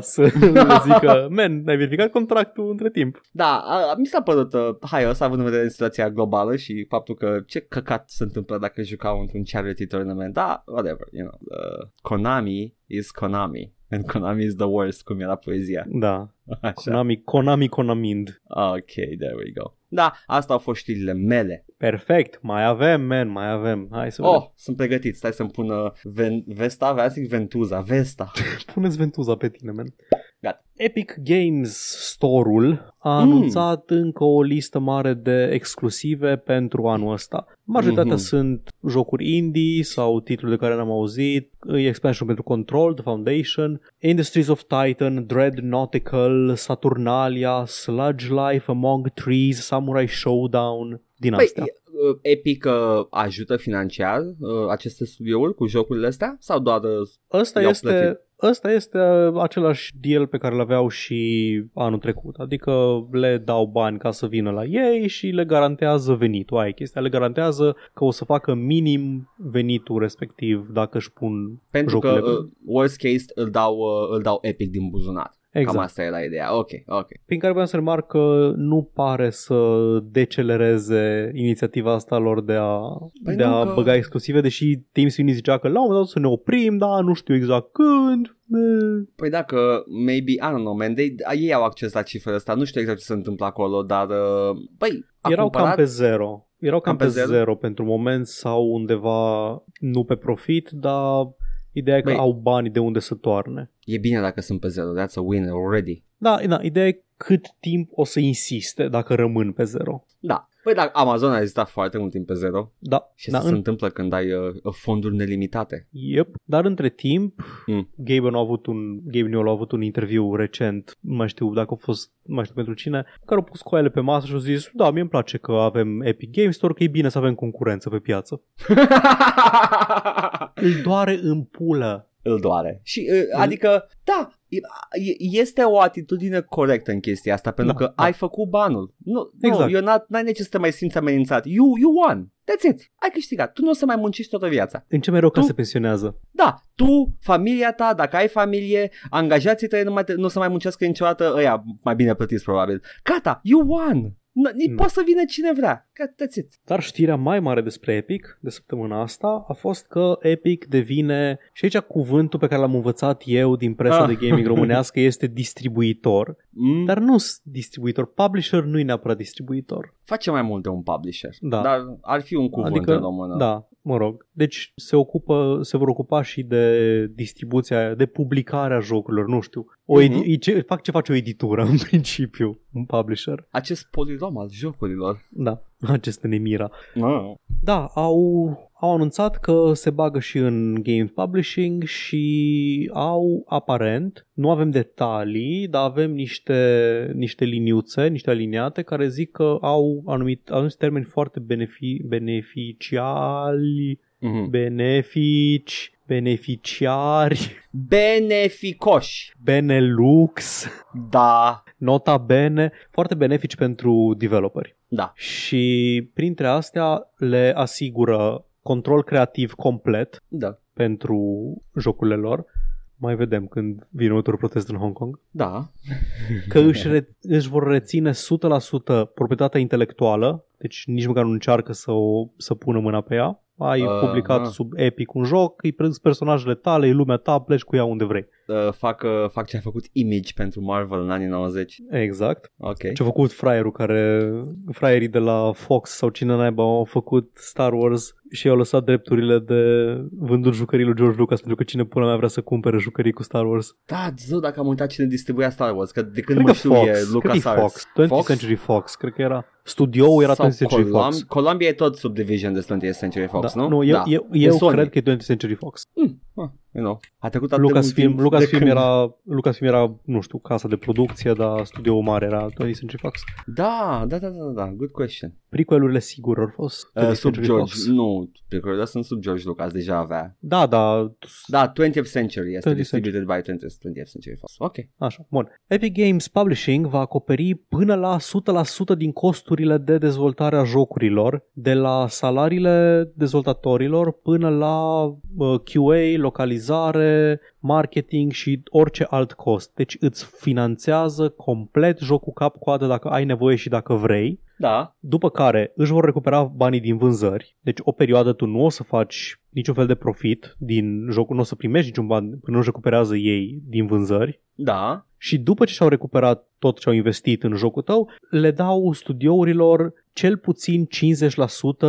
A: (laughs)
B: să le zică, man, ai verificat contractul între timp.
A: Da, a, a- mi s-a părut uh, haios, având în vedere situația globală și faptul că ce căcat se întâmplă dacă jucau într-un charity tournament. Da, whatever, you know. Uh, Konami is Konami. And Konami is the worst, cum era poezia. (laughs)
B: Da,
A: Așa.
B: Konami, Konami, Konamind.
A: Ok, there we go. Da, asta au fost știrile mele.
B: Perfect, mai avem, man, mai avem. Hai să
A: Oh, sunt pregătit. Stai să-mi pun uh, ven- Vesta, vreau să zic Ventuza, Vesta.
B: (laughs) Puneți ventuza pe tine, man.
A: Gata.
B: Epic Games Store-ul a
A: Mm.
B: anunțat încă o listă mare de exclusive pentru anul ăsta. Majoritatea
A: Mhm.
B: sunt jocuri indie sau titluri de care n-am auzit, e expansion pentru Control, The Foundation, Industries of Titan, Dread Nautical, Saturnalia, Sludge Life, Among Trees, Samurai Showdown, din
A: Păi,
B: astea.
A: uh, Epic uh, ajută financiar uh, aceste studiouri cu jocurile astea? Sau doar... Uh,
B: Ăsta
A: I-au
B: este,
A: plătit.
B: ăsta este uh, același deal pe care l-aveau și anul trecut. Adică le dau bani ca să vină la ei și le garantează venitul. Aia e chestia, le garantează că o să facă minim venitul respectiv dacă își pun
A: pentru că
B: jocurile.
A: uh, worst case îl dau, uh, îl dau Epic din buzunar. Exact. Cam asta era ideea. Ok, ok.
B: Prin care vreau să remarc că nu pare să decelereze inițiativa asta lor de a, păi de a că... băga exclusive, deși Tim Sweeney zicea că la un moment dat să ne oprim, dar nu știu exact când.
A: Păi dacă, maybe, I don't know, man, they, ei au acces la cifrele asta, nu știu exact ce se întâmplă acolo, dar, uh, păi, băi,
B: a Erau cumpărat... cam pe zero. Erau cam, cam pe, pe zero. zero pentru moment sau undeva nu pe profit, dar Ideea e că Băi, au bani de unde să toarne.
A: E bine dacă sunt pe zero, that's a win already.
B: Da, da, ideea e cât timp o să insiste dacă rămân pe zero.
A: Da. Păi dacă Amazon a existat foarte mult timp pe zero.
B: Da.
A: Și
B: da,
A: se în... întâmplă când ai uh, fonduri nelimitate.
B: Yep. Dar între timp, mm. Gabe a avut un Gabe Newell a avut un interviu recent, nu mai știu dacă a fost, nu mai știu pentru cine, care a pus coaiele pe masă și a zis, da, mie îmi place că avem Epic Games Store, că e bine să avem concurență pe piață. Îl doare în
A: (laughs)
B: pulă
A: îl doare. Și adică, da, este o atitudine corectă în chestia asta, pentru da, că da. ai făcut banul. Nu, exact. nu eu n-ai necesitate să te mai simți amenințat. You, you won. That's it. Ai câștigat. Tu nu o să mai muncești toată viața.
B: În ce mai rău tu... că se pensionează.
A: Da. Tu, familia ta, dacă ai familie, angajații tăi nu, mai, nu o să mai muncească niciodată, ăia mai bine plătiți probabil. Gata, you won. Nu, no. poate să vină cine vrea. That's it.
B: Dar știrea mai mare despre Epic de săptămâna asta a fost că Epic devine, și aici cuvântul pe care l-am învățat eu din presa ah. de gaming (laughs) românească este distribuitor,
A: Da,
B: mm. dar nu distribuitor. Publisher nu e neapărat distribuitor.
A: Face mai mult de un publisher, da. dar ar fi un cuvânt adică, în română.
B: Da, mă rog. Deci se ocupă, se vor ocupa și de distribuția, de publicarea jocurilor, nu știu. O edi- mm-hmm. ce, fac ce face o editură (laughs) în principiu, un publisher.
A: Acest polirom al jocurilor.
B: Da, acest nemira.
A: No.
B: Da, au, au anunțat că se bagă și în game publishing și au aparent, nu avem detalii, dar avem niște, niște liniuțe, niște aliniate care zic că au anumit, anumit termeni foarte benefi, beneficiali,
A: Mhm.
B: mm-hmm. benefici, beneficiari,
A: beneficoși,
B: Benelux,
A: da,
B: nota bene, foarte benefici pentru developeri.
A: Da.
B: Și printre astea le asigură control creativ complet
A: da.
B: pentru jocurile lor. Mai vedem când vine următorul protest în Hong Kong.
A: Da.
B: Că își, re- își vor reține 100% proprietatea intelectuală, deci nici măcar nu încearcă să, o, să pună mâna pe ea. Ai uh, publicat uh. sub Epic un joc, îi prins personajele tale, e lumea ta, pleci cu ea unde vrei.
A: Uh, fac, uh, fac ce a făcut Image pentru Marvel în anii 90.
B: Exact.
A: Okay.
B: Ce a făcut fraierul care, fraierii de la Fox sau cine naiba au făcut Star Wars și au lăsat drepturile de vândut jucării lui George Lucas pentru că cine până mai vrea să cumpere jucării cu Star Wars.
A: Da, zău dacă am uitat cine distribuia Star Wars, că de când cred mă știu Fox, e Lucas
B: cred Fox, 20th Fox? Century Fox, cred că era. Studioul era
A: Sau
B: 20th Century Colum- Fox.
A: Columbia e tot subdivision de 20th Century Fox,
B: da.
A: nu?
B: Nu, eu, da. eu, eu de cred că e 20th Century Fox.
A: Mm. Ah, you know. A trecut atât
B: Lucas
A: film, timp
B: Lucas film când... era, Lucas film era, nu știu, casa de producție, dar studioul mare era 20th Century Fox.
A: Da, da, da, da, da, good question.
B: Prequelurile sigur au fost
A: uh, sub George, Fox. nu, prequelurile sunt sub George Lucas, deja avea.
B: Da, da.
A: Da, 20th Century este 20th distributed by 20th, 20th Century Fox. Ok.
B: Așa, bun. Epic Games Publishing va acoperi până la 100% din costurile de dezvoltare a jocurilor, de la salariile dezvoltatorilor până la uh, QA, localizare, marketing și orice alt cost. Deci îți finanțează complet jocul cap-coadă dacă ai nevoie și dacă vrei.
A: Da.
B: După care își vor recupera banii din vânzări. Deci o perioadă tu nu o să faci niciun fel de profit din jocul, nu o să primești niciun ban până nu-și recuperează ei din vânzări.
A: Da.
B: Și după ce și-au recuperat tot ce au investit în jocul tău, le dau studiourilor cel puțin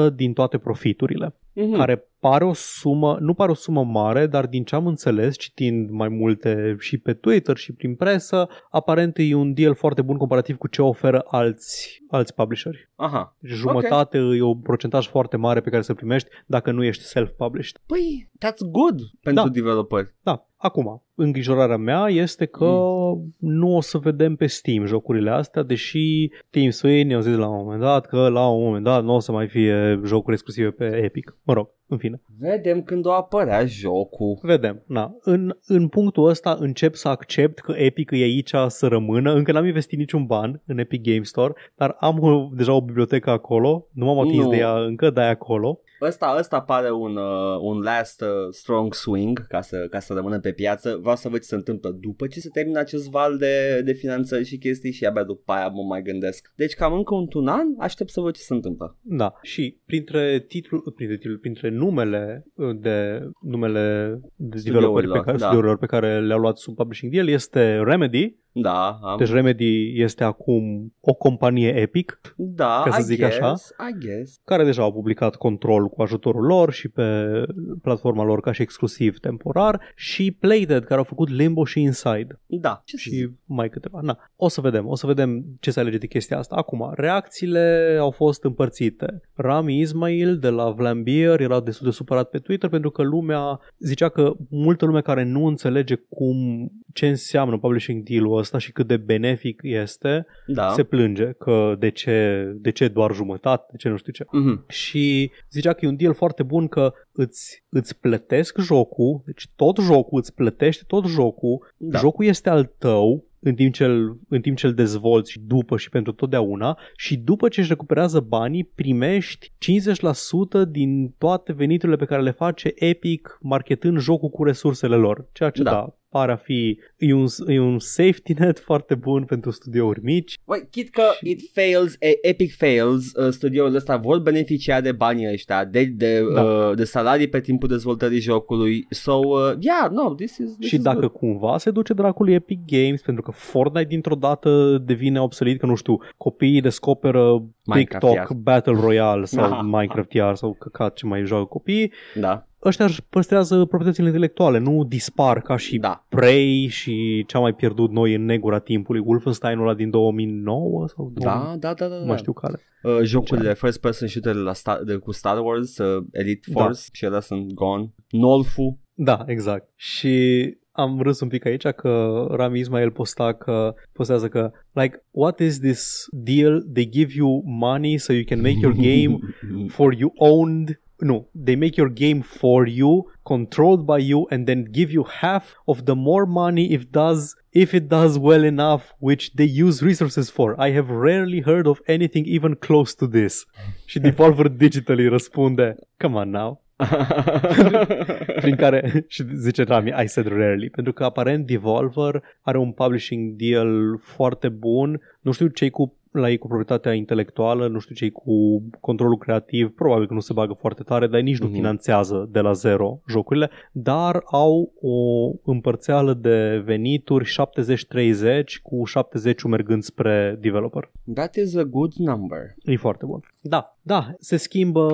B: 50% din toate profiturile,
A: Hmm.
B: mm-hmm.
A: Mhm.
B: care pare o sumă, nu pare o sumă mare, dar din ce am înțeles, citind mai multe și pe Twitter și prin presă, aparent e un deal foarte bun comparativ cu ce oferă alți, alți publisheri. Deci
A: Aha.
B: Jumătate okay. e un procentaj foarte mare pe care să primești dacă nu ești self-published.
A: Păi, that's good pentru da. developeri.
B: Da, Acum, îngrijorarea mea este că mm. nu o să vedem pe Steam jocurile astea, deși Team Sweeney au zis la un moment dat că la un moment dat nu o să mai fie jocuri exclusive pe Epic. Mă rog, în fine.
A: Vedem când o apărea jocul.
B: Vedem, na. În, în punctul ăsta încep să accept că Epic e aici să rămână. Încă n-am investit niciun ban în Epic Game Store, dar am o, deja o bibliotecă acolo. Nu m-am atins nu. de ea încă, dar e acolo.
A: Ăsta, ăsta pare un, uh, un last uh, strong swing ca să, ca să rămână pe piață. Vreau să văd ce se întâmplă după ce se termină acest val de, de finanțări și chestii și abia după aia mă mai gândesc. Deci cam încă un tunan, aștept să văd ce se întâmplă.
B: Da, și printre titlul, printre, titlul, printre numele uh, de numele de developeri pe care,
A: da.
B: da. pe care le-au luat sub publishing deal este Remedy.
A: Da, am...
B: Deci Remedy este acum o companie Epic
A: da,
B: ca să
A: I
B: zic
A: guess,
B: așa.
A: I guess.
B: care deja au publicat Control cu ajutorul lor și pe platforma lor ca și exclusiv temporar și Playdead care au făcut Limbo și Inside.
A: Da, ce să zic?
B: și mai câteva. Na, o să vedem, o să vedem ce se alege de chestia asta. Acum, reacțiile au fost împărțite. Rami Ismail de la Vlambeer era destul de supărat pe Twitter pentru că lumea zicea că multă lume care nu înțelege cum ce înseamnă publishing deal-ul ăsta și cât de benefic este,
A: da.
B: se plânge că de ce, de ce doar jumătate, de ce nu știu ce
A: Mhm.
B: și zicea că e un deal foarte bun că îți, îți plătesc jocul, deci tot jocul îți plătește tot jocul,
A: Da.
B: da. jocul este al tău în timp, ce îl, în timp ce îl dezvolți și după și pentru totdeauna și după ce își recuperează banii primești 50% din toate veniturile pe care le face Epic marketând jocul cu resursele lor, ceea ce
A: Da.
B: da, da pare a fi e un, e un safety net foarte bun pentru studiouri mici
A: Băi, chit că it fails, e- Epic fails, uh, studioul ăsta vor beneficia de banii ăștia, de, de,
B: Da.
A: uh, de salarii pe timpul dezvoltării jocului. So, uh, yeah, no, this is this
B: Și
A: is
B: dacă
A: good.
B: cumva se duce dracului Epic Games, pentru că Fortnite dintr-o dată devine obsolet, că nu știu, copiii descoperă
A: Minecraft
B: TikTok
A: iar.
B: Battle Royale
A: Da. (laughs)
B: sau Minecraft iar sau căcat ce mai joacă copiii,
A: Da,
B: ăștia își păstrează proprietățile intelectuale, nu dispar ca și
A: da.
B: Prey și ce am mai pierdut noi în negura timpului, Wolfenstein-ul ăla din 2009 sau 2000,
A: Da, da, da, da.
B: mă
A: da.
B: știu care.
A: Uh, jocurile first person shooter la Star, de, cu Star Wars, uh, Elite
B: Da.
A: Force și ele sunt gone. Nolfu.
B: Da, exact. Și am râs un pic aici că Rami Ismail posta că, postează că like, what is this deal? They give you money so you can
A: (laughs)
B: make your game (laughs) for you owned No, they make your game for you, controlled by you, and then give you half of the more money if does if it does well enough, which they use resources for. I have rarely heard of anything even close to this. Și Devolver Digitally răspunde, come on now. prin care, (laughs) și zice Rami, I said rarely, pentru că aparent Devolver are un publishing deal foarte bun, nu știu ce cu la ei cu proprietatea intelectuală, nu știu ce cu controlul creativ, probabil că nu se bagă foarte tare, dar nici nu
A: Mhm.
B: finanțează de la zero jocurile, dar au o împărțeală de venituri 70-30 cu 70 mergând spre developer.
A: That is a good number.
B: E foarte bun. Da, da, se schimbă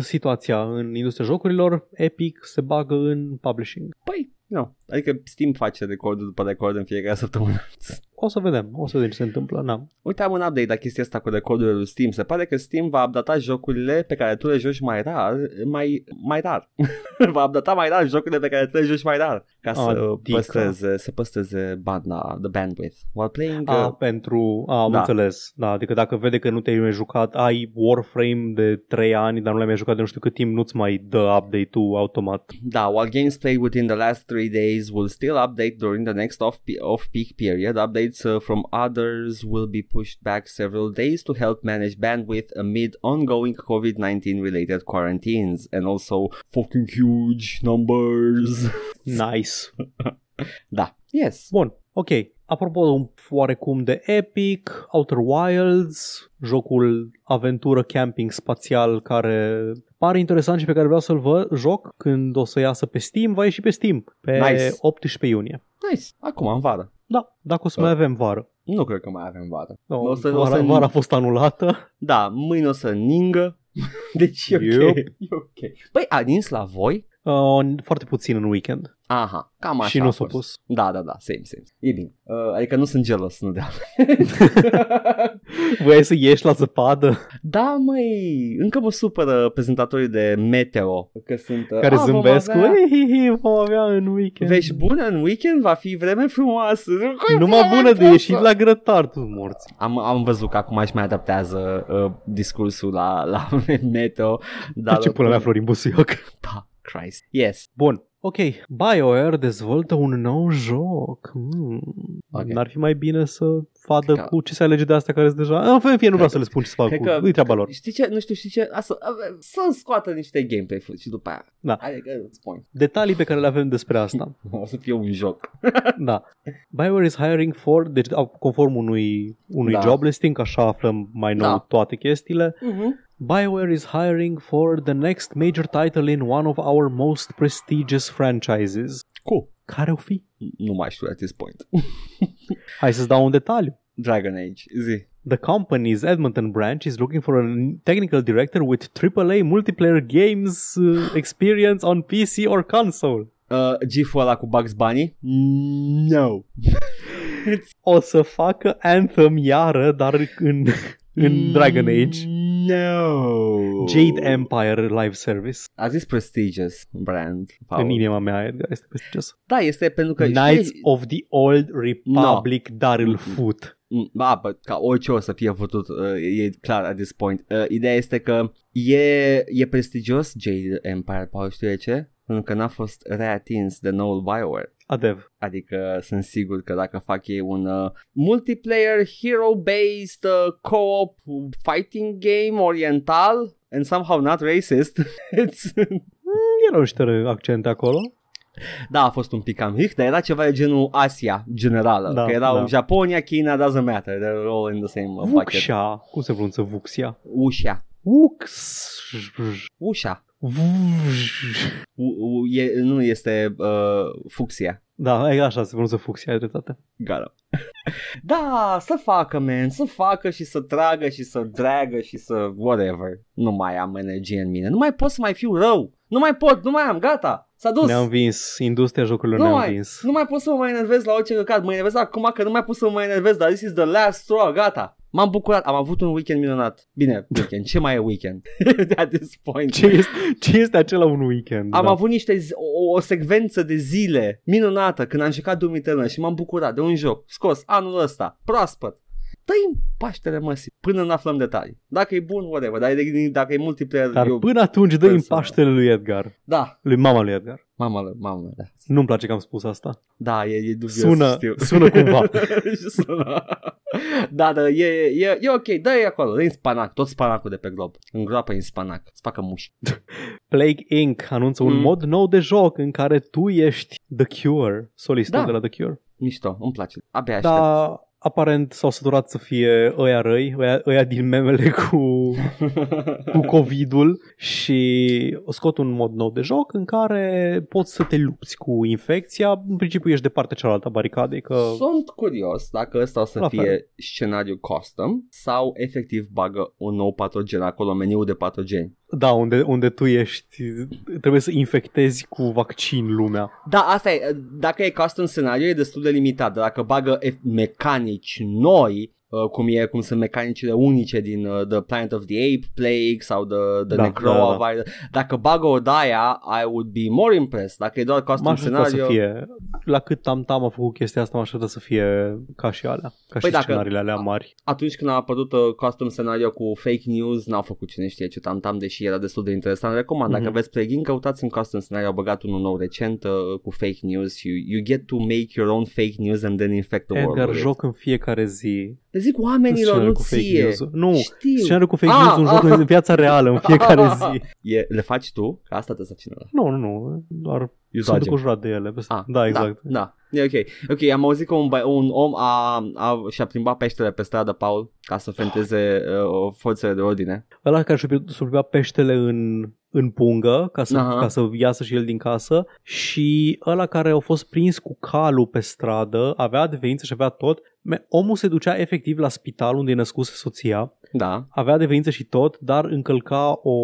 B: situația în industria jocurilor, Epic se bagă în publishing.
A: Păi, nu. No. Adică Steam face recordul după record în fiecare săptămână. (laughs)
B: O să vedem, o să vedem ce se întâmplă, na.
A: Uite, am un update la chestia asta cu recordurile lui Steam. Se pare că Steam va updata jocurile pe care tu le joci mai rar, mai, mai rar. (laughs) va updata mai rar jocurile pe care tu le joci mai rar, ca să
B: Adică.
A: păstreze, să păstreze banda, the bandwidth. While playing, uh,
B: A,
A: a,
B: pentru, a, am
A: Adică- Da.
B: da. înțeles, da, adică dacă vede că nu te-ai mai jucat, ai Warframe de 3 ani, dar nu l-ai mai jucat de nu știu cât timp, nu-ți mai dă update-ul automat.
A: da, while games played within the last three days will still update during the next off- off-peak period, updates uh, from others will be pushed back several days to help manage bandwidth amid ongoing COVID-19 related quarantines and also fucking huge numbers. (laughs)
B: Nice.
A: Da. Yes.
B: Bun, ok. Apropo de un oarecum de Epic, Outer Wilds, jocul aventură camping spațial care pare interesant și pe care vreau să-l vă joc când o să iasă pe Steam, va ieși pe Steam pe
A: Nice.
B: 18 iunie.
A: Nice. Acum, în vară.
B: Da, dacă o să mai
A: Da.
B: avem vară.
A: Nu cred că mai avem vară.
B: No,
A: O
B: o
A: să-
B: să,
A: o
B: vara,
A: să-
B: vara a fost anulată.
A: Da, mâine o să (laughs) ningă. Deci e ok.
B: Yup.
A: E ok. Păi, a nins la voi?
B: Uh, foarte puțin în weekend
A: Aha, cam așa
B: și
A: a
B: nu s-a
A: fost.
B: pus.
A: Da, da, da, same, same. E bine. Uh, adică nu sunt gelos, nu de
B: Voiai să ieși la (laughs) zăpadă
A: Da, măi, încă mă supără prezentatorii de meteo că sunt... uh,
B: care
A: "A, vom
B: zâmbesc
A: avea
B: cu hihi, vom avea în weekend.
A: Vești bună în weekend, va fi vreme frumoasă. Cum
B: Numai
A: vreme
B: bună de
A: proastă?
B: ieșit la grătar, tu morți.
A: Am, am văzut că acum își mai adaptează uh, discursul la, (laughs) la meteo.
B: Da, ce
A: oricum-
B: pula mea Florin Busuioc?
A: Da, Christ. Yes.
B: Bun. Ok, BioWare dezvoltă un nou joc. Hmm.
A: Ok.
B: Okay. N-ar fi mai bine să fadă
A: Ca-
B: cu ce se alege de astea care sunt deja... În fine, fie, nu vreau
A: că-
B: să le spun ce să fac
A: cred
B: cu...
A: că-
B: Că... E treaba lor.
A: Știi ce? Nu știu, știi ce? Asta, să scoată niște gameplay și după aia.
B: Da.
A: Adică, îți spun.
B: Detalii pe care le avem despre asta.
A: O să fie un joc.
B: da. BioWare is hiring for, deci au- conform unui, unui
A: Da.
B: da. job listing, așa aflăm mai nou
A: Da.
B: da. toate chestiile,
A: Uh-huh.
B: BioWare is hiring for the next major title in one of our most prestigious franchises.
A: Cool.
B: Care o fi?
A: Nu mai știu at this point.
B: Hai să-ți dau un detaliu.
A: Dragon Age, zi.
B: The company's Edmonton branch is looking for a technical director with AAA multiplayer games uh, experience on PC or console.
A: Uh, GIF-ul ăla cu Bugs Bunny? No.
B: O să facă Anthem iară, dar în,
A: Mm.
B: în Dragon Age.
A: No.
B: Jade Empire Live Service.
A: A zis prestigious brand.
B: În inima mea Edgar, este prestigios.
A: Da, este pentru că...
B: Knights
A: știi-
B: of the Old Republic, dar îl fut.
A: Mm, Ba, bă, ca orice o să fie văzut, uh, e clar at this point. Uh, ideea este că e, e prestigios Jade Empire Power, știu de ce? Pentru că n-a fost reatins de noul Bioware.
B: Adev.
A: Adică sunt sigur că dacă fac ei un uh, multiplayer, hero-based, uh, co-op, fighting game oriental, and somehow not racist, (laughs) it's,
B: Erau niște accente acolo.
A: Da, a fost un pic cam hic, dar era ceva de genul Asia generală, da,
B: Da,
A: că erau da.
B: da.
A: Japonia, China, doesn't matter, they're all in the same uh, bucket.
B: Vuxia. Cum se pronunță Vuxia?
A: Ușa.
B: Vux.
A: Ușa.
B: Vux.
A: U- u- e, nu este uh, fucsia.
B: Da, e așa se pronunță Fuxia, ai dreptate.
A: Gara. (laughs) da, să facă, man, să facă și să tragă și să dragă și să whatever. Nu mai am energie în mine, nu mai pot să mai fiu rău, nu mai pot, nu mai am, gata, s-a dus.
B: Ne-am vins. Industria jocurilor
A: Nu
B: ne-am
A: mai-
B: vins.
A: Nu mai pot să mă mai enervez la orice căcat. Mă enervez acum că nu mai pot să mă mai enervez, dar this is the last straw, gata. M-am bucurat, am avut un weekend minunat.
B: (laughs)
A: Bine, weekend, ce mai e weekend? (laughs) At this point.
B: Ce este, ce este acela un weekend?
A: Am
B: da.
A: avut niște zi- o, o secvență de zile minunată când am jucat Doom Eternal și m-am bucurat de un joc scos anul ăsta, proaspăt. Dă-i paștele măsii până nu aflăm detalii. Dacă e bun, whatever, dar e- dacă e multiplayer,
B: Dar
A: eu...
B: până atunci dă-i în
A: personal.
B: paștele lui Edgar.
A: Da,
B: Lui mama lui Edgar.
A: mamă, mamă, da.
B: Nu-mi place că am spus asta.
A: Da, e, e dubios,
B: Sună-
A: știu. (laughs)
B: sună cumva.
A: sună. Da, da, e, e, e ok, dă-i acolo, dă-i în spanac, tot spanacul de pe glob. Îngroapă-i în spanac, să facă muși.
B: Plague Inc. anunță un
A: Mm.
B: mod nou de joc în care tu ești The Cure, solistul
A: Da.
B: de la The Cure.
A: Mișto, îmi place, abia aștept.
B: (laughs) Dar aparent s-au săturat să fie ăia răi, ăia, ăia din memele (laughs) cu, cu COVID-ul și scot un mod nou de joc în care poți să te lupți cu infecția. În principiu ești de partea cealaltă a baricadei, că
A: Sunt curios dacă ăsta o să
B: Da. La
A: fie
B: fel.
A: scenariu custom sau efectiv bagă un nou patogen acolo, meniul de patogeni.
B: da, unde, unde tu ești, trebuie să infectezi cu vaccin lumea.
A: Da, asta e, dacă e custom scenariu e destul de limitat, dar dacă bagă ef- mecanici noi, uh, cum, e, cum sunt mecanicile unice din uh, The Planet of the Ape Plague sau The, the da,
B: Da,
A: Necroa
B: da, da.
A: Virus, dacă bagă o daia, I would be more impressed. Dacă e doar
B: Mă
A: custom
B: aștepta
A: scenariu,
B: să fie, la cât tam-tam a făcut chestia asta, mă aștepta să fie ca și alea, ca
A: Păi
B: și
A: dacă-
B: scenariile alea mari.
A: atunci când a apărut uh, custom scenario cu fake news, n-au făcut cine știe ce tam-tam, deși era destul de interesant. Recomand, dacă
B: Mhm.
A: veți plugin, căutați în custom scenario, au băgat unul nou recent uh, cu fake news și you, you get to make your own fake news and then infect the world.
B: Edgar,
A: with it.
B: joc în fiecare zi.
A: Le zic oamenilor,
B: Scenariul
A: nu
B: cu fake
A: ție.
B: news. Nu,
A: Știu.
B: scenariul cu fake
A: Ah,
B: news, un joc
A: ah.
B: în viața reală, în fiecare
A: (laughs)
B: zi.
A: E, le faci tu? Că asta trebuie să cineva.
B: Nu, nu, nu, doar sunt
A: Usage.
B: deconjurat de ele. peste-
A: Ah,
B: da, exact.
A: Da, da. E ok. Ok, am auzit că un, bai- un om a, a, și-a plimbat peștele pe stradă, Paul, ca să fenteze uh, forțele de ordine.
B: Ăla care și-a pi- surpea peștele în, în pungă ca să,
A: Aha.
B: ca să iasă și el din casă și ăla care a fost prins cu calul pe stradă, avea adeverință și avea tot. Me- Omul se ducea efectiv la spital unde e născuse soția,
A: Da.
B: avea adeverință și tot, dar încălca o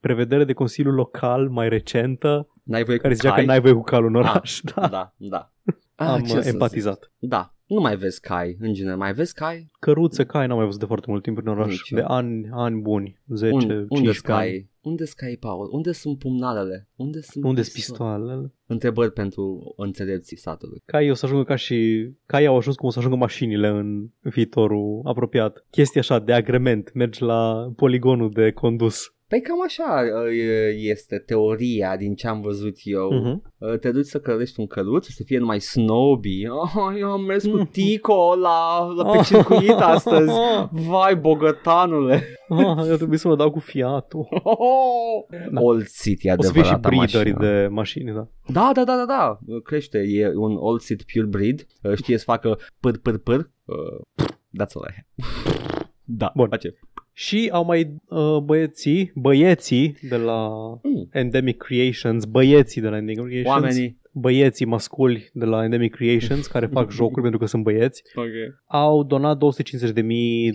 B: prevedere de Consiliul Local mai recentă
A: N-ai voie
B: care
A: cu
B: zicea
A: cai?
B: că n-ai voie cu calul în oraș. Da.
A: Da, da.
B: (laughs) Am
A: ce să
B: empatizat.
A: zic. Da, nu mai vezi cai, în general. Mai vezi cai?
B: Căruțe, cai n-am mai văzut de foarte mult timp în oraș.
A: Nici eu.
B: de ani, ani buni. 10,
A: Un, unde
B: 15
A: sunt
B: ani.
A: cai? Unde sunt cai, Paul? Unde sunt pumnalele? Unde sunt
B: Unde sunt pistoalele?
A: Întrebări pentru înțelepții satului.
B: Cai o să ajungă ca și... Cai au ajuns cum o să ajungă mașinile în viitorul apropiat. Chestia așa de agrement. Mergi la poligonul de condus.
A: Păi cam așa este teoria din ce am văzut eu.
B: Mhm.
A: Uh-huh. Te duci să clădești un căruț, să fie numai snowby. (laughs) Oh, eu am mers
B: Mhm.
A: cu Tico la, la
B: Oh.
A: pe circuit astăzi. Vai, bogătanule! (laughs)
B: (laughs) Ah, eu trebuie să mă dau cu fiatul.
A: da. Old City,
B: O să fie și
A: adevărata
B: breederi
A: mașină.
B: de mașini, da.
A: Da, da, da, da, da. Crește. E un Old Seed Pure Breed. Uh, Știe să facă pâr, pâr, pâr. Uh, That's all I have. (laughs) Da,
B: Bun.
A: Face.
B: Și au mai uh, băieții, băieții de la
A: Mm.
B: Endemic Creations, băieții de la Endemic Creations,
A: Oamenii.
B: băieții masculi de la Endemic Creations care
A: (laughs)
B: fac jocuri pentru că sunt băieți,
A: Okay.
B: au donat 250.000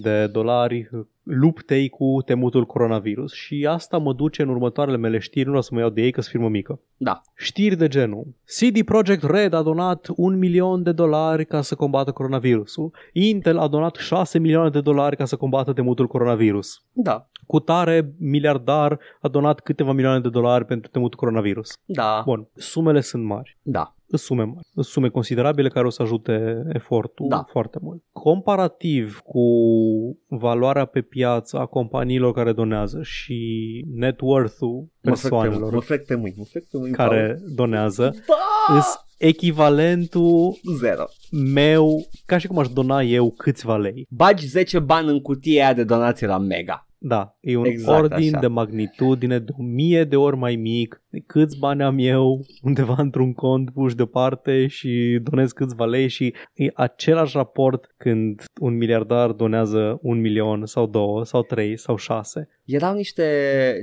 B: de dolari luptei cu temutul coronavirus și asta mă duce în următoarele mele știri, nu o să mă iau de ei că sunt firmă mică.
A: Da.
B: Știri de genul. CD Projekt Red a donat un milion de dolari ca să combată coronavirusul. Intel a donat 6 milioane de dolari ca să combată temutul coronavirus.
A: Da.
B: Cutare, miliardar, a donat câteva milioane de dolari pentru temutul coronavirus.
A: Da.
B: Bun, sumele sunt mari.
A: Da.
B: Sunt sume mari. Sunt sume considerabile care o să ajute efortul
A: Da.
B: foarte mult. Comparativ cu valoarea pe piață a companiilor care donează și net worth-ul
A: Mă frec pe mâini. Mă
B: persoanelor
A: frec pe mâini. Mă frec pe mâini.
B: care donează,
A: Paul. Da!
B: îs echivalentul
A: Zero.
B: meu, ca și cum aș dona eu câțiva lei.
A: Bagi 10 bani în cutia aia de donații la Mega.
B: Da, e un
A: Exact
B: exact ordin
A: așa.
B: de magnitudine de o mie de ori mai mic, câți bani am eu undeva (laughs) într-un cont puși deoparte și donez câțiva lei și e același raport când un miliardar donează un milion sau două sau trei sau șase.
A: Erau niște,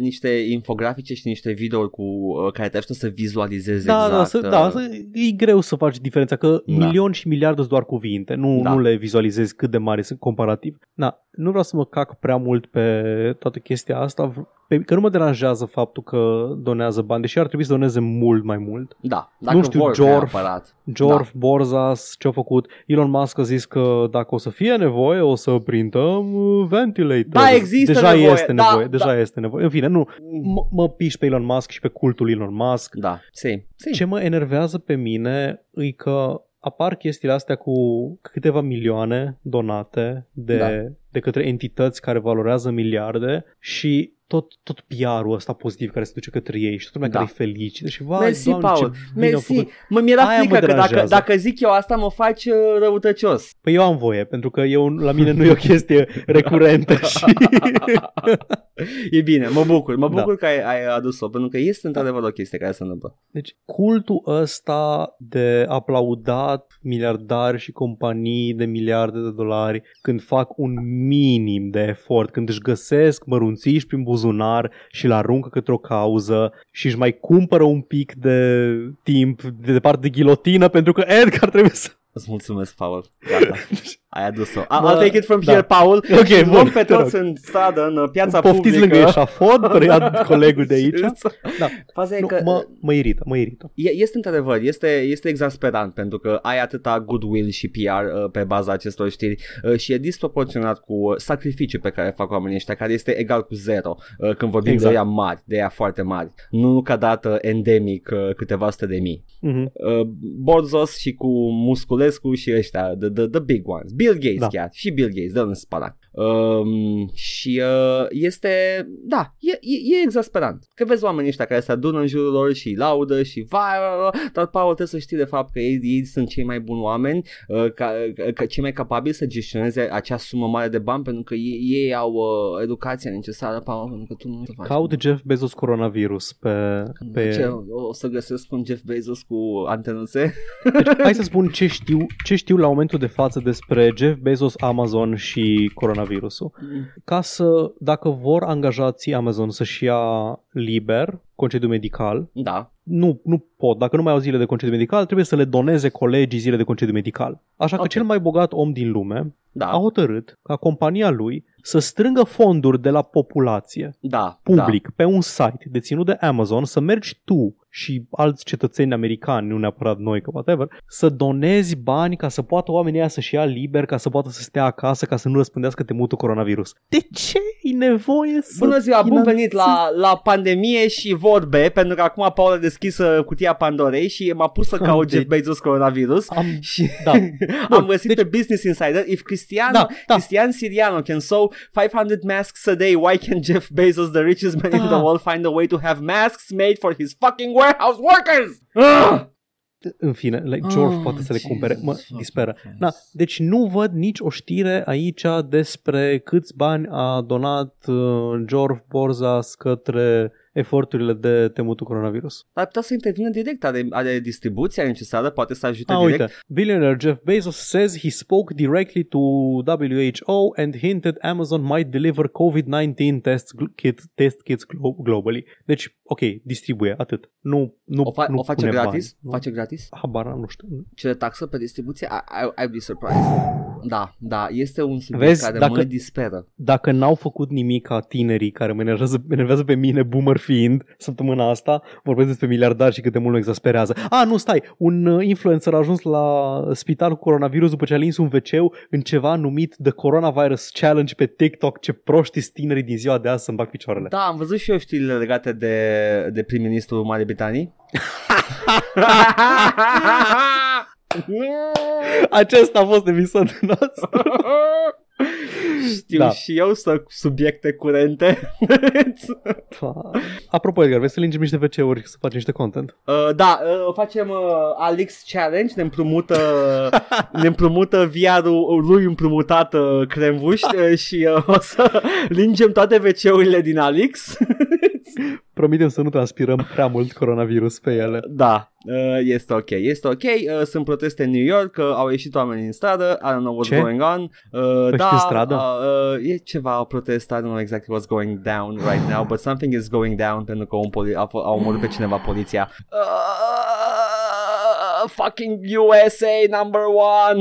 A: niște infografice și niște videouri cu, uh, care te ajută să vizualizezi
B: Da, da,
A: exact.
B: să,
A: uh,
B: da să, e greu să faci diferența, că
A: Da.
B: milion și miliard sunt doar cuvinte, nu,
A: Da.
B: nu le vizualizezi cât de mari sunt comparativ. Da, nu vreau să mă cac prea mult pe toată chestia asta, v- pe, că nu mă deranjează faptul că donează bani, deși ar trebui să doneze mult mai mult.
A: da. Dacă
B: Nu știu,
A: vor
B: Jorf.
A: neapărat.
B: Jorf, da. Borzas, ce-au făcut. Elon Musk a zis că dacă o să fie nevoie, o să printăm uh, ventilator.
A: Da, există
B: Deja
A: nevoie,
B: este
A: da,
B: nevoie,
A: da.
B: deja este nevoie. În fine, nu, m- mă piși pe Elon Musk și pe cultul Elon Musk.
A: Da, sim, sim.
B: Ce mă enervează pe mine e că apar chestiile astea cu câteva milioane donate de,
A: Da.
B: de către entități care valorează miliarde și tot, tot PR-ul ăsta pozitiv care se duce către ei și toată lumea
A: Da.
B: care e fericită și vai,
A: Mersi,
B: doamne,
A: Paul.
B: ce bine au făcut.
A: Mersi, mă mi-era
B: Aia mă
A: frică că dacă,
B: deranjează.
A: dacă zic eu asta mă faci uh, răutăcios. (laughs)
B: Păi eu am voie, pentru că eu, la mine nu e o chestie recurentă
A: (laughs)
B: și...
A: e bine, mă bucur, mă
B: Da.
A: bucur că ai, ai adus-o, pentru că este într-adevăr o chestie care se întâmplă.
B: Deci cultul ăsta de aplaudat miliardari și companii de miliarde de dolari când fac un minim de efort, când își găsesc mărunțiși prin buzunar și îl aruncă către o cauză și își mai cumpără un pic de timp de departe de ghilotină pentru că Edgar trebuie să...
A: (laughs) Îți mulțumesc, Paul. Gata,
B: (laughs)
A: ai adus-o. I- I'll
B: Mă-
A: take it from
B: da.
A: here, Paul.
B: (laughs) Ok,
A: Îi luăm
B: bun,
A: pe
B: te rog.
A: toți în stradă, în uh, piața
B: Poftiți
A: publică.
B: lângă eșafod,
A: (laughs)
B: preia colegul de aici. Da.
A: Faza e
B: Nu,
A: că
B: mă, mă irită, mă irită.
A: E- Este într-adevăr, este, este exasperant pentru că ai atâta goodwill și PR uh, pe baza acestor știri uh, și e disproporționat cu uh, sacrificiul pe care fac oamenii ăștia, care este egal cu zero uh, când vorbim
B: Exact.
A: de ea mari, de ea foarte mari, nu ca dată endemic uh, câteva sute de mii.
B: Mhm.
A: Uh, Borzos și cu Musculescu și ăștia, the, the, the big ones, Bill Gates da.
B: Da.
A: chiar, și Bill Gates, dă-l în spanac. Um, și uh, este, da, e, e, e exasperant. Că vezi oamenii ăștia care se adună în jurul lor și îi laudă și vai, vai, vai, dar Paul trebuie să știi de fapt că ei, ei sunt cei mai buni oameni, uh, ca, ca- ca, cei mai capabili să gestioneze acea sumă mare de bani pentru că ei, ei au uh, educația necesară, Paul, pentru că tu nu o să faci.
B: Caut Jeff Bezos coronavirus pe... pe...
A: Ce, o, o să găsesc un Jeff Bezos cu antenuțe?
B: Deci, hai să spun ce știu, ce știu la momentul de față despre Jeff Bezos, Amazon și coronavirusul. Ca să, dacă vor angajații Amazon să-și ia liber concediu medical,
A: Da.
B: nu, nu pot. Dacă nu mai au zile de concediu medical, trebuie să le doneze colegii zile de concediu medical. Așa că
A: Ok.
B: cel mai bogat om din lume
A: Da,
B: a hotărât ca compania lui să strângă fonduri de la populație
A: da,
B: public da. pe un site deținut de Amazon să mergi tu și alți cetățeni americani, nu neapărat noi, că whatever, să donezi bani ca să poată oamenii aia să-și ia liber, ca să poată să stea acasă, ca să nu răspândească temutul coronavirus. De ce e nevoie să...
A: Bună ziua, bun
B: finanțezi-
A: venit la, la pandemie și vorbe, pentru că acum Paul a deschis uh, cutia cutia Pandorei și m-a pus să caut Jeff Bezos
B: (laughs)
A: coronavirus.
B: Am,
A: (laughs) Și
B: da.
A: am
B: Bun,
A: găsit
B: deci-
A: pe Business Insider If Cristiano,
B: Da, da.
A: Cristian Siriano can sew 500 masks a day Why can Jeff Bezos, the richest man in the
B: Da.
A: world Find a way to have masks made for his fucking warehouse workers Ah!
B: În fine, like George
A: Ah,
B: poate să le
A: Jesus
B: cumpere. Mă
A: fucking
B: disperă.
A: Christ.
B: Na, deci nu văd nici o știre aici despre câți bani a donat uh, George Borzas către eforturile de temutul coronavirus.
A: Ar putea să intervină direct Are, are distribuția necesară Poate să ajute
B: Ah,
A: direct
B: uite. Billionaire Jeff Bezos says he spoke directly to WHO and hinted Amazon might deliver COVID-19 test, gl- kit, test kits glo- globally. Deci, ok, distribuie, atât. Nu, nu,
A: O, fa-
B: nu
A: o face
B: pune
A: gratis?
B: Bani, nu?
A: face gratis?
B: Habar, am, nu știu.
A: Cere taxă pe distribuție? I, I, I'd be surprised. Da, da, este un subiect
B: Vezi,
A: care mă
B: dacă-
A: disperă.
B: Dacă n-au făcut nimic ca tinerii care mă enervează, mă enervează pe mine, boomer fiind, săptămâna asta, vorbesc despre miliardari și cât de mult mă exasperează. A, nu, stai, un uh, influencer a ajuns la spital cu coronavirus după ce a lins un wc în ceva numit The Coronavirus Challenge pe TikTok. Ce proști tinerii din ziua de azi să-mi bag picioarele.
A: Da, am văzut și eu știrile legate de, de prim-ministrul Marii
B: (laughs)
A: Britanii. (laughs)
B: Acesta a fost episodul nostru.
A: Știu da.
B: Da.
A: și eu să subiecte curente. (laughs)
B: Da. Apropo, Edgar, vrei să lingem niște wc să facem niște content?
A: Uh, da, uh, facem uh, Alex Challenge, ne împrumută, ne împrumută VR-ul lui împrumutat uh, cremvuș uh, și uh, o să lingem toate WC-urile din Alex.
B: Promitem să nu transpirăm prea mult coronavirus pe ele.
A: da, uh, este ok, este ok. Uh, sunt proteste în New York, uh, au ieșit oameni în stradă, I don't know what's
B: Ce?
A: going on. Uh,
B: Ieșit
A: da,
B: în stradă?
A: Uh, uh, e ceva, o protest, I don't know exactly what's going down right now, but something is going down pentru că un poli- a, f- a omorât pe cineva poliția. Uh, fucking USA number one!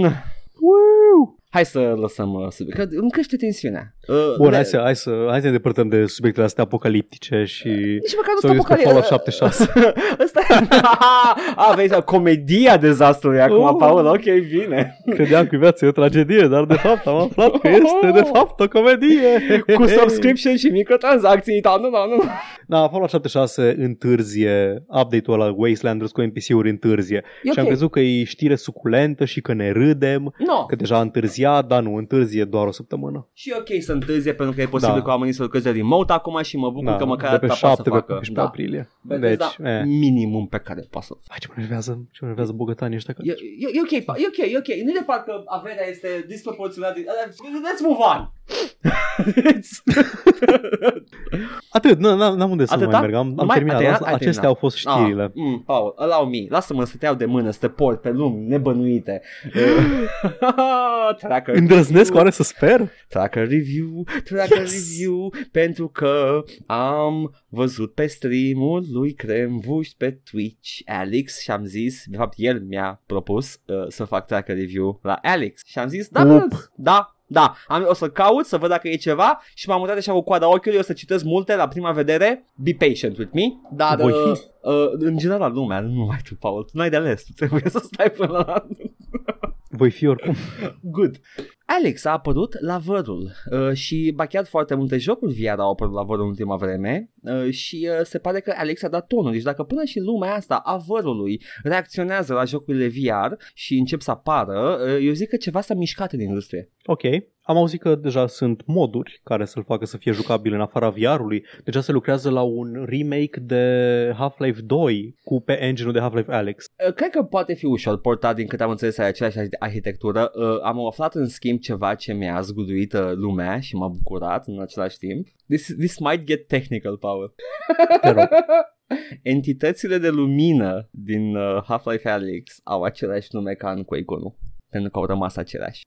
B: Woo!
A: Hai să lăsăm uh, subiect, că îmi crește tensiunea. Uh,
B: Bun,
A: ne-
B: hai să, hai să, hai să ne depărtăm de subiectele astea apocaliptice și...
A: Nici măcar nu
B: Sau
A: sunt
B: despre
A: apocalipsă. (laughs)
B: Fallout 76.
A: Asta e... a, vezi, comedia dezastrului acum,
B: Uh.
A: Paul, ok, bine.
B: Credeam că viața e o tragedie, dar de fapt am aflat că este de fapt o comedie.
A: (laughs) Cu subscription și microtransacții, da, nu, da, nu.
B: Da, Fallout 76 întârzie, update-ul la Wastelanders cu NPC-uri întârzie.
A: E
B: Și am crezut că e știre suculentă și că ne râdem,
A: No.
B: că deja a întârziat, dar nu, întârzie doar o săptămână.
A: Și e ok să întârzie pentru că e posibil da.
B: Da.
A: că oamenii să lucreze remote acum și mă bucur da, că măcar
B: de pe
A: atâta poate să
B: 7 pe
A: facă.
B: 15
A: Da.
B: aprilie.
A: Deci,
B: Deci,
A: da,
B: eh.
A: minimum pe care poate să
B: Hai, ce mă enervează, ce mă enervează bogătanii ăștia. că-
A: E, e, e, ok, pa- e ok, e ok. Nu de parcă averea este disproporționată. Eh, Let's move on.
B: Atât, nu, n-am n-am unde să
A: Atâta?
B: mai merg, am, am
A: Mai- ai
B: terminat,
A: terminat? Ai
B: Asta- acestea
A: terminat.
B: au fost știrile.
A: Ah, mm, Paul, allow me. Lasă-mă să te iau de mână, să te port pe lumi
B: (laughs)
A: nebănuite. (laughs) tracker,
B: Îndrăznesc oare să sper?
A: tracker review, tracker
B: Yes!
A: review, pentru că am văzut pe streamul lui Cremvuș pe Twitch, Alex, și am zis, de fapt el mi-a propus uh, să fac tracker review la Alex și am zis, da,
B: Up.
A: bă, da, da, am, o să caut să văd dacă e ceva și m-am mutat așa cu coada ochiului, o să citesc multe la prima vedere, be patient with me, dar
B: Voi fi.
A: uh, uh, în general lumea, nu mai tu, Paul, tu n-ai de ales, tu trebuie să stai până la
B: Voi fi oricum.
A: Good. Alex a apărut la vărul uh, și ba chiar foarte multe jocuri VR au apărut la vărul în ultima vreme uh, și uh, se pare că Alex a dat tonul. Deci dacă până și lumea asta a vărului reacționează la jocurile VR și încep să apară, uh, eu zic că ceva s-a mișcat în industrie.
B: Ok. Am auzit că deja sunt moduri care să-l facă să fie jucabil în afara VR-ului. Deja se lucrează la un remake de Half-Life 2 cu pe engine-ul de Half-Life Alex.
A: Uh, Cred că poate fi ușor portat din cât am înțeles ai aceeași arhi- arhitectură. Uh, Am aflat în schimb ceva ce mi-a zguduit uh, lumea și m-a bucurat în același timp. This, this might get technical, Paul.
B: Te
A: (laughs)
B: rog.
A: Entitățile de lumină din uh, Half-Life Alyx au același nume ca în Quake 1 pentru că au rămas același.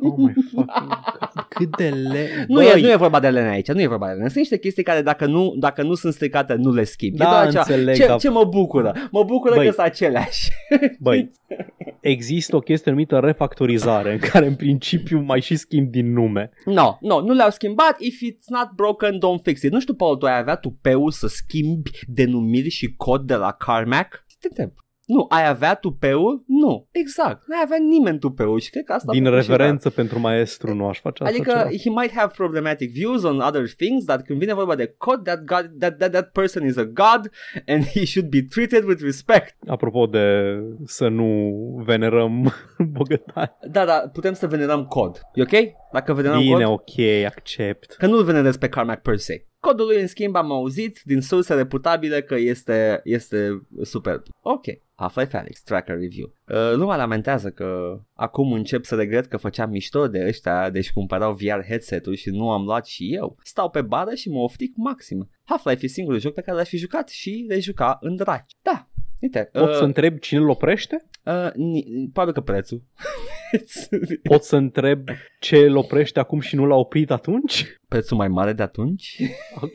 B: Oh my fucking God. Cât de le...
A: Nu e, nu e vorba de LN aici, nu e vorba de LN. Sunt niște chestii care dacă nu, dacă nu sunt stricate, nu le schimbi. E
B: Da,
A: doar acela-
B: înțeleg,
A: ce,
B: dar
A: ce mă bucură? Mă bucură
B: Băi.
A: că sunt aceleași. (laughs)
B: Băi, există o chestie numită refactorizare în care în principiu mai și schimb din nume.
A: No, no, nu le-au schimbat. If it's not broken, don't fix it. Nu știu, Paul, tu ai avea tupeul să schimbi denumiri și cod de la Carmack? Te întreb. Nu, ai avea tupeul? Nu, exact. N-ai avea nimeni tupeul și cred că asta...
B: Din
A: a făcut și
B: reverență pentru maestru nu aș face asta
A: Adică
B: ceva.
A: he might have problematic views on other things, dar când vine vorba de cod, that, god, that, that, that person is a god and he should be treated with respect.
B: Apropo de să nu venerăm bogătatea.
A: Da, da, putem să venerăm cod, e ok? Dacă venerăm
B: Bine,
A: cod,
B: ok, accept.
A: că nu-l venerez pe Carmack per se. Codul lui, în schimb, am auzit din surse reputabile că este, este superb. Ok. Half-Life Alyx, Tracker Review. Uh, nu mă lamentează că acum încep să regret că făceam mișto de ăștia, deci cumpărau VR headset-ul și nu am luat și eu. Stau pe bară și mă oftic maxim. Half-Life e singurul joc pe care l-aș fi jucat și rejuca în draci. Da, uite.
B: Pot să
A: Uh,
B: întreb cine îl oprește?
A: uh, ni- probabil că prețul. (laughs)
B: Pot să întreb ce îl oprește acum și nu l-a oprit atunci? (laughs)
A: prețul mai mare de atunci?
B: Ok.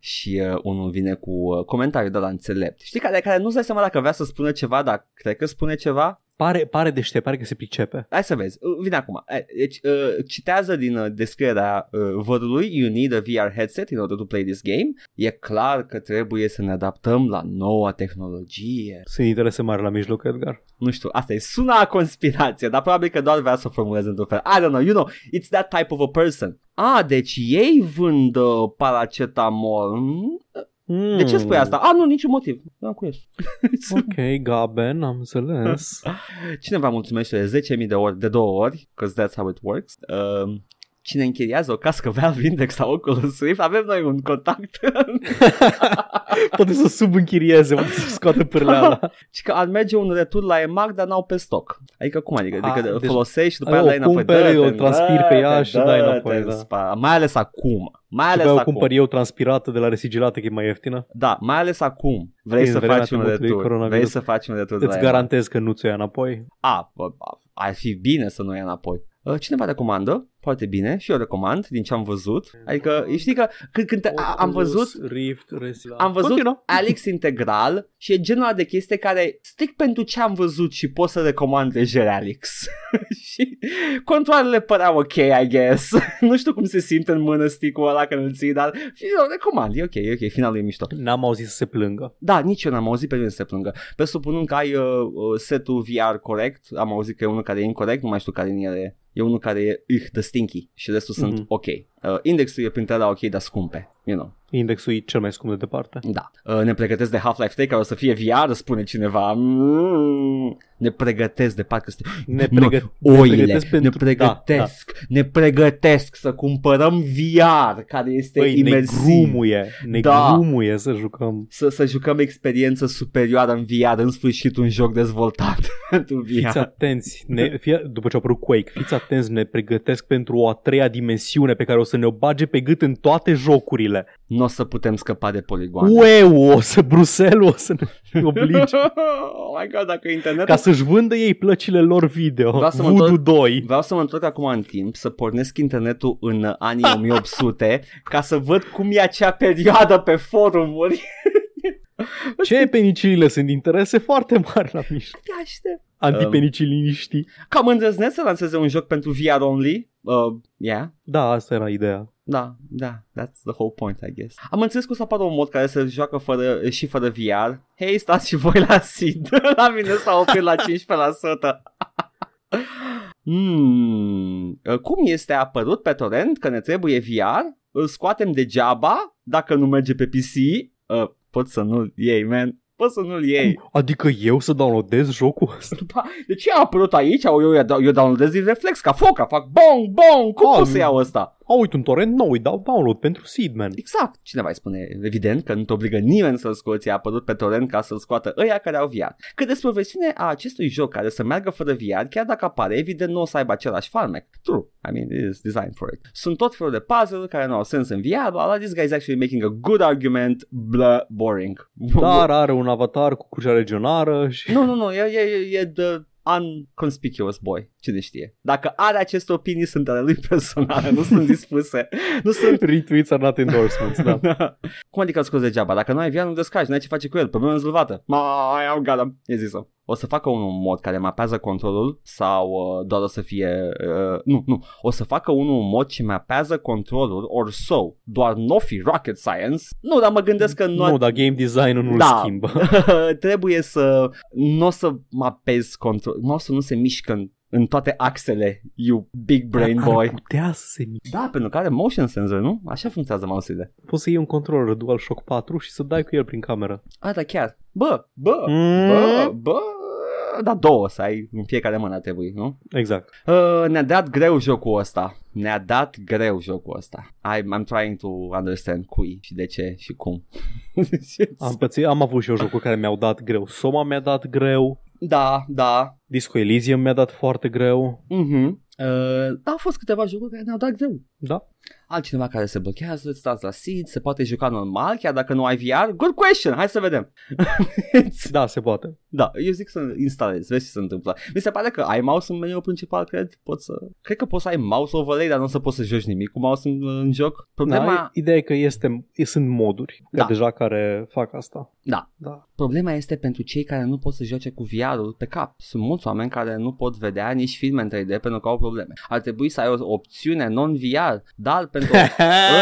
A: și uh, unul vine cu uh, comentariu de la înțelept. Știi, care, care nu-ți dai seama dacă vrea să spună ceva, dar cred că spune ceva.
B: Pare, pare deștept, pare că se pricepe.
A: Hai să vezi. Uh, Vine acum. Eh, Deci, uh, citează din uh, descrierea uh, vădului You need a VR headset in order to play this game. E clar că trebuie să ne adaptăm la noua tehnologie.
B: Sunt interese mari la mijloc, Edgar.
A: Nu știu, asta e suna a conspirație, dar probabil că doar vrea să o formuleze într-un fel. I don't know, you know, it's that type of a person. A, deci ei vând uh, paracetamol. Mm?
B: Mm.
A: De ce spui asta? A, nu, niciun motiv. Nu am curios.
B: Hmm. Ok, Gaben, am
A: (laughs)
B: înțeles.
A: Cineva mulțumește de 10.000 de ori, de două ori, because that's how it works. Um, cine închiriază o cască Valve Index sau Oculus Rift, avem noi un contact. (laughs)
B: poate să subînchirieze, poate să scoată
A: (laughs)
B: pârleala.
A: și că ar merge un retur la EMAG, dar n-au pe stoc. Adică cum adică?
B: A,
A: Adică
B: deci-
A: folosești și după
B: A,
A: aia
B: o
A: dai înapoi. Da,
B: cumperi,
A: Dă-te-n,
B: o transpiri pe ea
A: dă-te-n,
B: și dai înapoi,
A: dă-te-n,
B: da.
A: spa. Mai ales acum. Mai ales
B: După aia o
A: acum.
B: cumpăr eu transpirată de la resigilată, că e mai ieftină.
A: Da, mai ales acum. Vrei
B: Din
A: să
B: vremea
A: faci un
B: timpului
A: retur. Vrei
B: coronavirus.
A: să faci un retur de la
B: Îți
A: EMAG.
B: garantez că nu ți-o ia înapoi.
A: A, bă, a, ar fi bine să nu o ia înapoi. Uh, Cineva recomandă, foarte bine, și eu recomand din ce am văzut. Adică, știi că când, când te, a, am văzut
B: Rift, Resigilată.
A: am văzut
B: Continuă.
A: Alex integral și e genul ăla de chestie care strict pentru ce am văzut și pot să recomand lejer Alex. (laughs) și controlele păreau ok, I guess. (laughs) nu știu cum se simte în mână stick-ul ăla când îl ții, dar eu recomand, e ok, e ok, finalul e mișto.
B: N-am auzit să se plângă.
A: Da, nici eu n-am auzit pe nimeni să se plângă. Presupunând că ai uh, uh, setul VR corect, am auzit că e unul care e incorrect, nu mai știu care din ele e. E unul care e uh, the stinky și restul mm-hmm. sunt
B: Mhm.
A: ok. Uh, indexul e printre la ok, dar scumpe. You know.
B: Indexul e cel mai scump de departe.
A: Da. Uh, ne pregătesc de Half-Life 3 care o să fie VR, spune cineva. Mm. Ne pregătesc de parcă suntem
B: Ne,
A: Nu,
B: pregă-
A: oile. Ne
B: pregătesc
A: pregătesc, ne
B: pentru-
A: pregătesc, da, da. ne pregătesc să cumpărăm VR care este
B: Băi, ne
A: imersiv.
B: grumuie, ne
A: Da.
B: grumuie să jucăm.
A: să, să jucăm experiență superioară în VR, în sfârșit un joc dezvoltat (laughs) pentru
B: Fiți
A: VR.
B: atenți, ne, fie, după ce a apărut Quake, fiți atenți, ne pregătesc pentru o a treia dimensiune pe care o să ne o bage pe gât în toate jocurile.
A: Nu o să putem scăpa de poligoane.
B: ue o să Bruxelles o să ne (laughs) oblige
A: (laughs) oh my god, dacă internetul...
B: ca să-și vândă ei plăcile lor video.
A: Vreau să mă
B: Voodoo
A: întorc-
B: 2.
A: Vreau să mă întorc acum în timp, să pornesc internetul în uh, anii (laughs) 18 ca să văd cum e acea perioadă pe forumuri. (laughs)
B: Ce penicilile sunt interese foarte mari la mișto.
A: Te aștept.
B: Antipeniciliniștii.
A: Cam îndrăznesc să lanseze un joc pentru VR only. Uh, yeah.
B: Da, asta era ideea.
A: Da, da, that's the whole point, I guess. Am înțeles că o să apară un mod care se joacă fără, și fără VR. Hei, stați și voi la SID. (laughs) La mine s-a oprit la 15%. Hmm. Cum este apărut pe torrent că ne trebuie VR? Îl scoatem degeaba dacă nu merge pe PC? Uh, pot să nu-l iei, man. Pot să nu-l iei.
B: Adică eu să downloadez jocul ăsta?
A: Da, de ce a apărut aici? Eu, eu, eu downloadez din reflex ca foca, fac bong, bong. Cum
B: Ah,
A: pot să iau ăsta?
B: A, uite un torrent nou, îi dau download pentru Seedman.
A: Exact, cineva îi spune, evident că nu te obligă nimeni să-l scoți, a apărut pe torrent ca să-l scoată ăia care au VR. Cât despre versiunea a acestui joc care să meargă fără VR, chiar dacă apare, evident nu o să aibă același farmec. True, I mean, it is designed for it. Sunt tot felul de puzzle care nu au sens în VR, but this guy is actually making a good argument, blah, boring.
B: Dar are un avatar cu crucea regionară și...
A: (laughs) Nu, nu, nu, e, e, e the unconspicuous boy, cine știe. Dacă are aceste opinii, sunt ale lui personale, nu sunt dispuse. Nu
B: (laughs)
A: sunt
B: Retweets are not endorsements, da.
A: (laughs) da. Cum adică îl scoți degeaba? Dacă nu ai VR, nu descarci, n-ai ce face cu el, problema rezolvată. Ma, I am gata, e zis-o. o să facă unul un mod care mapează controlul sau uh, doar o să fie... Uh, nu, nu. O să facă unul un mod ce mapează controlul or so. Doar nu fi rocket science. Nu, dar mă gândesc că nu...
B: Nu, dar game design-ul nu-l
A: Da.
B: schimbă.
A: (laughs) trebuie să... Nu o să mapezi control... Mouse-ul nu se mișcă în, în toate axele, you big brain
B: Ar-
A: boy.
B: (laughs) Ar putea să se miște.
A: Da, pentru că are motion sensor, nu? Așa funcționează mouse-urile.
B: Poți să iei un controller DualShock 4 și să dai cu el prin cameră.
A: A, da, chiar. Bă, bă,
B: Mm.
A: bă, bă... Da, două să ai în fiecare mână trebuie, nu?
B: Exact.
A: Uh, ne-a dat greu jocul ăsta. Ne-a dat greu jocul ăsta. I'm, I'm trying to understand cui și de ce și cum. (laughs)
B: Am, pățit, am avut și eu jocuri care mi-au dat greu. Soma mi-a dat greu.
A: da, da.
B: Disco Elysium mi-a dat foarte greu.
A: Mhm. Uh, da, au fost câteva jocuri care ne-au dat greu.
B: Da.
A: Altcineva care se blochează, îți stați la seed, se poate juca normal, chiar dacă nu ai VR. Good question, hai să vedem.
B: Da, se poate.
A: da, eu zic să instalezi, vezi ce se întâmplă. Mi se pare că ai mouse în meniu principal, cred. Poți să... Cred că poți să ai mouse overlay, dar nu o să poți să joci nimic cu mouse în, în joc. Problema...
B: Da, ideea e că este, sunt moduri
A: Da.
B: da. deja care
A: (laughs)
B: fac asta.
A: Da.
B: da.
A: Problema este pentru cei care nu pot să joace cu VR-ul pe cap. Sunt mulți oameni care nu pot vedea nici filme în 3D pentru că au probleme. Ar trebui să ai o opțiune non-VR, dar (laughs) pentru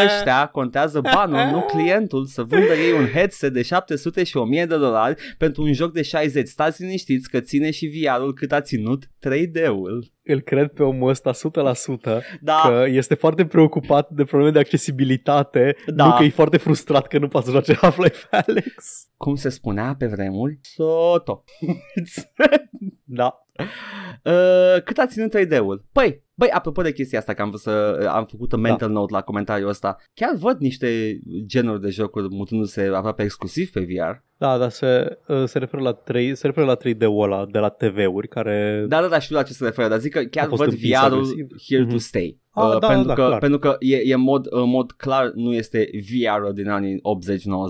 A: ăștia contează banul, nu clientul, să vândă ei un headset de 700 și 1000 de dolari pentru un joc de 60. Stați liniștiți că ține și VR-ul cât a ținut 3D-ul.
B: Îl cred pe omul ăsta 100%.
A: Da,
B: că este foarte preocupat de probleme de accesibilitate,
A: Da.
B: da. nu că e foarte frustrat că nu poate să joace (laughs) Half-Life Alex.
A: cum se spunea pe vremuri, Soto.
B: Da.
A: Uh, cât a ținut 3D-ul? Păi, băi, apropo de chestia asta, că am, vrut să, am făcut un mental da. note la comentariul ăsta, chiar văd niște genuri de jocuri mutându-se aproape exclusiv pe VR.
B: Da, dar se, uh, se referă la 3 se referă la 3D-ul ăla de la TV-uri care da.
A: Da, da, da, știu la ce se referă, dar zic că chiar
B: A fost
A: văd
B: împins
A: VR-ul
B: agresiv.
A: here to
B: Mhm.
A: stay. Uh,
B: Ah, da, da,
A: pentru,
B: da,
A: că,
B: clar.
A: pentru că e, e mod, în mod clar, nu este VR-ul din anii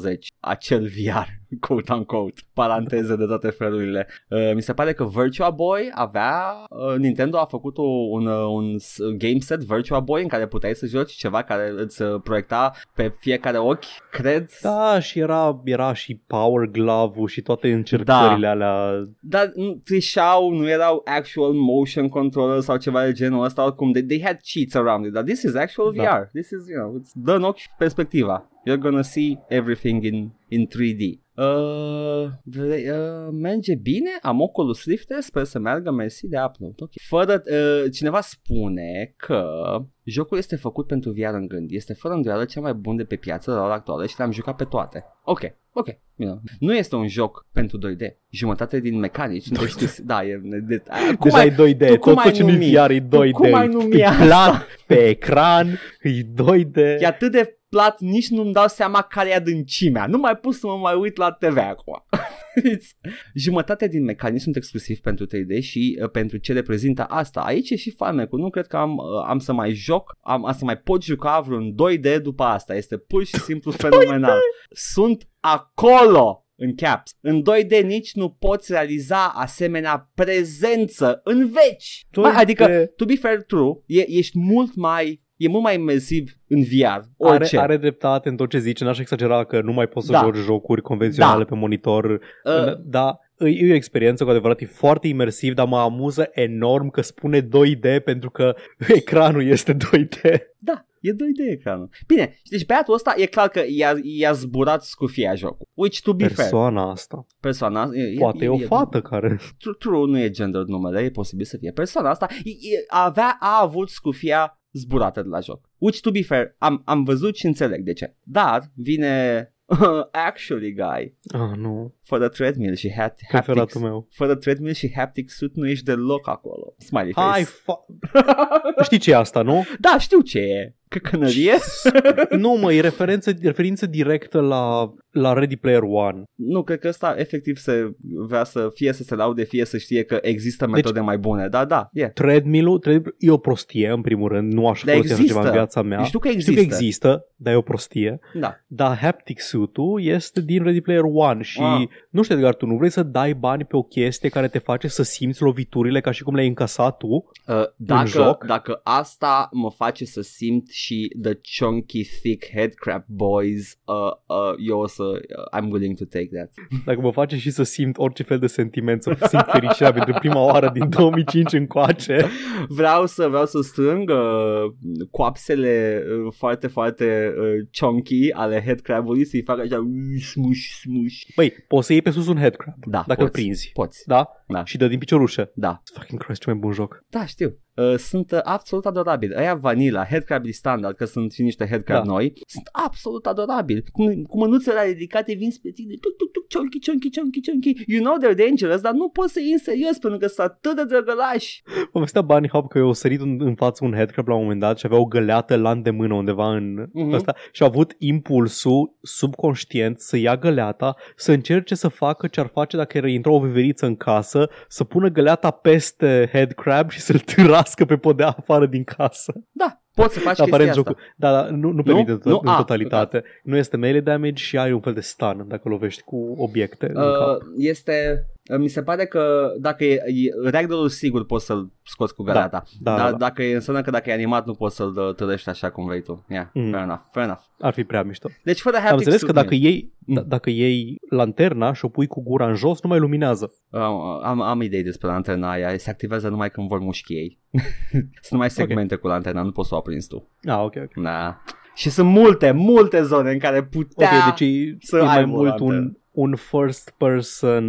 A: 80-90, acel (laughs) VR, quote-unquote, paranteze de toate felurile. Uh, mi se pare că Virtua Boy avea, uh, Nintendo a făcut o, un, uh, un s- game set Virtua Boy în care puteai să joci ceva care îți uh, proiecta pe fiecare ochi, cred.
B: da, și era, era și Power Glove-ul și toate încercările da. alea.
A: Dar nu trișau, nu erau actual motion controller sau ceva de genul ăsta, oricum, they, they had cheats around it, dar this is actual
B: Da.
A: VR. This is, you know, it's, dă în ochi perspectiva. You're gonna see everything in, in 3D. Uh, vrei- uh, merge bine? Am Oculus Rift? Sper să meargă, mersi de upload. Ok. Fără, uh, cineva spune că jocul este făcut pentru VR în gând. Este fără îndoială cel mai bun de pe piață la ora actuală și l-am jucat pe toate. Ok, ok. Bine. Nu este un joc pentru 2D. Jumătate din mecanici. Nu (laughs) știu, da, e... De, cum
B: Deja
A: ai,
B: e 2D,
A: tu
B: tot,
A: cum
B: tot
A: ai
B: ce nu
A: numi?
B: VR e 2D.
A: cum ai
B: E
A: numi asta?
B: plat pe ecran, e 2D.
A: E atât de plat, nici nu-mi dau seama care e adâncimea. Nu mai pus să mă mai uit la TV acum. (laughs) Jumătate din mecanici sunt exclusiv pentru 3D și uh, pentru ce reprezintă asta. Aici e și farmecul. Nu cred că am, uh, am să mai joc, am, am să mai pot juca vreun 2D după asta. Este pur și simplu fenomenal. Sunt acolo! În caps. În 2D nici nu poți realiza asemenea prezență în veci. Mai,
B: 2D.
A: adică to be fair, true, e, ești mult mai e mult mai imersiv în VR.
B: Are,
A: Orice.
B: are dreptate în tot ce zice, n-aș exagera că nu mai poți să
A: Da.
B: joci jocuri convenționale
A: Da.
B: pe monitor,
A: Uh,
B: Uh, da, e e o experiență cu adevărat, e foarte imersiv, dar mă amuză enorm că spune 2D pentru că (laughs) ecranul este 2D.
A: da, e 2D ecranul. Bine, și deci băiatul ăsta e clar că i-a, i-a zburat scufia jocul. Which to be fair,
B: Persoana asta.
A: persoana e,
B: Poate e o fată care...
A: True, true, nu e gender numele, e posibil să fie persoana asta. E, e, avea, a avut scufia zburată de la joc. Which to be fair, am, am văzut și înțeleg de ce. Dar vine (laughs) actually guy
B: Ah, nu.
A: fără treadmill și hat, haptics.
B: Preferatul meu.
A: Fără treadmill și haptic suit nu ești deloc acolo. Smiley face.
B: Ai,
A: (laughs)
B: fa- Știi ce e asta, nu?
A: Da, știu ce e. Căcănărie?
B: nu, mă, e referență, referință directă la, la Ready Player One.
A: Nu, cred că ăsta efectiv se vrea să fie să se laude, fie să știe că există metode mai bune. Da, da, e. Yeah.
B: Treadmill-ul, treadmill e o prostie, în primul rând, nu aș
A: Dar
B: folosi așa
A: există.
B: ceva în viața mea.
A: Da. Știu că
B: Știu
A: există.
B: că există, dar e o prostie.
A: Da.
B: Dar haptic suit-ul este din Ready Player One și
A: Ah.
B: ah. nu știu, Edgar, tu nu vrei să dai bani pe o chestie care te face să simți loviturile ca și cum le-ai încasat tu?
A: Uh, dacă,
B: joc?
A: dacă asta mă face să simt și The Chunky Thick Head Crap Boys, uh, uh, eu o să, uh, I'm willing to take that.
B: Dacă mă face și să simt orice fel de sentiment, să simt fericirea pentru prima oară din 2005 încoace.
A: Vreau să, vreau să strâng uh, coapsele uh, foarte, foarte uh, chunky ale head crab-ului, să-i fac așa uh, smush, smush.
B: Băi, poți să iei pe sus un head crab,
A: Da,
B: dacă îl
A: poți,
B: prinzi.
A: poți.
B: Da?
A: Da.
B: Și dă din piciorușă.
A: Da,
B: Fucking Christ, ce mai bun joc.
A: da, știu. Uh, sunt uh, absolut adorabili. Aia vanilla, headcrab standard, că sunt și niște headcrab
B: Da.
A: noi, sunt absolut adorabili. Cu, cu mânuțele ridicate vin spre tine, tuc, tuc, tuc, chonky, chonky, chonky, chonky. You know they're dangerous, dar nu poți să iei în serios pentru că sunt atât de drăgălași.
B: Am vestea Bunny Hop că eu sărit în, în față un headcrab la un moment dat și avea o găleată la îndemână undeva în
A: Mhm.
B: uh-huh. ăsta și a avut impulsul subconștient să ia găleata, să încerce să facă ce ar face dacă era intra o veveriță în casă, să pună găleata peste headcrab și să-l târască pe podea afară din casă.
A: Da, poți să faci
B: Da,
A: chestia
B: aparent
A: asta.
B: jocul, da, da, nu, nu permite tot,
A: Nu? Ah, da.
B: în
A: A,
B: totalitate. Nu este melee damage și ai un fel de stun dacă lovești cu obiecte în
A: Uh,
B: cap. Da,
A: este uh, mi se pare că dacă e, e ragdoll sigur poți să-l scoți cu găleata.
B: Da, da,
A: Dar
B: da, da,
A: dacă e, înseamnă că dacă e animat nu poți să-l dă- târăști așa cum vrei tu. Yeah,
B: Mm.
A: fair enough, fair enough.
B: ar fi prea mișto.
A: Deci fără haptic
B: Am înțeles că
A: suit,
B: dacă iei,
A: Mm.
B: da, dacă iei lanterna și o pui cu gura în jos, nu mai luminează.
A: Am, am, am idei despre lanterna aia, se activează numai când vor mușchi ei. (laughs) sunt numai segmente cu lanterna, nu poți să o aprinzi tu.
B: Ah, ok, ok.
A: Na. Și sunt multe, multe zone în care putea...
B: Ok, deci e,
A: Da. să
B: e
A: ai
B: mai
A: o
B: mult un,
A: lanternă.
B: un first person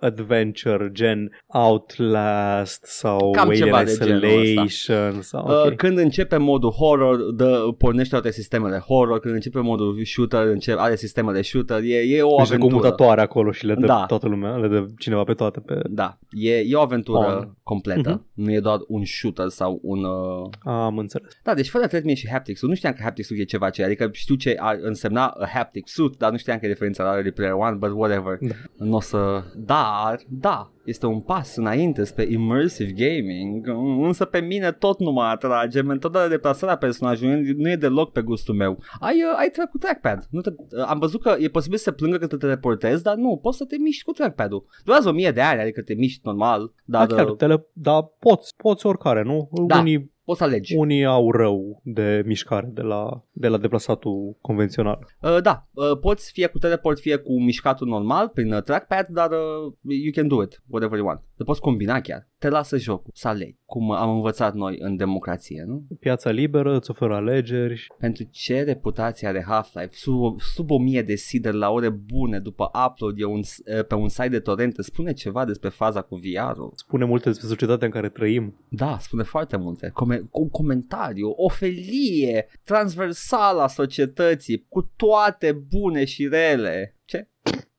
B: adventure gen Outlast sau
A: Cam
B: Alien
A: ceva de genul
B: Isolation sau
A: Okay.
B: okay.
A: Uh, când începe modul horror, dă, pornește toate sistemele horror, când începe modul shooter, începe, are sistemele shooter, e, e o
B: Deci de
A: aventură.
B: comutatoare acolo și le dă
A: Da.
B: toată lumea, le dă cineva pe toate pe...
A: Da, e, e o aventură
B: On.
A: completă, nu e doar un shooter sau un... Uh...
B: Am înțeles.
A: Da, deci fără treadmill și haptic suit, nu știam că haptic suit e ceva ce, adică știu ce ar însemna a haptic suit, dar nu știam că e referința la Ready Player One, but whatever.
B: Da.
A: Nu o să... Dar, da, este un pas înainte spre immersive gaming, uh, însă pe mine tot nu mă atrage, metoda de deplasare a personajului nu e deloc pe gustul meu. Ai, uh, ai track cu trackpad. Nu te, uh, am văzut că e posibil să se plângă că te teleportezi, dar nu, poți să te miști cu trackpad-ul. Durează o mie de ani, adică te miști normal,
B: Da,
A: dar
B: chiar,
A: uh,
B: tele... da, poți, poți oricare, nu?
A: Da.
B: Unii,
A: poți să alegi.
B: unii au rău de mișcare de la, de la deplasatul convențional.
A: Uh, da, uh, poți fie cu teleport, fie cu mișcatul normal prin uh, trackpad, dar uh, you can do it, whatever you want. Te poți combina chiar. Te lasă jocul să alegi, cum uh, am învățat noi în democrație, nu?
B: Piața liberă îți oferă alegeri și
A: Pentru ce reputația de Half-Life sub, sub 1000 de seeder la ore bune după upload e un, uh, pe un site de torrent îți spune ceva despre faza cu VR-ul?
B: spune multe despre societatea în care trăim.
A: Da, spune foarte multe. Come- cu un comentariu, o felie transversală a societății, cu toate bune și rele. Ce?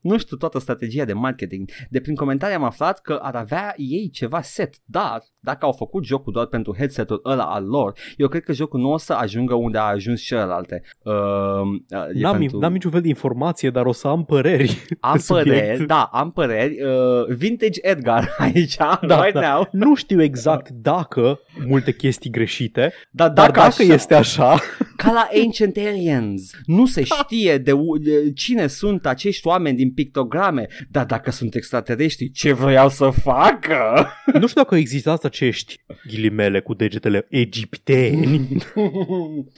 A: Nu știu toată strategia de marketing. De prin comentarii am aflat că ar avea ei ceva set, dar dacă au făcut jocul doar pentru headsetul ăla al lor, eu cred că jocul nu o să ajungă unde a ajuns celelalte. Um, e
B: N-am,
A: pentru-
B: n-am niciun fel de informație, dar o să am păreri. (laughs)
A: am
B: subiect.
A: păreri, da, am păreri. Uh, vintage Edgar (laughs) aici, da, right
B: da.
A: now.
B: Nu știu exact dacă multe chestii greșite,
A: Dar
B: dar dacă, dacă
A: așa-
B: este așa, (laughs)
A: Ca la Ancient Aliens. Nu se știe de, u- de cine sunt acești oameni din pictograme, dar dacă sunt extraterestri, ce voiau să facă?
B: nu știu dacă existați acești ghilimele cu degetele
A: (laughs)
B: egipteni.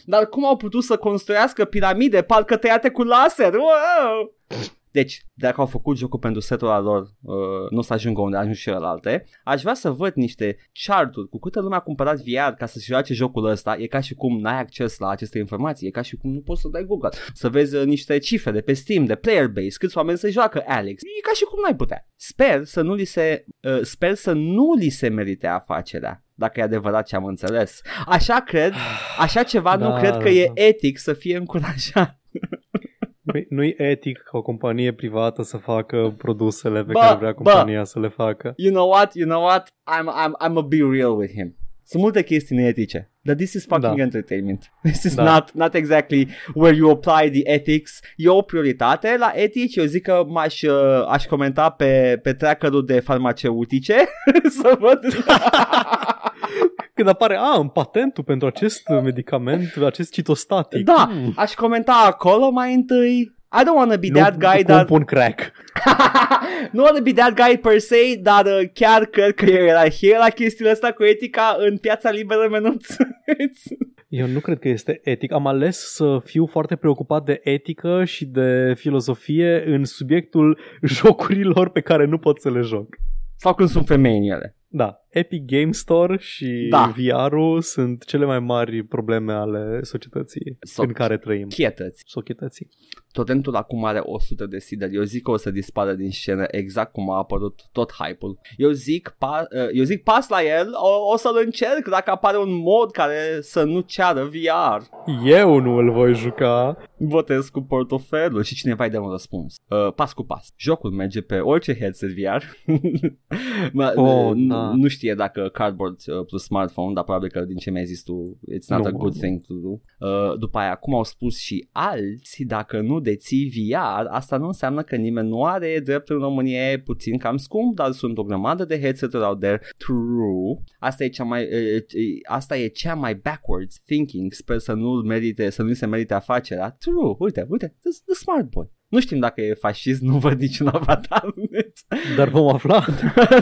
A: dar cum au putut să construiască piramide parcă tăiate cu laser? Wow! Deci, dacă au făcut jocul pentru setul ăla lor, uh, nu o să ajungă unde ajung și celelalte, aș vrea să văd niște charturi cu câtă lume a cumpărat VR ca să-și joace jocul ăsta. E ca și cum n-ai acces la aceste informații, e ca și cum nu poți să dai Google. Să vezi uh, niște cifre de pe Steam, de player base, câți oameni se joacă Alex. E ca și cum n-ai putea. Sper să nu li se, uh, sper să nu li se merite afacerea dacă e adevărat ce am înțeles. Așa
B: (sighs)
A: cred, așa ceva da, nu
B: Da,
A: cred
B: da,
A: că e
B: da.
A: etic să fie încurajat.
B: Nu-i- Nu-i etic ca o companie privată să facă produsele pe
A: Bă,
B: care vrea
A: bă.
B: compania să le facă.
A: You know what, you know what, I'm, I'm, I'm a be real with him. Sunt multe chestii neetice, dar this is fucking da.
B: Da.
A: entertainment. (laughs) This is da.
B: Da.
A: not, not exactly where you apply the ethics. E o prioritate la etici, eu zic că m-aș, uh, aș comenta pe, pe tracker-ul de farmaceutice (laughs) să văd...
B: Când apare, a, în patentul pentru acest medicament, acest citostatic.
A: Da.
B: Mm.
A: aș comenta acolo mai întâi. I don't want to be that guy,
B: nu
A: dar
B: compun crack.
A: nu wanna be that guy per se, dar uh, chiar cred că era hierarhie la chestiile astea cu etica în piața liberă menuț.
B: Eu nu cred că este etic. Am ales să fiu foarte preocupat de etică și de filozofie în subiectul (laughs) jocurilor pe care nu pot să le joc.
A: (laughs) Sau când sunt femei în ele.
B: Da, Epic Game Store și
A: Da.
B: da. VR-ul sunt cele mai mari probleme ale societății
A: Sau-
B: în care trăim.
A: Chietăți.
B: Societății.
A: Totentul acum are 100 de sideri. Eu zic că o să dispară din scenă exact cum a apărut tot hype-ul. Eu zic, pa, uh, eu zic pas la el, o, o să-l încerc dacă apare un mod care să nu ceară VR.
B: Eu nu îl voi juca.
A: Votez cu portofelul și cineva îi dă un răspuns. Uh, pas cu pas. Jocul merge pe orice headset VR. (laughs) Mă,
B: Oh,
A: n-
B: da.
A: Nu știe dacă cardboard uh, plus smartphone, dar probabil că din ce mi-ai zis tu, it's not
B: Nu,
A: a good
B: nu.
A: thing to do. Uh, după aia, cum au spus și alți, dacă nu deții VR, asta nu înseamnă că nimeni nu are dreptul în România, e puțin cam scump, dar sunt o grămadă de headset-uri out there. True. Asta e cea mai, uh, uh, asta e cea mai backwards thinking. Sper să nu merite, să nu se merite afacerea. True. Uite, uite, the, the smart boy. Nu știm dacă e fascist, nu văd niciun avatar în net.
B: Dar vom
A: (laughs)
B: afla.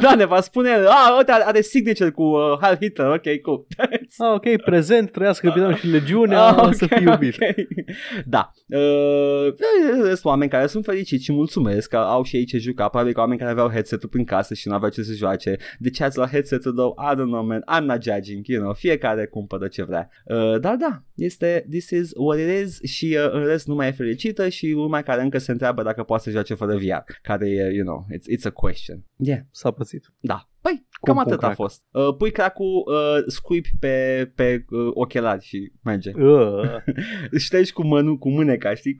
A: da, ne va spune, a, uite, are signature cu uh, Heil Hitler, ok, cool.
B: Ah, ok, prezent, trăiască capitanul și legiunea,
A: (laughs) Ah,
B: ah, okay, să fii iubit. Okay.
A: ok. (laughs) Da. Uh, sunt oameni care sunt fericiți și mulțumesc că au și ei ce juca. Probabil că oameni care aveau headset-ul prin casă și nu aveau ce să joace. De ce ați luat headset-ul though? I don't know, man. I'm not judging, you know. Fiecare cumpără ce vrea. Uh, dar da, este this is what it is și uh, în rest lumea e fericită și lumea care încă se întreabă dacă poate să joace fără VR. Care e, you know, it's, it's a question. Yeah.
B: S-a pățit.
A: Da. Păi,
B: Cum
A: cam
B: pun
A: atât a
B: crack?
A: fost. Uh, pui cracul, uh, scuipi pe, pe uh, ochelari și merge. (laughs)
B: Uh.
A: Ștergi cu, mânu, cu mâneca, știi?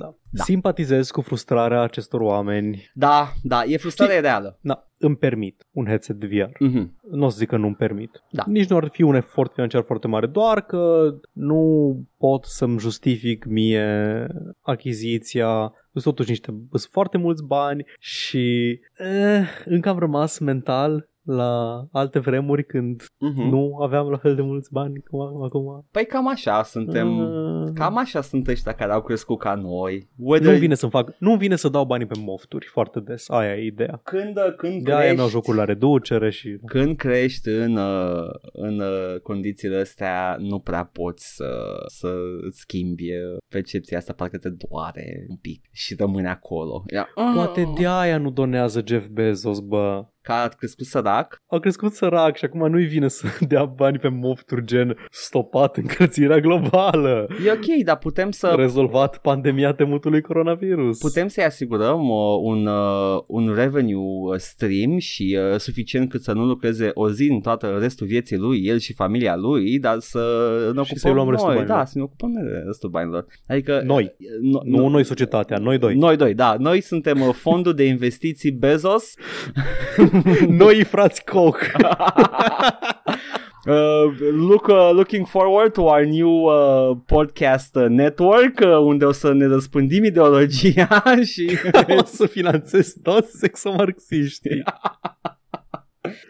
A: Da.
B: Da. Simpatizez cu frustrarea acestor oameni.
A: Da, da, e frustrare reală.
B: Da, îmi permit un headset de VR.
A: Mhm.
B: Nu o să zic că nu-mi permit.
A: Da.
B: Nici nu ar fi un efort financiar foarte mare, doar că nu pot să-mi justific mie achiziția. Sunt totuși niște, sunt foarte mulți bani și eh, încă am rămas mental la alte vremuri când
A: Mhm.
B: hmm? nu aveam la fel de mulți bani cum am acum.
A: Păi cam așa suntem...
B: Ah.
A: Cam așa sunt ăștia care au crescut ca noi. Whether...
B: Nu vine să fac, nu vine să dau banii pe mofturi foarte des, aia e ideea.
A: Când, când
B: De aia mi-au
A: crești...
B: jocul la reducere și
A: Când crești în, uh, în uh, condițiile astea, nu prea poți să, să îți schimbi uh, percepția asta, parcă te doare un pic și rămâne acolo. Ia,
B: Poate
A: "Ah,
B: de aia nu donează Jeff Bezos, bă.
A: Că a crescut sărac
B: A crescut sărac și acum nu-i vine să (laughs) dea bani pe mofturi gen stopat încălzirea globală,
A: E ok, dar putem să
B: rezolvat pandemia temutului coronavirus.
A: Da. putem să-i asigurăm uh, un, uh, un revenue stream și uh, suficient cât să nu lucreze o zi în toată restul vieții lui, el și familia lui, dar să ne ocupăm
B: Și să-i luăm
A: noi,
B: restul banilor.
A: da, să ne ocupăm noi de restul banilor. Adică
B: Noi.
A: no,
B: Nu noi societatea, noi doi.
A: Noi doi, da. Noi suntem uh, fondul de investiții Bezos.
B: (laughs) noi frați
A: (laughs)
B: Coc.
A: Uh, look, uh, looking forward to our new uh, podcast uh, network uh, unde o să ne răspândim ideologia (laughs) și
B: o să finanțez toți sexomarxiștii.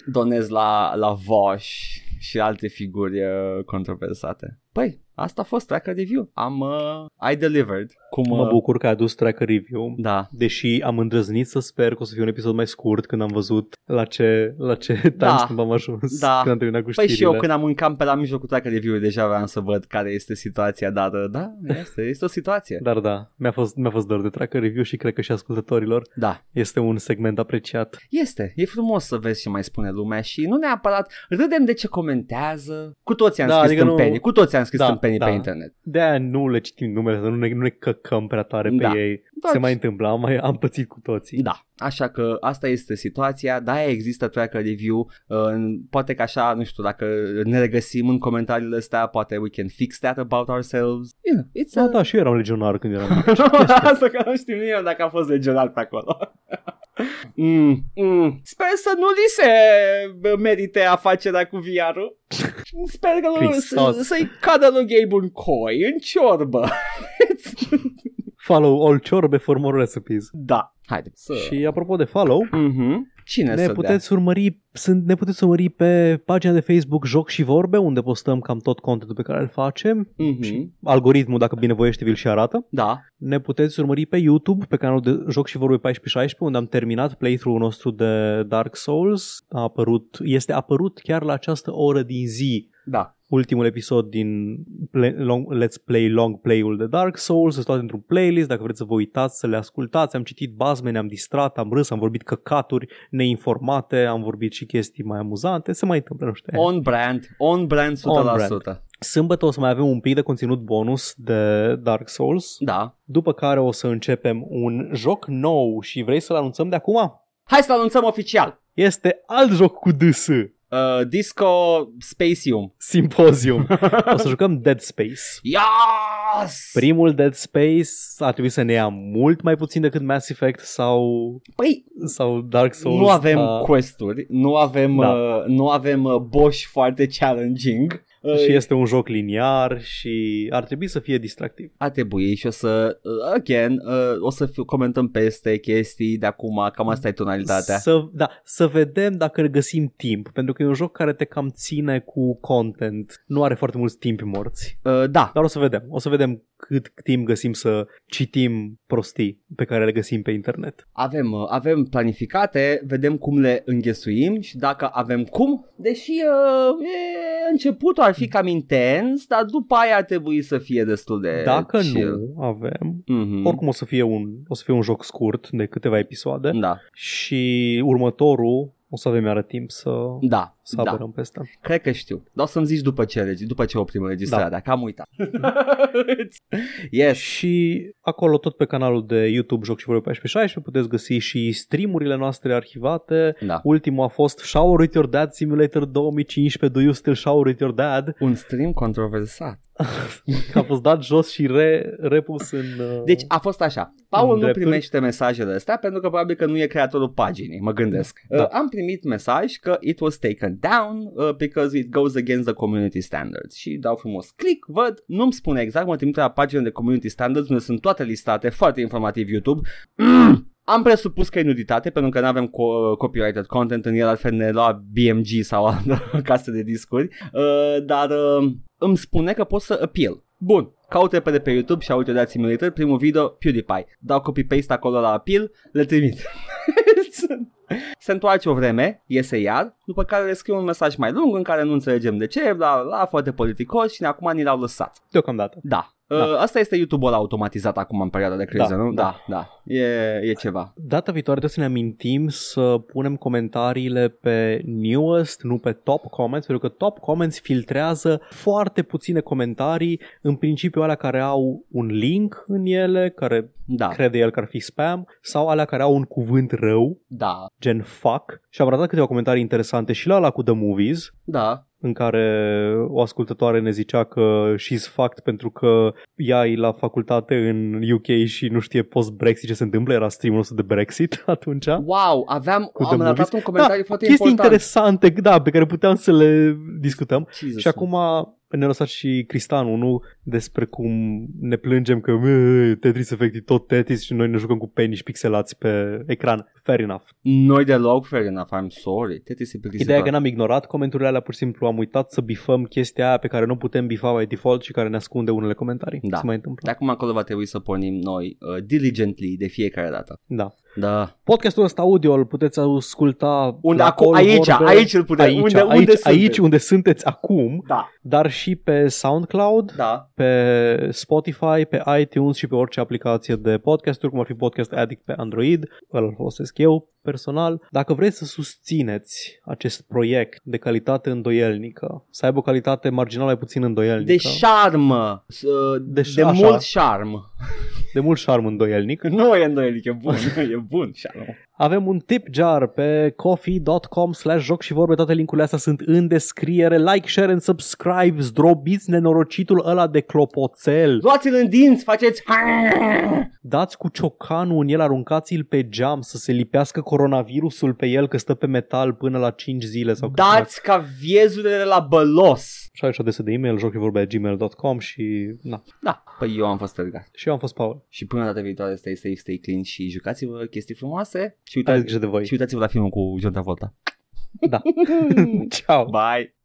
A: donez la, la Vosh și alte figuri uh, controversate. Păi, asta a fost Tracker Review. Am, uh, I delivered. Cum,
B: Mă
A: uh,
B: bucur că ai adus track review.
A: Da.
B: Deși am îndrăznit să sper că o să fie un episod mai scurt când am văzut la ce, la ce
A: Da.
B: timestamp am ajuns
A: Da.
B: când am terminat cu
A: Păi
B: știrile.
A: și eu când am încam pe la mijlocul Tracker Review deja vreau să văd care este situația, dar uh, da, este, este o
B: (laughs)
A: situație.
B: Dar da, mi-a fost, mi-a fost dor de tracker review și cred că și ascultătorilor
A: Da.
B: este un segment apreciat.
A: Este, e frumos să vezi ce mai spune lumea și nu neapărat râdem de ce comentează. Cu toți am
B: Da,
A: scris
B: adică
A: în
B: nu-
A: penii, cu toți am scris
B: Da,
A: în penii
B: da.
A: pe internet.
B: De-aia nu le citim numele, să nu ne, nu ne căcăm prea tare
A: Da.
B: pe ei.
A: Doar-
B: Se mai întâmplă, am, mai, am pățit cu toții.
A: Da, așa că asta este situația, da, există tracker review, uh, poate că așa, nu știu, dacă ne regăsim în comentariile astea, poate we can fix that about ourselves. Yeah, it's
B: Da,
A: a...
B: da, și eu eram legionar când eram mic.
A: (laughs) Asta că nu știu eu dacă a fost legionat pe acolo. (laughs) Mm, mm. Sper să nu li se merite afacerea cu viarul. Sper că nu,
B: Hristos.
A: să- să-i cadă lui Gabe un coi în ciorbă. (laughs)
B: Follow all ciorbe for more recipes.
A: da, haide. Să...
B: Și apropo de follow,
A: Mhm. Cine
B: ne
A: să
B: puteți, urmări, sunt, ne puteți urmări pe pagina de Facebook Joc și Vorbe, unde postăm cam tot contentul pe care îl facem.
A: dea? Mhm.
B: și- Algoritmul, dacă binevoiește, vi-l și arată.
A: Da.
B: Ne puteți urmări pe YouTube, pe canalul de Joc și Vorbe 1416, unde am terminat playthrough-ul nostru de Dark Souls. A apărut, este apărut chiar la această oră din zi
A: Da.
B: ultimul episod din play, long, Let's Play Long Play-ul de Dark Souls, sunt toate într-un playlist, dacă vreți să vă uitați, să le ascultați, am citit bazme, ne-am distrat, am râs, am vorbit căcaturi neinformate, am vorbit și chestii mai amuzante, se mai întâmplă, nu știu.
A: On brand, on brand 100%.
B: On
A: On
B: brand.
A: brand.
B: Sâmbătă o să mai avem un pic de conținut bonus de Dark Souls,
A: Da.
B: după care o să începem un joc nou și vrei să-l anunțăm de acum?
A: Hai să anunțăm oficial.
B: Este alt joc cu DS,
A: Uh, Disco Spacium.
B: Symposium. o să jucăm Dead Space.
A: Yes!
B: Primul Dead Space ar trebui să ne ia mult mai puțin decât Mass Effect sau,
A: Păi,
B: sau Dark Souls.
A: nu avem
B: Uh,
A: questuri, nu avem
B: Da.
A: uh, nu avem uh, boss foarte challenging. Uh,
B: și este un joc liniar și ar trebui să fie distractiv.
A: a trebui și o să, uh, again, uh, o să fiu, comentăm peste chestii de acum, cam asta e tonalitatea.
B: Să, da, să vedem dacă găsim timp, pentru că e un joc care te cam ține cu content. Nu are foarte mulți timpi morți.
A: Uh, da,
B: Dar o să vedem. O să vedem cât timp găsim să citim prostii pe care le găsim pe internet.
A: avem, uh, avem planificate, vedem cum le înghesuim și dacă avem cum, deși uh, e, începutul ar fi cam intens, dar după aia ar trebui să fie destul de
B: Dacă
A: chill.
B: nu avem,
A: Mhm.
B: oricum o să fie un, o să fie un joc scurt de câteva episoade
A: Da,
B: și următorul o să avem iară timp să,
A: da,
B: să
A: da.
B: apărăm peste.
A: Cred că știu. Dar o să-mi zici după ce, regi- după ce oprim înregistrarea, da. că am uitat. (laughs) yes.
B: Și acolo tot pe canalul de YouTube Joc și Vorbe 1416 puteți găsi și streamurile noastre arhivate.
A: Da.
B: Ultimul a fost Shower with Your Dad Simulator 2015 Do You Still Shower with Your Dad?
A: Un stream controversat.
B: Că a fost dat jos și re, repus în... uh,
A: Deci a fost așa. Paul nu
B: Drepturi.
A: primește mesajele astea pentru că probabil că nu e creatorul paginii, mă gândesc.
B: Da.
A: Uh, am primit mesaj că it was taken down uh, because it goes against the community standards. Și dau frumos click, văd, nu-mi spune exact, mă trimite la pagina de community standards unde sunt toate listate, foarte informativ YouTube. (clears throat) Mm! Am presupus că e nuditate pentru că nu avem co- copyrighted content în el, altfel ne lua BMG sau altă (laughs) casă de discuri, uh, dar uh, îmi spune că pot să appeal. Bun, caute pe de pe YouTube și audio de Simulator, primul video, PewDiePie. Dau copy-paste acolo la appeal, le trimit. (laughs) Se întoarce o vreme, iese iar, după care le scriu un mesaj mai lung în care nu înțelegem de ce, bla, bla, bla foarte politicos și acum ni l-au lăsat.
B: Deocamdată.
A: Da.
B: Da.
A: da. Uh, asta este YouTube-ul ăla automatizat acum în perioada de criză,
B: Da,
A: nu?
B: da.
A: Da, da. E, e ceva.
B: Data viitoare trebuie să ne amintim să punem comentariile pe newest, nu pe top comments, pentru că top comments filtrează foarte puține comentarii, în principiu alea care au un link în ele, care
A: Da,
B: crede el că ar fi spam, sau alea care au un cuvânt rău,
A: da,
B: gen fuck. Și am ratat câteva comentarii interesante și la ăla cu The Movies,
A: da.
B: în care o ascultătoare ne zicea că she's fucked pentru că ea e la facultate în UK și nu știe post-Brexit ce se întâmplă, era streamul nostru de Brexit (laughs) atunci.
A: Wow, aveam,
B: Cu
A: am
B: The
A: notat
B: Movies.
A: un comentariu
B: da,
A: Da, foarte
B: chestii
A: important.
B: interesante, da, pe care puteam să le discutăm.
A: Jesus.
B: Și acum ne-a lăsat și Cristian unul despre cum ne plângem că "Mă, Tetris Effect e tot Tetris și noi ne jucăm cu peniși pixelați pe ecran. Fair enough.
A: Noi deloc, fair enough, I'm sorry. Tetris e
B: Ideea e
A: plictisitor.
B: că n-am ignorat comentariile alea, pur și simplu am uitat să bifăm chestia aia pe care nu putem bifa by default și care ne ascunde unele comentarii.
A: Da.
B: Se mai întâmplă.
A: De acum încolo va trebui să pornim noi uh, diligently de fiecare dată.
B: Da.
A: Da.
B: Podcastul ăsta audio îl puteți asculta
A: Unde,
B: la
A: acum,
B: All
A: aici,
B: Order,
A: aici îl putem.
B: aici,
A: unde,
B: aici,
A: unde
B: aici
A: suntem?
B: unde sunteți acum,
A: Da,
B: dar și pe SoundCloud,
A: da.
B: pe Spotify, pe iTunes și pe orice aplicație de podcasturi, cum ar fi Podcast Addict pe Android, îl folosesc eu personal. Dacă vreți să susțineți acest proiect de calitate îndoielnică, să aibă o calitate marginal mai puțin îndoielnică,
A: De șarmă. S- uh, Adică-
B: De
A: De,
B: ș-
A: de
B: așa.
A: mult șarm.
B: de mult șarm îndoielnic,
A: Nu e îndoielic, e (laughs) bun. e bun șarm.
B: avem un tip jar pe coffee.com slash joc și vorbe, toate linkurile astea sunt în descriere, like, share and subscribe, zdrobiți nenorocitul ăla de clopoțel.
A: Luați-l în dinți, faceți...
B: dați cu ciocanul în el, aruncați-l pe geam să se lipească coronavirusul pe el că stă pe metal până la 5 zile sau cât era.
A: Dați ca viezurile de la bălos.
B: Și aici adresa de e-mail, jocuvorba.gmail.com și na.
A: Da, păi eu am fost tărgat.
B: Și eu am fost Paul.
A: Și până data viitoare, stay safe, stay clean și jucați-vă chestii frumoase Da. și
B: Aveți
A: uitați,
B: grijă de voi.
A: și uitați-vă la filmul cu John Travolta.
B: Da. Ciao.
A: Bye!